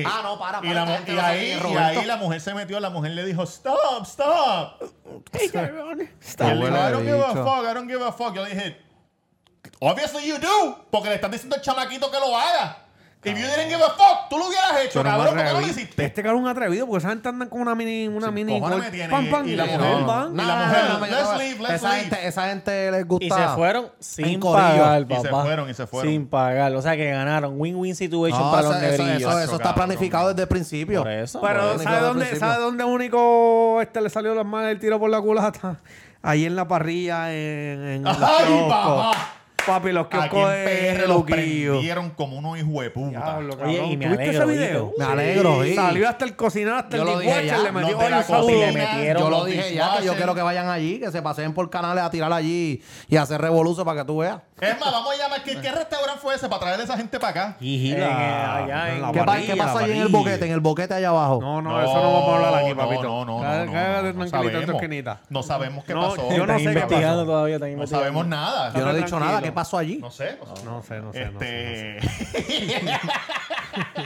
[SPEAKER 2] ah, no, para, Y, la,
[SPEAKER 1] esta
[SPEAKER 2] mu-
[SPEAKER 1] gente
[SPEAKER 2] y
[SPEAKER 1] no sabe
[SPEAKER 2] ahí,
[SPEAKER 1] quién es
[SPEAKER 2] y
[SPEAKER 1] Roberto.
[SPEAKER 2] ahí la mujer se metió, la mujer le dijo, stop, stop. Y
[SPEAKER 1] Qué
[SPEAKER 2] él le dijo, I don't
[SPEAKER 1] huele
[SPEAKER 2] give a
[SPEAKER 1] bicho.
[SPEAKER 2] fuck, I don't give a fuck. Yo le dije, obviously you do, porque le están diciendo al chamaquito que lo haga. If you didn't give a fuck, tú lo hubieras hecho,
[SPEAKER 4] Pero no me
[SPEAKER 2] cabrón. ¿Por qué no lo
[SPEAKER 4] atreví.
[SPEAKER 2] hiciste?
[SPEAKER 4] Este cabrón es un atrevido porque esa gente andan con una mini. Una mini
[SPEAKER 2] cojones
[SPEAKER 4] gol-
[SPEAKER 2] me tiene,
[SPEAKER 4] pam, pam,
[SPEAKER 2] y
[SPEAKER 4] y
[SPEAKER 2] la
[SPEAKER 4] la
[SPEAKER 2] mujer.
[SPEAKER 4] van, van.
[SPEAKER 2] Y la
[SPEAKER 1] Nah,
[SPEAKER 2] mujer,
[SPEAKER 1] nah, nah,
[SPEAKER 2] let's
[SPEAKER 1] nah, nah.
[SPEAKER 2] leave, let's
[SPEAKER 1] esa,
[SPEAKER 2] leave.
[SPEAKER 1] Gente, esa gente les gusta.
[SPEAKER 3] Y se fueron sin
[SPEAKER 1] corillo.
[SPEAKER 3] pagar,
[SPEAKER 2] Y se
[SPEAKER 3] papá.
[SPEAKER 2] fueron, y se fueron.
[SPEAKER 3] Sin pagar. O sea que ganaron. Win-win situation
[SPEAKER 1] No,
[SPEAKER 3] para
[SPEAKER 1] eso,
[SPEAKER 3] los
[SPEAKER 1] eso-
[SPEAKER 3] negrillos.
[SPEAKER 1] eso- eso está
[SPEAKER 2] Cabrón,
[SPEAKER 1] planificado desde el principio.
[SPEAKER 3] Por eso.
[SPEAKER 4] Pero
[SPEAKER 1] Bueno,
[SPEAKER 4] ¿sabe
[SPEAKER 1] desde el
[SPEAKER 4] dónde,
[SPEAKER 1] principio.
[SPEAKER 4] ¿sabe dónde único este le salió las manos el tiro por la culata? Ahí en la parrilla en, en los
[SPEAKER 2] ¡Ay,
[SPEAKER 4] kioscos.
[SPEAKER 2] papá!
[SPEAKER 4] Papi, los
[SPEAKER 2] Aquí
[SPEAKER 4] kioscos
[SPEAKER 2] en
[SPEAKER 4] de
[SPEAKER 2] PR los
[SPEAKER 4] Luquillo.
[SPEAKER 2] prendieron como unos hijos de puta.
[SPEAKER 4] Diablo,
[SPEAKER 3] Oye, y
[SPEAKER 4] cabrón.
[SPEAKER 3] me
[SPEAKER 4] ¿Tuviste ese
[SPEAKER 3] alegro,
[SPEAKER 4] video?
[SPEAKER 3] ¿viste?
[SPEAKER 1] Me alegro, sí.
[SPEAKER 4] Salió hasta el cocinado, hasta
[SPEAKER 1] Yo
[SPEAKER 4] el
[SPEAKER 1] lo dije
[SPEAKER 4] dishwasher,
[SPEAKER 1] ya,
[SPEAKER 4] le metió
[SPEAKER 2] los de
[SPEAKER 4] hoy
[SPEAKER 2] la
[SPEAKER 4] un saludo.
[SPEAKER 3] Y
[SPEAKER 2] cocina.
[SPEAKER 3] le metieron
[SPEAKER 1] Yo lo
[SPEAKER 2] los
[SPEAKER 1] dije ya, que yo
[SPEAKER 2] dishwasher.
[SPEAKER 1] quiero que vayan allí, que se paseen por canales a tirar allí y a hacer revolución para que tú veas.
[SPEAKER 2] Es más, vamos a llamar. ¿Qué, qué restaurante fue ese para traer a esa gente para acá?
[SPEAKER 3] En, eh, allá en-
[SPEAKER 4] La
[SPEAKER 1] ¿Qué, pa-
[SPEAKER 4] parrilla,
[SPEAKER 1] qué pasa
[SPEAKER 4] la
[SPEAKER 1] allí en el
[SPEAKER 4] parrilla.
[SPEAKER 1] boquete? En el boquete allá abajo.
[SPEAKER 4] No, no, eso no vamos a hablar aquí, papito.
[SPEAKER 2] No, no, no.
[SPEAKER 4] Cá-
[SPEAKER 2] no,
[SPEAKER 4] cágate
[SPEAKER 2] no, no
[SPEAKER 4] tranquilito en tu
[SPEAKER 2] sabemos.
[SPEAKER 4] esquinita.
[SPEAKER 2] No sabemos qué
[SPEAKER 4] No,
[SPEAKER 2] pasó.
[SPEAKER 4] yo no
[SPEAKER 3] Están
[SPEAKER 4] sé qué
[SPEAKER 3] investigando
[SPEAKER 4] pasó.
[SPEAKER 3] todavía. Están
[SPEAKER 2] No
[SPEAKER 3] investigando.
[SPEAKER 2] sabemos nada.
[SPEAKER 1] yo no he dicho
[SPEAKER 4] tranquilo.
[SPEAKER 1] nada. ¿Qué pasó allí?
[SPEAKER 2] No sé. no sé.
[SPEAKER 4] No sé, no sé, no sé.
[SPEAKER 2] Este.
[SPEAKER 4] no sé.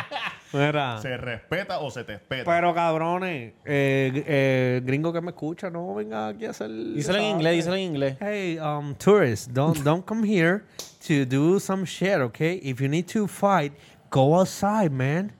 [SPEAKER 4] Mira,
[SPEAKER 2] [LAUGHS] ¿Se respeta o se te espeta?
[SPEAKER 4] Pero cabrones, eh, eh, gringo que me escucha, no venga aquí a hacer.
[SPEAKER 3] Díselo en inglés, díselo en inglés.
[SPEAKER 4] Hey, um, tourists, don't don't come here to do some shit, okay? If you need to fight, go outside, man.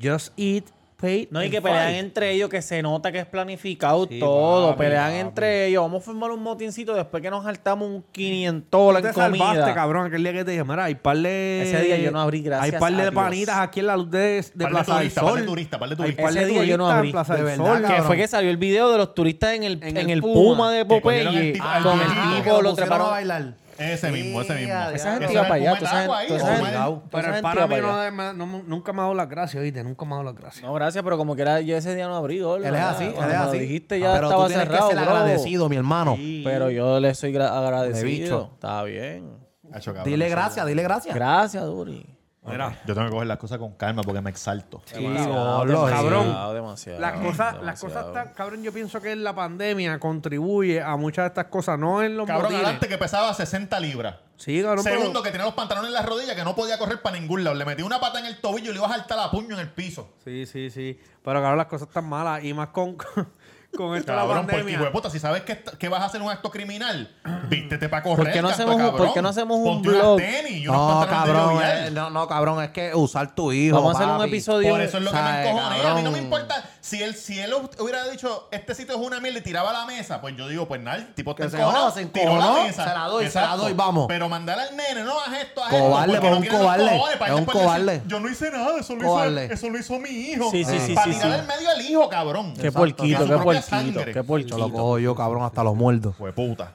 [SPEAKER 4] Just eat, pay.
[SPEAKER 3] No, y
[SPEAKER 4] and
[SPEAKER 3] que pelean
[SPEAKER 4] fight.
[SPEAKER 3] entre ellos, que se nota que es planificado
[SPEAKER 4] Sí,
[SPEAKER 3] todo.
[SPEAKER 4] papi,
[SPEAKER 3] pelean
[SPEAKER 4] papi.
[SPEAKER 3] entre ellos. Vamos a formar un motincito después que nos saltamos un 500
[SPEAKER 4] Tú
[SPEAKER 3] en
[SPEAKER 4] te
[SPEAKER 3] comida.
[SPEAKER 4] salvaste, cabrón, aquel día que te dije, mira, hay par de...
[SPEAKER 3] Ese día yo no abrí, gracias
[SPEAKER 4] Hay par
[SPEAKER 3] a
[SPEAKER 4] de
[SPEAKER 3] Dios.
[SPEAKER 4] panitas aquí en la luz de, de
[SPEAKER 2] Par de
[SPEAKER 4] Plaza del
[SPEAKER 2] turista, par de
[SPEAKER 4] Sol.
[SPEAKER 2] turista, par de
[SPEAKER 4] Hay
[SPEAKER 2] turista.
[SPEAKER 4] par de
[SPEAKER 3] Ese día yo
[SPEAKER 4] turistas en
[SPEAKER 3] no abrí.
[SPEAKER 4] Plaza
[SPEAKER 1] De
[SPEAKER 4] del
[SPEAKER 1] verdad,
[SPEAKER 4] Sol,
[SPEAKER 1] cabrón.
[SPEAKER 3] Que
[SPEAKER 4] cabrón.
[SPEAKER 3] fue que salió el video de los turistas en el,
[SPEAKER 4] En el
[SPEAKER 3] en el Puma,
[SPEAKER 4] Puma,
[SPEAKER 3] de
[SPEAKER 2] que cogieron al
[SPEAKER 3] Popeye
[SPEAKER 2] tipo- al
[SPEAKER 3] con
[SPEAKER 2] tipo
[SPEAKER 3] el
[SPEAKER 1] Ah, que
[SPEAKER 3] tipo,
[SPEAKER 1] lo pusieron
[SPEAKER 3] lo
[SPEAKER 1] a
[SPEAKER 3] treparon.
[SPEAKER 1] bailar.
[SPEAKER 2] Ese mismo, ese mismo.
[SPEAKER 1] Ea,
[SPEAKER 3] Esa gente
[SPEAKER 2] Ese
[SPEAKER 3] iba
[SPEAKER 2] era
[SPEAKER 3] para allá,
[SPEAKER 2] un
[SPEAKER 3] toda esa
[SPEAKER 2] cometazo
[SPEAKER 3] gente-
[SPEAKER 2] ahí,
[SPEAKER 3] toda esa
[SPEAKER 2] Omar.
[SPEAKER 3] gente- toda
[SPEAKER 4] Pero
[SPEAKER 3] esa
[SPEAKER 4] el
[SPEAKER 3] gente
[SPEAKER 4] pana
[SPEAKER 3] iba
[SPEAKER 4] a mí
[SPEAKER 3] para
[SPEAKER 4] no
[SPEAKER 3] allá.
[SPEAKER 4] me- no me- nunca me ha dado las gracias, oíste, nunca me ha dado las gracias.
[SPEAKER 3] No, gracias, pero como que era, yo ese día no abrí, Gordo,
[SPEAKER 1] Él es
[SPEAKER 3] ya.
[SPEAKER 1] así, él
[SPEAKER 3] Cuando
[SPEAKER 1] es
[SPEAKER 3] me lo
[SPEAKER 1] así.
[SPEAKER 3] dijiste
[SPEAKER 1] Ah,
[SPEAKER 3] ya
[SPEAKER 1] pero
[SPEAKER 3] estaba
[SPEAKER 1] tú tienes
[SPEAKER 3] cerrado,
[SPEAKER 1] que ser
[SPEAKER 3] bro.
[SPEAKER 1] agradecido, mi hermano.
[SPEAKER 3] Pero yo le soy gra- agradecido.
[SPEAKER 1] bicho.
[SPEAKER 3] Está bien.
[SPEAKER 2] Acho, cabrón,
[SPEAKER 1] Dile
[SPEAKER 2] eso-
[SPEAKER 1] gracias, dile gracias.
[SPEAKER 3] Gracias, Duri.
[SPEAKER 2] Yo tengo que coger las cosas con calma porque me exalto.
[SPEAKER 1] Demasiado, demasiado.
[SPEAKER 3] Demasiado, demasiado,
[SPEAKER 4] Las cosas, las cosas
[SPEAKER 3] demasiado.
[SPEAKER 4] están, cabrón, yo pienso que la pandemia contribuye a muchas de estas cosas, no en los
[SPEAKER 2] Cabrón,
[SPEAKER 4] motines.
[SPEAKER 2] adelante que pesaba 60 libras.
[SPEAKER 4] Sí, cabrón, pero-
[SPEAKER 2] Segundo, que tenía los pantalones en las rodillas que no podía correr para ningún lado. Le metí una pata en el tobillo y le iba a saltar la puño en el piso.
[SPEAKER 4] Sí, sí, sí. Pero cabrón, las cosas están malas y más con, [LAUGHS] con, con esto de la
[SPEAKER 2] Cabrón, porque
[SPEAKER 4] pandemia.
[SPEAKER 2] hijo de puta, si sabes que, est- que vas a hacer un acto criminal, [CLEARS THROAT] vístete para correr.
[SPEAKER 3] ¿Por qué no
[SPEAKER 2] canto,
[SPEAKER 3] hacemos un-
[SPEAKER 2] cabrón.
[SPEAKER 3] por qué no hacemos un
[SPEAKER 2] Ponte
[SPEAKER 3] blog?
[SPEAKER 2] Unas tenis y unos
[SPEAKER 1] No,
[SPEAKER 2] pantalones de
[SPEAKER 1] cabrón.
[SPEAKER 2] jovial.
[SPEAKER 1] eh, no, no, cabrón. Es que usar tu hijo.
[SPEAKER 3] Vamos a hacer un
[SPEAKER 1] papi.
[SPEAKER 3] episodio.
[SPEAKER 2] Por eso es lo que me
[SPEAKER 1] Sabe,
[SPEAKER 2] encojoné. A mí no me
[SPEAKER 1] cabrón.
[SPEAKER 2] importa. Si él, si él hubiera dicho, este sitio es una mierda y tiraba la mesa, pues yo digo, pues nada, el tipo está
[SPEAKER 1] Que se
[SPEAKER 2] encojonado,
[SPEAKER 1] joda, se
[SPEAKER 2] tiró
[SPEAKER 1] encojonó, se la doy, se la doy, vamos.
[SPEAKER 2] Pero mandar al nene, no haz esto, haz
[SPEAKER 1] Cobarde,
[SPEAKER 2] esto. porque
[SPEAKER 1] pues,
[SPEAKER 2] no
[SPEAKER 1] un
[SPEAKER 2] quieren los
[SPEAKER 1] cobarde,
[SPEAKER 2] cojones, para
[SPEAKER 1] es
[SPEAKER 2] después
[SPEAKER 1] un
[SPEAKER 2] decir,
[SPEAKER 1] cobarde.
[SPEAKER 2] Yo no hice nada, eso lo,
[SPEAKER 1] Cobarde.
[SPEAKER 2] hizo, eso lo hizo mi hijo.
[SPEAKER 3] Sí, sí, sí,
[SPEAKER 2] Para
[SPEAKER 3] sí,
[SPEAKER 2] tirar
[SPEAKER 3] sí.
[SPEAKER 2] al medio al hijo, cabrón.
[SPEAKER 3] Qué
[SPEAKER 2] Exacto,
[SPEAKER 3] puerquito,
[SPEAKER 2] que
[SPEAKER 3] qué
[SPEAKER 2] su propia
[SPEAKER 3] puerquito,
[SPEAKER 2] sangre.
[SPEAKER 3] qué
[SPEAKER 1] Yo lo
[SPEAKER 3] puerquito.
[SPEAKER 1] cojo yo, cabrón, hasta los muertos.
[SPEAKER 2] Fue puta.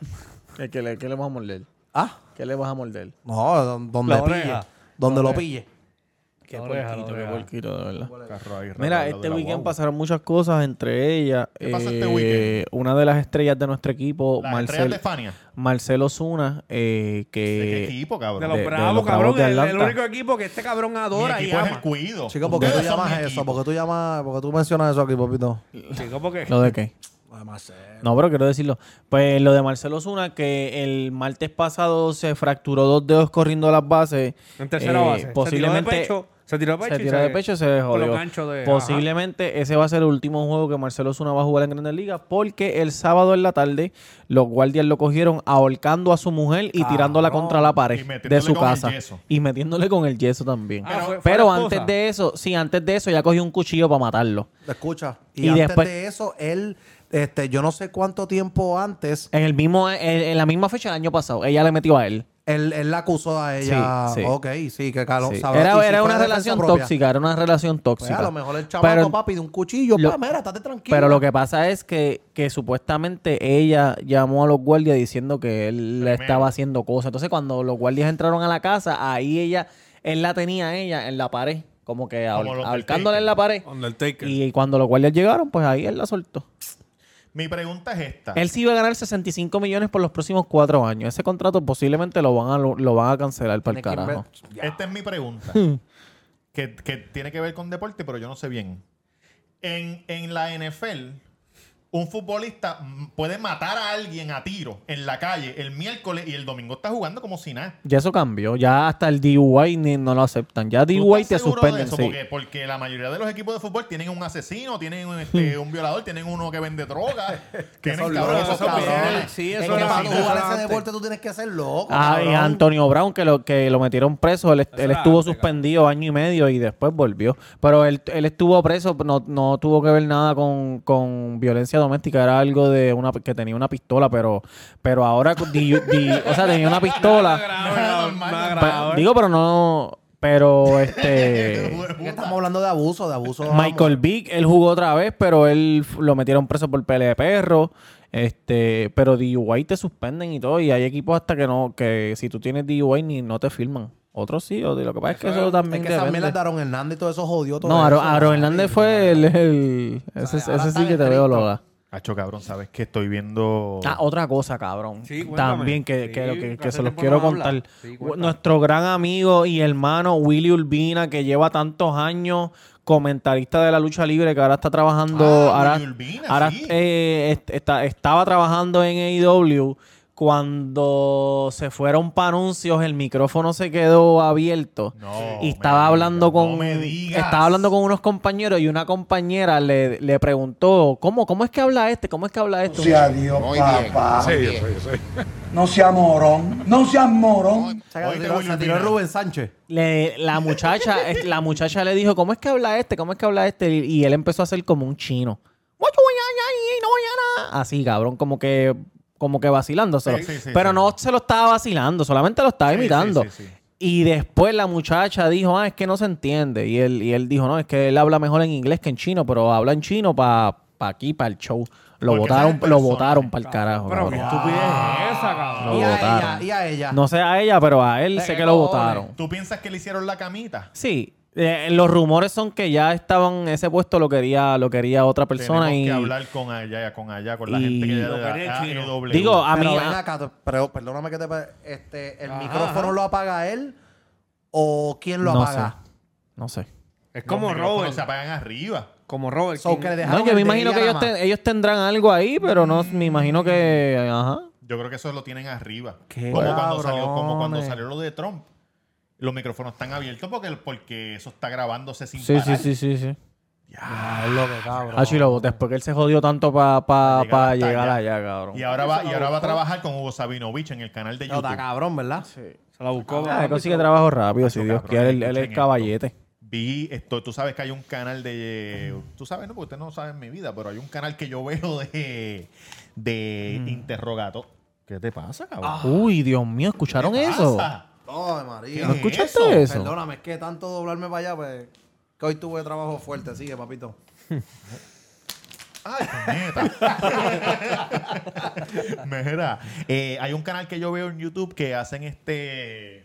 [SPEAKER 3] Es que le- ¿Qué le vas a morder?
[SPEAKER 1] Ah,
[SPEAKER 3] ¿Qué le vas a morder?
[SPEAKER 1] no, don- donde
[SPEAKER 4] La
[SPEAKER 1] pille.
[SPEAKER 4] oreja.
[SPEAKER 1] Donde lo pille.
[SPEAKER 3] Qué
[SPEAKER 4] oreja,
[SPEAKER 3] puerquito,
[SPEAKER 4] la
[SPEAKER 3] qué
[SPEAKER 4] oreja.
[SPEAKER 3] puerquito, de verdad.
[SPEAKER 2] Carro ahí, raro,
[SPEAKER 3] Mira,
[SPEAKER 2] al lado de
[SPEAKER 3] este
[SPEAKER 2] la
[SPEAKER 3] weekend
[SPEAKER 2] guagua.
[SPEAKER 3] pasaron muchas cosas, entre ellas
[SPEAKER 2] ¿Qué pasó este
[SPEAKER 3] eh,
[SPEAKER 2] weekend?
[SPEAKER 3] una de las estrellas de nuestro equipo,
[SPEAKER 2] Las estrellas de
[SPEAKER 3] Marcel,
[SPEAKER 2] Fania.
[SPEAKER 3] Marcelo Zuna, eh,
[SPEAKER 2] ¿De qué
[SPEAKER 3] que
[SPEAKER 2] equipo, cabrón?
[SPEAKER 4] De los
[SPEAKER 3] de- de
[SPEAKER 4] bravos,
[SPEAKER 3] los
[SPEAKER 4] cabrón.
[SPEAKER 3] Bravos de
[SPEAKER 4] el- el,
[SPEAKER 3] Atlanta.
[SPEAKER 4] único equipo que este cabrón
[SPEAKER 2] Mi
[SPEAKER 4] adora y
[SPEAKER 2] equipo es
[SPEAKER 4] ama.
[SPEAKER 2] el cuido.
[SPEAKER 1] Chico, ¿por qué tú
[SPEAKER 2] Ustedes son
[SPEAKER 1] llamas
[SPEAKER 2] mi
[SPEAKER 1] eso?
[SPEAKER 2] equipo.
[SPEAKER 1] ¿Por qué tú llamas, por qué tú mencionas eso aquí, papito?
[SPEAKER 4] Chico, porque
[SPEAKER 3] ¿Lo de qué? No, pero quiero decirlo. Pues lo de Marcelo Zuna, que el martes pasado se fracturó dos dedos corriendo a las bases.
[SPEAKER 4] en tercera
[SPEAKER 3] Eh,
[SPEAKER 4] base.
[SPEAKER 3] Posiblemente.
[SPEAKER 4] se tiró de pecho, se tiró de pecho,
[SPEAKER 3] se
[SPEAKER 4] y
[SPEAKER 3] tiró de pecho y se
[SPEAKER 4] con los
[SPEAKER 3] jodió.
[SPEAKER 4] ganchos de-
[SPEAKER 3] Posiblemente ese va a ser el último juego que Marcelo Zuna va a jugar en Grandes Ligas porque el sábado en la tarde los guardias lo cogieron ahorcando a su mujer y tirándola contra la
[SPEAKER 2] Y
[SPEAKER 3] pared
[SPEAKER 2] metiéndole
[SPEAKER 3] de su
[SPEAKER 2] con el
[SPEAKER 3] casa
[SPEAKER 2] yeso.
[SPEAKER 3] y metiéndole con el yeso también.
[SPEAKER 4] Ah, fue- fue
[SPEAKER 3] Pero
[SPEAKER 4] la
[SPEAKER 3] antes
[SPEAKER 4] esposa.
[SPEAKER 3] de eso, sí, antes de eso ya cogió un cuchillo para matarlo.
[SPEAKER 1] Escucha. Y,
[SPEAKER 3] Y
[SPEAKER 1] antes
[SPEAKER 3] después-
[SPEAKER 1] de eso, él, este, yo no sé cuánto tiempo antes,
[SPEAKER 3] En el mismo en, en la misma fecha del año pasado, ella le metió a él.
[SPEAKER 1] él, él la acusó a ella.
[SPEAKER 3] Sí, sí.
[SPEAKER 1] Ok, sí, que calor.
[SPEAKER 3] Sí.
[SPEAKER 1] sabrá.
[SPEAKER 3] Era,
[SPEAKER 1] Y si
[SPEAKER 3] era
[SPEAKER 1] fue
[SPEAKER 3] una
[SPEAKER 1] defensa
[SPEAKER 3] relación
[SPEAKER 1] propia.
[SPEAKER 3] tóxica, era una relación
[SPEAKER 1] Pues,
[SPEAKER 3] tóxica.
[SPEAKER 1] a lo mejor el chamaco,
[SPEAKER 3] Pero-
[SPEAKER 1] papi, de un cuchillo.
[SPEAKER 3] Lo-
[SPEAKER 1] pa, mira, estate tranquilo.
[SPEAKER 3] Pero lo que pasa es que, que supuestamente ella llamó a los guardias diciendo que él le estaba haciendo cosas. Entonces, cuando los guardias entraron a la casa, ahí ella, él la tenía a ella en la pared, como que ahor-
[SPEAKER 2] Como los del
[SPEAKER 3] ahorcándola
[SPEAKER 2] Taken.
[SPEAKER 3] en la pared.
[SPEAKER 4] Undertaker.
[SPEAKER 3] Y cuando los guardias llegaron, pues ahí él la soltó.
[SPEAKER 2] Mi pregunta es esta.
[SPEAKER 3] Él sí iba a ganar 65 millones por los próximos cuatro años. Ese contrato posiblemente lo van a, lo, lo van a cancelar para el
[SPEAKER 1] Tiene que
[SPEAKER 3] carajo.
[SPEAKER 2] Esta es mi pregunta.
[SPEAKER 3] Hmm.
[SPEAKER 2] que, que tiene que ver con deporte, pero yo no sé bien. En, en la NFL, un futbolista mm, puede matar a alguien a tiro en la calle el miércoles y el domingo está jugando como si nada.
[SPEAKER 3] Ya eso cambió. Ya hasta el DUI ni- no lo aceptan. Ya
[SPEAKER 2] ¿Tú
[SPEAKER 3] DUI te
[SPEAKER 2] estás seguro de
[SPEAKER 3] suspenden.
[SPEAKER 2] eso?
[SPEAKER 3] sí.
[SPEAKER 2] Porque, porque la mayoría de los equipos de fútbol tienen un asesino, tienen un, este,
[SPEAKER 3] Hmm.
[SPEAKER 2] un violador, tienen uno que vende
[SPEAKER 4] [LAUGHS]
[SPEAKER 2] droga. tienen
[SPEAKER 4] son
[SPEAKER 2] cabrones,
[SPEAKER 4] locos,
[SPEAKER 2] esos cabrones.
[SPEAKER 4] Sí,
[SPEAKER 1] Es
[SPEAKER 4] eso
[SPEAKER 1] que
[SPEAKER 4] era
[SPEAKER 1] para tú jugar
[SPEAKER 4] antes.
[SPEAKER 1] ese deporte tú tienes que ser loco.
[SPEAKER 3] Ah, y
[SPEAKER 1] cabrón.
[SPEAKER 3] Antonio Brown, que lo, que lo metieron preso, él, él
[SPEAKER 5] era
[SPEAKER 3] estuvo
[SPEAKER 5] antes,
[SPEAKER 3] suspendido año y medio y después volvió. Pero él, él estuvo preso, no, no tuvo que ver nada con, con violencia doméstica, era algo de una que tenía una pistola, pero, pero ahora, con di- di- o sea, tenía una
[SPEAKER 5] [LAUGHS]
[SPEAKER 3] pistola. pe- digo, pero no, pero este...
[SPEAKER 1] Es que estamos hablando de abuso, de abuso.
[SPEAKER 3] Michael Vick, él jugó otra vez, pero él f- lo metieron preso por pelea de perro. Este, pero DUI te suspenden y todo. Y hay equipos hasta que no, que si tú tienes DUI ni no te firman. Otros sí, o de- lo que pasa es que eso
[SPEAKER 1] Es
[SPEAKER 3] también.
[SPEAKER 1] que esas
[SPEAKER 3] depende.
[SPEAKER 1] mierdas de Aaron Hernández y todo eso jodió todo
[SPEAKER 3] no, Aaron,
[SPEAKER 1] eso,
[SPEAKER 3] Aaron
[SPEAKER 1] ¿sabes?
[SPEAKER 3] Hernández fue el. el- ese
[SPEAKER 1] sea, ahora
[SPEAKER 3] ese
[SPEAKER 1] está
[SPEAKER 3] sí que te
[SPEAKER 1] bien
[SPEAKER 3] veo
[SPEAKER 1] triste.
[SPEAKER 3] loca.
[SPEAKER 2] Hacho, cabrón, ¿sabes que Estoy viendo...
[SPEAKER 3] Ah, otra cosa, cabrón.
[SPEAKER 5] Sí, cuéntame.
[SPEAKER 3] También que, que,
[SPEAKER 5] Sí,
[SPEAKER 3] lo que, que
[SPEAKER 5] hace
[SPEAKER 3] se los
[SPEAKER 5] tiempo
[SPEAKER 3] quiero
[SPEAKER 5] no habla.
[SPEAKER 3] contar.
[SPEAKER 5] Sí, cuéntame.
[SPEAKER 3] Nuestro gran amigo y hermano Willy Urbina, que lleva tantos años, comentarista de la lucha libre, que ahora está trabajando.
[SPEAKER 2] Ah,
[SPEAKER 3] ahora
[SPEAKER 2] Willy Urbina,
[SPEAKER 3] ahora,
[SPEAKER 2] sí.
[SPEAKER 3] eh, est- está- estaba trabajando en AEW. Cuando se fueron para anuncios, el micrófono se quedó abierto.
[SPEAKER 2] No
[SPEAKER 3] y
[SPEAKER 2] me
[SPEAKER 3] estaba
[SPEAKER 2] digas,
[SPEAKER 3] hablando con.
[SPEAKER 2] no me digas.
[SPEAKER 3] Estaba hablando con unos compañeros y una compañera le, le preguntó: ¿Cómo, ¿Cómo es que habla este? ¿Cómo es que habla este?
[SPEAKER 9] Dios, papá. No seas morón. No seas morón.
[SPEAKER 1] O sea, que se
[SPEAKER 2] Oíste,
[SPEAKER 1] tiró-
[SPEAKER 2] Willy
[SPEAKER 1] se tiró
[SPEAKER 2] Urbina.
[SPEAKER 1] Rubén Sánchez.
[SPEAKER 3] Le-
[SPEAKER 2] [LAUGHS]
[SPEAKER 3] la muchacha es- la muchacha le dijo cómo es que habla este cómo es que habla este y, y él empezó a hacer como un chino así cabrón como que como que vacilándoselo
[SPEAKER 2] Sí, sí, sí,
[SPEAKER 3] pero
[SPEAKER 2] sí.
[SPEAKER 3] no se lo estaba vacilando solamente lo estaba
[SPEAKER 2] Sí, sí,
[SPEAKER 3] imitando
[SPEAKER 2] sí, sí.
[SPEAKER 3] y después la muchacha dijo ah es que no se entiende y él y él dijo no es que él habla mejor en inglés que en chino pero habla en chino para aquí para el show lo
[SPEAKER 2] Porque ese
[SPEAKER 3] votaron
[SPEAKER 2] es el
[SPEAKER 3] lo
[SPEAKER 2] personaje,
[SPEAKER 3] votaron para el carajo
[SPEAKER 4] Pero qué
[SPEAKER 3] cabrón.
[SPEAKER 4] estupidez es esa, cabrón.
[SPEAKER 3] Lo
[SPEAKER 1] y a ella,
[SPEAKER 3] votaron.
[SPEAKER 1] y a ella.
[SPEAKER 3] no sé a ella pero a él
[SPEAKER 1] Pero
[SPEAKER 3] sé
[SPEAKER 1] qué
[SPEAKER 3] que lo
[SPEAKER 1] cojones.
[SPEAKER 3] votaron
[SPEAKER 2] ¿Tú piensas que le hicieron la camita?
[SPEAKER 3] Sí, eh, los rumores son que ya estaban ese puesto lo quería lo quería otra persona
[SPEAKER 2] Tenemos
[SPEAKER 3] y
[SPEAKER 2] que hablar con allá, con allá, con la
[SPEAKER 3] y-
[SPEAKER 2] gente que ya
[SPEAKER 3] Lo
[SPEAKER 2] de la
[SPEAKER 5] quería el chino.
[SPEAKER 2] AEW.
[SPEAKER 3] digo ah, a mí
[SPEAKER 1] pero ven
[SPEAKER 3] a-
[SPEAKER 1] acá, pero perdóname que te... pa- Este, ¿El micrófono lo apaga él o quién lo
[SPEAKER 3] no
[SPEAKER 1] apaga?
[SPEAKER 3] sé, no sé.
[SPEAKER 2] Los
[SPEAKER 4] Es como
[SPEAKER 2] micrófonos
[SPEAKER 4] Robert.
[SPEAKER 2] se apagan arriba.
[SPEAKER 4] Como Robert.
[SPEAKER 1] So,
[SPEAKER 4] King.
[SPEAKER 1] que le dejaron
[SPEAKER 3] No, yo
[SPEAKER 1] el
[SPEAKER 3] me
[SPEAKER 1] de
[SPEAKER 3] imagino
[SPEAKER 1] ella
[SPEAKER 3] que ellos,
[SPEAKER 1] nada más.
[SPEAKER 3] ten- ellos tendrán algo ahí, pero no me imagino que ajá.
[SPEAKER 2] Yo creo que eso lo tienen arriba.
[SPEAKER 3] Qué
[SPEAKER 2] como, cuando salió, como
[SPEAKER 1] cabrones.
[SPEAKER 2] cuando salió lo de Trump. Los micrófonos están abiertos porque, porque eso está grabándose sin
[SPEAKER 3] Sí, sí,
[SPEAKER 2] parar.
[SPEAKER 3] sí, sí, sí.
[SPEAKER 1] Diablo, qué cabrón.
[SPEAKER 3] Ah, sí, lo voté porque él se jodió tanto para pa,
[SPEAKER 2] Para
[SPEAKER 3] pa
[SPEAKER 2] llegar
[SPEAKER 3] llegar
[SPEAKER 2] hasta
[SPEAKER 3] allá, cabrón.
[SPEAKER 2] Y ahora va, y ahora va a trabajar con Hugo Sabinovich en el canal de
[SPEAKER 1] No, está
[SPEAKER 2] YouTube.
[SPEAKER 1] cabrón, ¿verdad?
[SPEAKER 4] Se la buscó.
[SPEAKER 3] Ah, él
[SPEAKER 4] papi.
[SPEAKER 3] consigue trabajo rápido, si Dios
[SPEAKER 2] cabrón,
[SPEAKER 3] quiere, él, él
[SPEAKER 2] escuchen
[SPEAKER 3] es
[SPEAKER 2] esto.
[SPEAKER 3] caballete.
[SPEAKER 2] Vi esto, tú sabes que hay un canal de. Tú sabes, no, porque ustedes no saben mi vida, pero hay un canal que yo veo de, de
[SPEAKER 3] Mm.
[SPEAKER 2] interrogato. ¿Qué te pasa, cabrón?
[SPEAKER 3] Uy, Dios mío,
[SPEAKER 2] ¿Qué
[SPEAKER 3] ¿escucharon
[SPEAKER 2] te
[SPEAKER 3] Ah, eso?
[SPEAKER 2] pasa?
[SPEAKER 1] No, María.
[SPEAKER 3] ¿No
[SPEAKER 2] ¿Qué es
[SPEAKER 3] escuchaste
[SPEAKER 2] eso?
[SPEAKER 3] eso?
[SPEAKER 1] Perdóname, es que tanto doblarme para allá, pues... Que hoy tuve trabajo fuerte, sigue, papito.
[SPEAKER 2] Ay,
[SPEAKER 1] [LAUGHS]
[SPEAKER 2] puñeta. Mira, eh, hay un canal que yo veo en YouTube que hacen este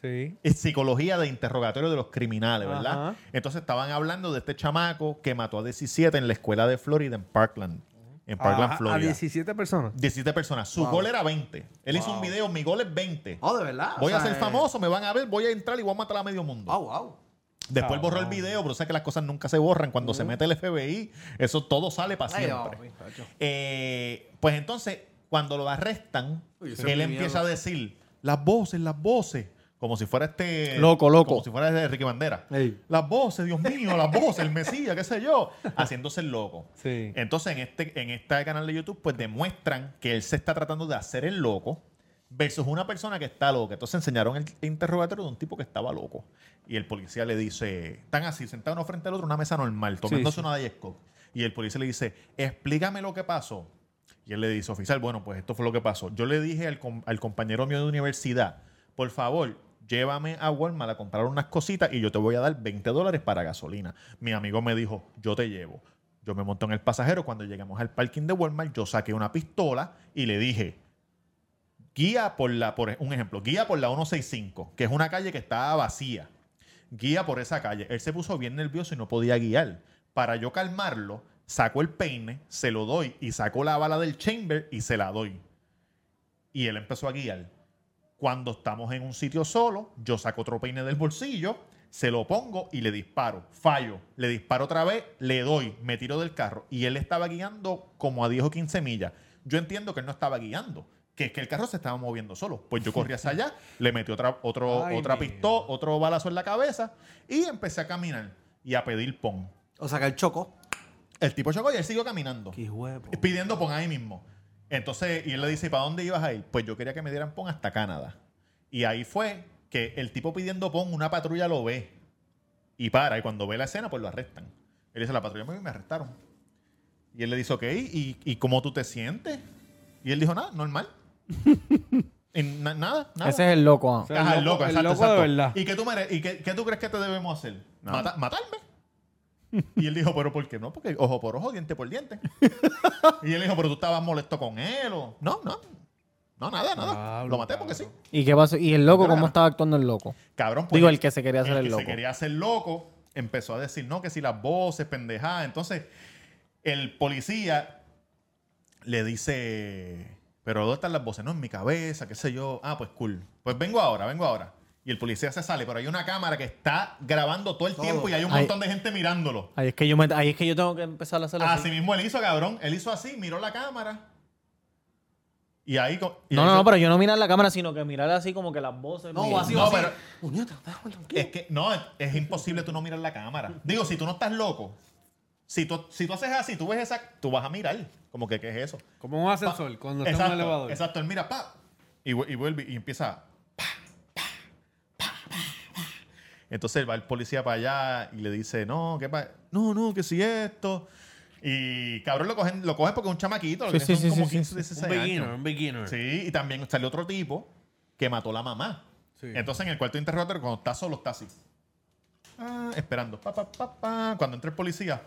[SPEAKER 4] Sí.
[SPEAKER 2] es psicología de interrogatorio de los criminales, ¿verdad?
[SPEAKER 4] Ajá.
[SPEAKER 2] Entonces estaban hablando de este chamaco que mató a 17 en la escuela de Florida en Parkland, en Parkland,
[SPEAKER 4] A- A,
[SPEAKER 2] Florida.
[SPEAKER 4] 17 personas.
[SPEAKER 2] 17 personas. Su gol era 20. Él hizo un video, mi gol es 20.
[SPEAKER 1] Oh, de verdad.
[SPEAKER 2] Voy
[SPEAKER 1] O
[SPEAKER 2] a
[SPEAKER 1] sea,
[SPEAKER 2] ser
[SPEAKER 1] eh,
[SPEAKER 2] famoso, me van a ver, voy a entrar y voy a matar a medio mundo.
[SPEAKER 1] Wow, wow.
[SPEAKER 2] Después borró el video, pero sabes que las cosas nunca se borran. Cuando se mete el FBI, eso todo sale para
[SPEAKER 1] Ay,
[SPEAKER 2] siempre.
[SPEAKER 1] Dios, muchacho.
[SPEAKER 2] Eh, pues entonces, cuando lo arrestan,
[SPEAKER 1] Uy, ese es
[SPEAKER 2] él
[SPEAKER 1] mi
[SPEAKER 2] empieza
[SPEAKER 1] miedo.
[SPEAKER 2] a decir las voces, las voces. Como si fuera este.
[SPEAKER 3] Loco, loco.
[SPEAKER 2] Como si fuera de Ricky Bandera.
[SPEAKER 1] Ey.
[SPEAKER 2] Las voces, Dios mío, las voces, el Mesías, qué sé yo. Haciéndose el loco.
[SPEAKER 4] Sí.
[SPEAKER 2] Entonces, en este, en este canal de YouTube, pues demuestran que él se está tratando de hacer el loco versus una persona que está loca. Entonces enseñaron el interrogatorio de un tipo que estaba loco. Y el policía le dice, están así, sentados uno frente al otro, en una mesa normal, tomándose una Diet Coke. Y el policía le dice, explícame lo que pasó. Y él le dice, oficial, bueno, pues esto fue lo que pasó. Yo le dije al, com- al compañero mío de universidad, por favor, llévame a Walmart a comprar unas cositas y yo te voy a dar 20 dólares para gasolina. Mi amigo me dijo, yo te llevo. Yo me monté en el pasajero. Cuando llegamos al parking de Walmart, yo saqué una pistola y le dije, guía por la, por un ejemplo, guía por la 165, que es una calle que estaba vacía. Guía por esa calle. Él se puso bien nervioso y no podía guiar. Para yo calmarlo, saco el peine, se lo doy y saco la bala del chamber y se la doy. Y él empezó a guiar. Cuando estamos en un sitio solo, yo saco otro peine del bolsillo, se lo pongo y le disparo. Fallo. Le disparo otra vez, le doy, me tiro del carro. Y él estaba guiando como a 10 o 15 millas. Yo entiendo que él no estaba guiando, que es que el carro se estaba moviendo solo. Pues yo corrí hacia allá, [LAUGHS] le metí otra, otro,
[SPEAKER 5] Ay,
[SPEAKER 2] otra
[SPEAKER 5] mi
[SPEAKER 2] pistola, otro balazo en la cabeza y empecé a caminar y a pedir pon.
[SPEAKER 1] O sea, que el choco.
[SPEAKER 2] El tipo chocó y él siguió caminando.
[SPEAKER 1] Qué huevo.
[SPEAKER 2] Pidiendo pon ahí mismo. Entonces, y él le dice, ¿y para dónde ibas a ir? Pues yo quería que me dieran pon hasta Canadá. Y ahí fue que el tipo pidiendo pon, una patrulla lo ve y para. Y cuando ve la escena, pues lo arrestan. Él dice, la patrulla me vio y me arrestaron. Y él le dice, ok, ¿y, y cómo tú te sientes? Y él dijo, nada, normal. Y na- nada, nada.
[SPEAKER 3] Ese es el loco. ah.
[SPEAKER 5] sea,
[SPEAKER 2] Ajá,
[SPEAKER 5] el
[SPEAKER 2] el
[SPEAKER 5] loco-
[SPEAKER 2] loco,
[SPEAKER 5] el
[SPEAKER 2] exacto,
[SPEAKER 5] loco
[SPEAKER 2] exacto.
[SPEAKER 5] de verdad.
[SPEAKER 2] ¿Y qué tú, mere- y qué- qué tú crees que te debemos hacer? Mata-
[SPEAKER 5] [LAUGHS]
[SPEAKER 2] ¿Matarme? Y él dijo, ¿pero por qué no? Porque ojo por ojo, diente por
[SPEAKER 5] [LAUGHS]
[SPEAKER 2] diente. y él dijo, ¿pero tú estabas molesto con él? O... No, no. No, nada, nada.
[SPEAKER 4] Diablo,
[SPEAKER 2] Lo maté porque sí.
[SPEAKER 3] ¿Y qué pasó? ¿Y el loco
[SPEAKER 2] Pero,
[SPEAKER 3] cómo
[SPEAKER 2] ah.
[SPEAKER 3] estaba actuando el loco?
[SPEAKER 2] Cabrón, pues,
[SPEAKER 3] Digo, el que se quería hacer el
[SPEAKER 2] que
[SPEAKER 3] loco.
[SPEAKER 2] se quería hacer loco empezó a decir, no, que si las voces, pendejadas. Entonces, el policía le dice, pero ¿dónde están las voces? No, en mi cabeza, qué sé yo. Ah, pues cool. Pues vengo ahora, vengo ahora. Y el policía se sale, pero hay una cámara que está grabando todo el tiempo y hay un
[SPEAKER 3] Ay.
[SPEAKER 2] montón de gente mirándolo.
[SPEAKER 3] Ahí es que yo me- ahí es que yo tengo que empezar a hacer
[SPEAKER 2] Así mismo él hizo, cabrón. Él hizo así, miró la cámara. Y ahí... co- y
[SPEAKER 3] No,
[SPEAKER 2] ahí
[SPEAKER 3] no,
[SPEAKER 2] se-
[SPEAKER 3] no, pero yo no mirar la cámara, sino que mirar así como que las voces.
[SPEAKER 2] No,
[SPEAKER 3] mirar.
[SPEAKER 2] así,
[SPEAKER 3] No,
[SPEAKER 2] así.
[SPEAKER 3] pero-
[SPEAKER 1] Puñeta, déjalo tranquilo.
[SPEAKER 2] Es que no, es, es imposible tú no mirar la cámara. Digo, si tú no estás loco, si tú, si tú haces así, tú ves esa, tú vas a mirar. Como que, ¿qué es eso?
[SPEAKER 4] Como un
[SPEAKER 2] Pa-
[SPEAKER 4] ascensor cuando está en
[SPEAKER 2] exacto,
[SPEAKER 4] un elevador.
[SPEAKER 2] Exacto, él mira, pa, y, vu- y vuelve y empieza. pa, pa, pa, pa, pa. Entonces va el policía para allá y le dice, no, ¿qué pasa? No, no, que si esto. Y cabrón lo cogen, lo cogen porque es un chamaquito, lo
[SPEAKER 3] Sí,
[SPEAKER 2] que son
[SPEAKER 3] sí, sí,
[SPEAKER 2] como
[SPEAKER 3] sí,
[SPEAKER 2] 15,
[SPEAKER 3] sí.
[SPEAKER 2] 16
[SPEAKER 4] Un beginner,
[SPEAKER 2] años.
[SPEAKER 4] un beginner.
[SPEAKER 2] Sí, y también salió otro tipo que mató a la mamá.
[SPEAKER 4] Sí.
[SPEAKER 2] Entonces en el cuarto interrogatorio, cuando está solo, está así. Ah, esperando. Pa, pa, pa, pa. Cuando entra el policía.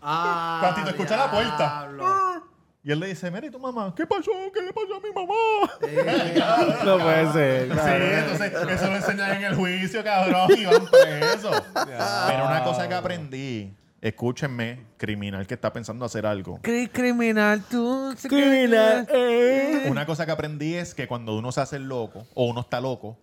[SPEAKER 1] Ah,
[SPEAKER 2] Cuantito escucha la puerta. Ah.
[SPEAKER 1] diablo.
[SPEAKER 2] Y él le dice, mira, ¿y tu mamá? ¿Qué pasó? ¿Qué le pasó a mi mamá?
[SPEAKER 3] no puede ser.
[SPEAKER 2] Sí,
[SPEAKER 3] claro.
[SPEAKER 2] entonces eso lo enseñan en el juicio, cabrón, y van presos. Pero una cosa que aprendí, escúchenme, criminal que está pensando hacer algo.
[SPEAKER 4] Cri- criminal, tú.
[SPEAKER 3] Criminal, eh.
[SPEAKER 2] Una cosa que aprendí es que cuando uno se hace el loco o uno está loco,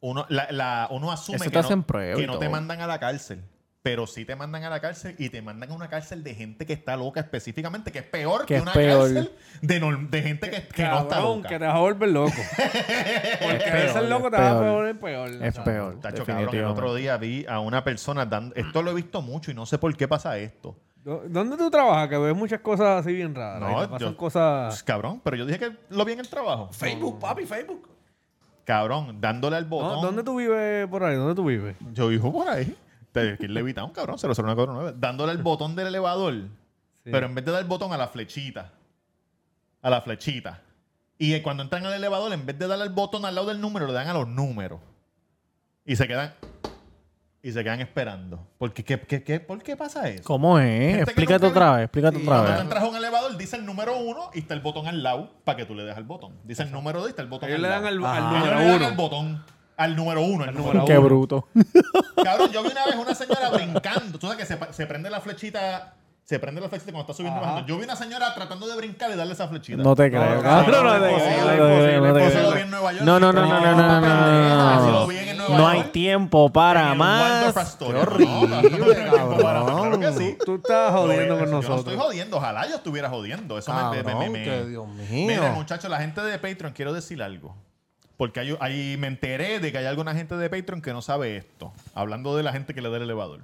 [SPEAKER 2] uno, la- la- uno asume
[SPEAKER 3] Eso
[SPEAKER 2] que,
[SPEAKER 3] te hacen
[SPEAKER 2] no,
[SPEAKER 3] prueba
[SPEAKER 2] que
[SPEAKER 3] y
[SPEAKER 2] no te
[SPEAKER 3] todo.
[SPEAKER 2] mandan a la cárcel. Pero sí te mandan a la cárcel y te mandan a una cárcel de gente que está loca específicamente, que es peor
[SPEAKER 3] Que
[SPEAKER 2] que,
[SPEAKER 3] es
[SPEAKER 2] una
[SPEAKER 3] peor.
[SPEAKER 2] cárcel de, norm- de gente que, que no está
[SPEAKER 4] Cabrón,
[SPEAKER 2] loca.
[SPEAKER 4] que te vas a volver loco. [LAUGHS] Porque a veces
[SPEAKER 3] peor,
[SPEAKER 4] el loco
[SPEAKER 3] es
[SPEAKER 4] te va a
[SPEAKER 3] peor.
[SPEAKER 4] volver peor.
[SPEAKER 3] Es peor.
[SPEAKER 2] Tacho, cabrón, el otro día vi a una persona dando... Esto lo he visto mucho y no sé por qué pasa esto.
[SPEAKER 4] ¿Dó- ¿Dónde tú trabajas? Que ves muchas cosas así bien raras.
[SPEAKER 2] No,
[SPEAKER 4] y te pasan
[SPEAKER 2] yo- Pues,
[SPEAKER 4] cosas.
[SPEAKER 2] cabrón, pero yo dije que lo vi en el trabajo.
[SPEAKER 5] Facebook, papi, Facebook.
[SPEAKER 2] Cabrón, dándole al
[SPEAKER 4] ¿Dó-
[SPEAKER 2] botón.
[SPEAKER 4] ¿Dónde tú vives por ahí? ¿Dónde tú vives?
[SPEAKER 2] Yo dijo por ahí. Te que levita un cabrón, 00149. Dándole al botón del elevador. Pero en vez de dar el botón a la flechita. A la flechita. Y eh, cuando entran al elevador, en vez de darle al botón al lado del número, le dan a los números. Y se quedan. Y se quedan esperando. Porque, ¿qué, qué, qué, ¿Por qué pasa eso?
[SPEAKER 3] ¿Cómo es?
[SPEAKER 2] Gente que
[SPEAKER 3] Explícate
[SPEAKER 2] nunca
[SPEAKER 3] otra
[SPEAKER 2] vi-
[SPEAKER 3] vez, explícate
[SPEAKER 1] Sí,
[SPEAKER 3] otra
[SPEAKER 2] Cuando tú
[SPEAKER 3] vez.
[SPEAKER 2] entras a un elevador, dice el número uno y está el botón al lado para que tú le des al botón. Dice el número dos y está el botón
[SPEAKER 4] Ellos
[SPEAKER 2] al
[SPEAKER 4] le dan
[SPEAKER 2] lado.
[SPEAKER 4] al,
[SPEAKER 1] Ajá.
[SPEAKER 4] al
[SPEAKER 2] Ellos
[SPEAKER 4] número
[SPEAKER 2] le dan
[SPEAKER 4] uno.
[SPEAKER 2] al botón. Al número uno. Al número
[SPEAKER 3] Qué bruto.
[SPEAKER 2] uno. Cabrón, yo vi una vez una señora brincando. Tú sabes que se, pa- se prende la flechita. Se prende la flechita cuando está subiendo y
[SPEAKER 4] Ajá.
[SPEAKER 2] bajando. Yo vi una señora tratando de brincar y darle esa flechita.
[SPEAKER 3] No te creo.
[SPEAKER 4] cabrón,
[SPEAKER 3] No
[SPEAKER 4] no
[SPEAKER 3] te
[SPEAKER 4] es
[SPEAKER 3] creo,
[SPEAKER 4] posible,
[SPEAKER 3] no te creo,
[SPEAKER 4] es
[SPEAKER 3] no
[SPEAKER 2] Eso
[SPEAKER 3] te
[SPEAKER 4] posible.
[SPEAKER 2] lo
[SPEAKER 3] creo.
[SPEAKER 2] vi en Nueva York.
[SPEAKER 3] No, no, no, no, no, no, no,
[SPEAKER 2] pendeja. Eso lo
[SPEAKER 3] no, no.
[SPEAKER 2] vi en Nueva
[SPEAKER 3] No hay
[SPEAKER 2] York.
[SPEAKER 3] tiempo para
[SPEAKER 2] En el Waldorf
[SPEAKER 3] más.
[SPEAKER 2] Astoria. No, no, no, no, no, no, no, Claro que sí.
[SPEAKER 4] Tú estás jodiendo
[SPEAKER 2] Yo-
[SPEAKER 4] con
[SPEAKER 2] Yo no estoy
[SPEAKER 4] nosotros.
[SPEAKER 2] jodiendo, ojalá yo estuviera jodiendo. Eso me, me, me,
[SPEAKER 1] Cabrón,
[SPEAKER 2] me-
[SPEAKER 1] que Dios mío.
[SPEAKER 2] Mira, muchachos, la gente de Patreon, quiero decir algo. Porque hay- ahí me enteré de que hay alguna gente de Patreon que no sabe esto. Hablando de la gente que le da el elevador.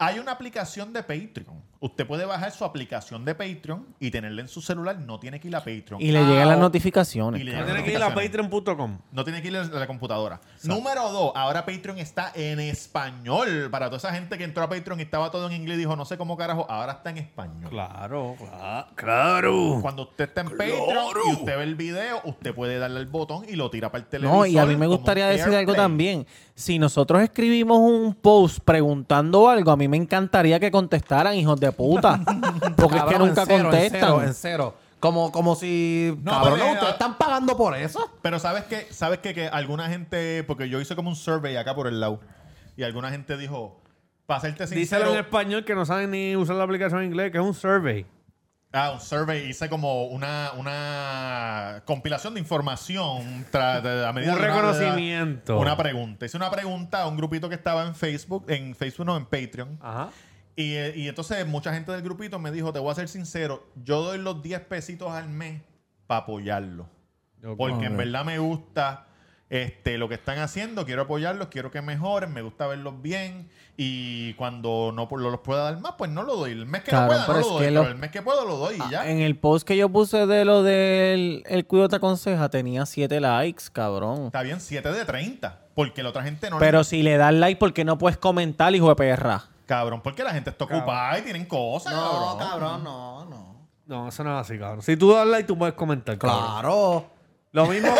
[SPEAKER 2] Hay una aplicación de Patreon. Usted puede bajar su aplicación de Patreon y tenerla en su celular. No tiene que ir a Patreon.
[SPEAKER 3] Y le llegan las
[SPEAKER 2] Y
[SPEAKER 3] notificaciones.
[SPEAKER 2] le
[SPEAKER 3] cabrón.
[SPEAKER 4] No tienes que ir a patreon.com.
[SPEAKER 2] No tiene que ir a la computadora. Número dos, ahora Patreon está en español. Para toda esa gente que entró a Patreon y estaba todo en inglés y dijo, no sé cómo carajo, ahora está en español.
[SPEAKER 4] Oh, Claro, cla- claro.
[SPEAKER 2] Cuando usted está en Patreon y usted ve el video, usted puede darle al botón y lo tira para el televisor.
[SPEAKER 3] No, y a mí me
[SPEAKER 2] como
[SPEAKER 3] gustaría
[SPEAKER 2] un
[SPEAKER 3] decir algo
[SPEAKER 2] AirPlay.
[SPEAKER 3] también. Si nosotros escribimos un post preguntando algo, a mí me encantaría que contestaran, hijos de
[SPEAKER 2] [LAUGHS]
[SPEAKER 3] puta. Porque es que
[SPEAKER 1] Cabrón,
[SPEAKER 3] nunca
[SPEAKER 1] en cero, En
[SPEAKER 3] contestan.
[SPEAKER 1] cero, en cero. Como, como si.
[SPEAKER 2] No,
[SPEAKER 1] cabrón,
[SPEAKER 2] pero-
[SPEAKER 1] ustedes están pagando por eso.
[SPEAKER 2] Pero sabes que, sabes que, que alguna gente, porque yo hice como un survey acá por el lado, y alguna gente dijo, para serte
[SPEAKER 4] Díselo
[SPEAKER 2] sincero,
[SPEAKER 4] en español que no saben ni usar la aplicación en inglés, que es un survey.
[SPEAKER 2] Ah, un survey. Hice como una, una compilación de información tra- de- a medida
[SPEAKER 4] Un
[SPEAKER 2] de una-
[SPEAKER 4] reconocimiento.
[SPEAKER 2] Una, pregunta. Hice una pregunta a un grupito que estaba en Facebook, en Facebook no, en Patreon.
[SPEAKER 4] Ajá.
[SPEAKER 2] Y, eh, y entonces mucha gente del grupito me dijo, te voy a ser sincero, yo doy los 10 pesitos al mes para apoyarlo. Porque en verdad me gusta este, lo que están haciendo, quiero apoyarlos, quiero que mejoren, me gusta verlos bien y cuando no pu- los pueda dar más, pues no lo doy. El mes que
[SPEAKER 3] Claro,
[SPEAKER 2] no pueda, no
[SPEAKER 3] pero
[SPEAKER 2] lo
[SPEAKER 3] es
[SPEAKER 2] doy,
[SPEAKER 3] que
[SPEAKER 2] pero
[SPEAKER 3] lo- Ah,
[SPEAKER 2] el mes que puedo lo doy y ya.
[SPEAKER 3] En el post que yo puse de lo del el cuido te aconseja, tenía 7 likes, cabrón.
[SPEAKER 2] Está bien, 7 de 30, porque la otra gente no...
[SPEAKER 3] Pero si le das like, ¿por qué no puedes comentar, hijo de perra?
[SPEAKER 2] Cabrón, porque la gente está ocupada y tienen cosas, cabrón.
[SPEAKER 1] no, no.
[SPEAKER 4] No, eso no es así, cabrón. Si tú das like, tú puedes comentar, cabrón.
[SPEAKER 1] Claro.
[SPEAKER 4] Lo mismo.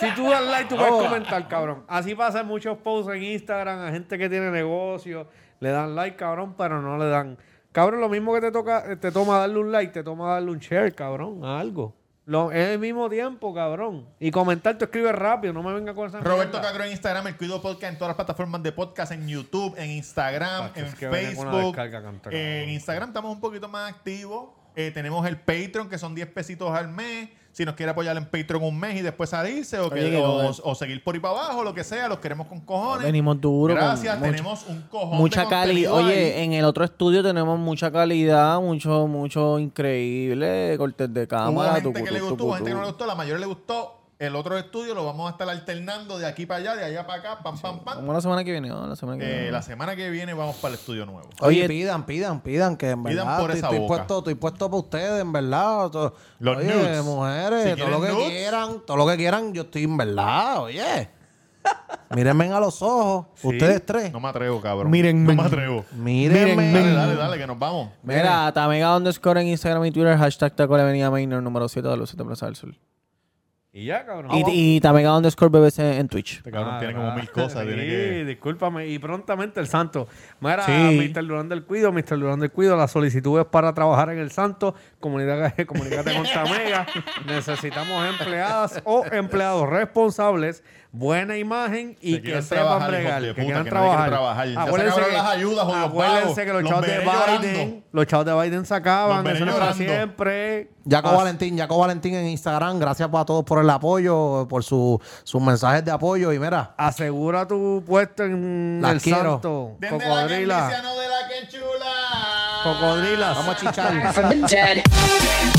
[SPEAKER 4] si tú das like, tú puedes comentar, cabrón. Así pasa en muchos posts en Instagram a gente que tiene negocios. Le dan like, cabrón, pero no le dan. Cabrón, lo mismo que te toca, eh, te toma darle un like, te toma darle un share, cabrón, a algo. Lo, es el mismo tiempo, cabrón. Y comentar, tú escribes rápido, no me venga con esa
[SPEAKER 2] Roberto
[SPEAKER 4] mierda.
[SPEAKER 2] Cagro en Instagram, el Cuido Podcast en todas las plataformas de podcast, en YouTube, en Instagram,
[SPEAKER 4] Pacho,
[SPEAKER 2] en
[SPEAKER 4] es que viene con una
[SPEAKER 2] Facebook.
[SPEAKER 4] descarga canta,
[SPEAKER 2] Eh, en
[SPEAKER 4] cabrón.
[SPEAKER 2] Instagram estamos un poquito más activos. Eh, tenemos el Patreon, que son 10 pesitos al mes. Si nos quiere apoyar en Patreon un mes y después salirse o, que-
[SPEAKER 3] Oye, que
[SPEAKER 2] o-
[SPEAKER 3] joder.
[SPEAKER 2] o seguir por ahí para abajo, lo que sea, los queremos con cojones.
[SPEAKER 3] Venimos duro con
[SPEAKER 2] Gracias,
[SPEAKER 3] mucho-
[SPEAKER 2] tenemos un cojón.
[SPEAKER 3] Mucha
[SPEAKER 2] de
[SPEAKER 3] calidad.
[SPEAKER 2] contenido ahí.
[SPEAKER 3] Oye, eh, en el otro estudio tenemos mucha calidad, mucho, mucho increíble, cortes de
[SPEAKER 2] Hubo
[SPEAKER 3] cámara.
[SPEAKER 2] gente que
[SPEAKER 3] tucu,
[SPEAKER 2] le
[SPEAKER 3] tucu,
[SPEAKER 2] gustó, hubo gente que no le
[SPEAKER 3] tucu.
[SPEAKER 2] gustó, la mayoría le gustó. El otro estudio lo vamos a estar alternando de aquí para allá, de allá para acá, pam, pam, pam.
[SPEAKER 3] Vamos la semana que viene, ¿no? La semana que
[SPEAKER 2] Eh,
[SPEAKER 3] viene.
[SPEAKER 2] la semana que viene vamos para el estudio nuevo.
[SPEAKER 1] Oye,
[SPEAKER 3] Oye,
[SPEAKER 1] pidan, pidan, pidan, que en
[SPEAKER 2] pidan
[SPEAKER 1] verdad
[SPEAKER 2] por
[SPEAKER 1] estoy,
[SPEAKER 2] esa
[SPEAKER 1] estoy
[SPEAKER 2] boca.
[SPEAKER 1] puesto, estoy puesto para ustedes, en verdad. To-
[SPEAKER 2] Los
[SPEAKER 1] oye,
[SPEAKER 2] nudes.
[SPEAKER 1] mujeres,
[SPEAKER 2] Si
[SPEAKER 1] todo
[SPEAKER 2] quieren
[SPEAKER 1] lo que
[SPEAKER 2] nudes.
[SPEAKER 1] quieran, todo lo que quieran, yo estoy en verdad, [LAUGHS] oye. Mírenme a los ojos, ustedes tres.
[SPEAKER 2] No me atrevo, cabrón.
[SPEAKER 7] Mírenme.
[SPEAKER 2] No me atrevo.
[SPEAKER 1] Mírenme.
[SPEAKER 2] Dale, dale, dale, que nos vamos.
[SPEAKER 3] Mira, Tamega underscore en Instagram y Twitter, hashtag Taco la Avenida Maynor, número 7 de los 7 Plaza del Sur.
[SPEAKER 4] Y ya, cabrón.
[SPEAKER 3] Y, y Tamega underscore BBC en Twitch.
[SPEAKER 2] Este cabrón
[SPEAKER 4] Ah,
[SPEAKER 2] tiene como
[SPEAKER 4] ah,
[SPEAKER 2] mil cosas.
[SPEAKER 4] sí,
[SPEAKER 2] tiene que...
[SPEAKER 4] discúlpame. Y prontamente el Santo. Mira,
[SPEAKER 3] Sí.
[SPEAKER 4] Mr. Durán del Cuido, Mr. Durán del Cuido, las solicitudes para trabajar en el Santo, comunidad, [LAUGHS] comunícate con Tamega. Necesitamos empleadas o empleados responsables, buena imagen y
[SPEAKER 2] Que
[SPEAKER 4] que,
[SPEAKER 2] quieran
[SPEAKER 4] sepan
[SPEAKER 2] trabajar,
[SPEAKER 4] bregar,
[SPEAKER 2] hijos de
[SPEAKER 4] que
[SPEAKER 2] puta,
[SPEAKER 4] quieran
[SPEAKER 2] que nadie quiere
[SPEAKER 4] trabajar.
[SPEAKER 2] trabajar. Ya se
[SPEAKER 4] Acuérdense
[SPEAKER 2] acabaron
[SPEAKER 4] que,
[SPEAKER 2] las ayudas, jodidos vagos.
[SPEAKER 4] acuérdense que los
[SPEAKER 2] Los
[SPEAKER 4] chavos de
[SPEAKER 2] veré
[SPEAKER 4] Biden,
[SPEAKER 2] llorando.
[SPEAKER 4] los chavos de Biden se acaban,
[SPEAKER 2] Los veré
[SPEAKER 4] eso no es para
[SPEAKER 2] llorando.
[SPEAKER 4] siempre.
[SPEAKER 1] Jaco
[SPEAKER 4] Así-
[SPEAKER 1] Valentín, Jaco Valentín en Instagram, gracias a todos por el apoyo, por su- sus mensajes de apoyo. Y mira,
[SPEAKER 4] Asegura tu puesto en
[SPEAKER 1] Las
[SPEAKER 4] el
[SPEAKER 1] quiero.
[SPEAKER 4] santo.
[SPEAKER 2] Desde
[SPEAKER 4] Cocodrila.
[SPEAKER 2] la que envicia, no de la que chula.
[SPEAKER 4] Cocodrila.
[SPEAKER 1] vamos a chichar.
[SPEAKER 10] from the dead.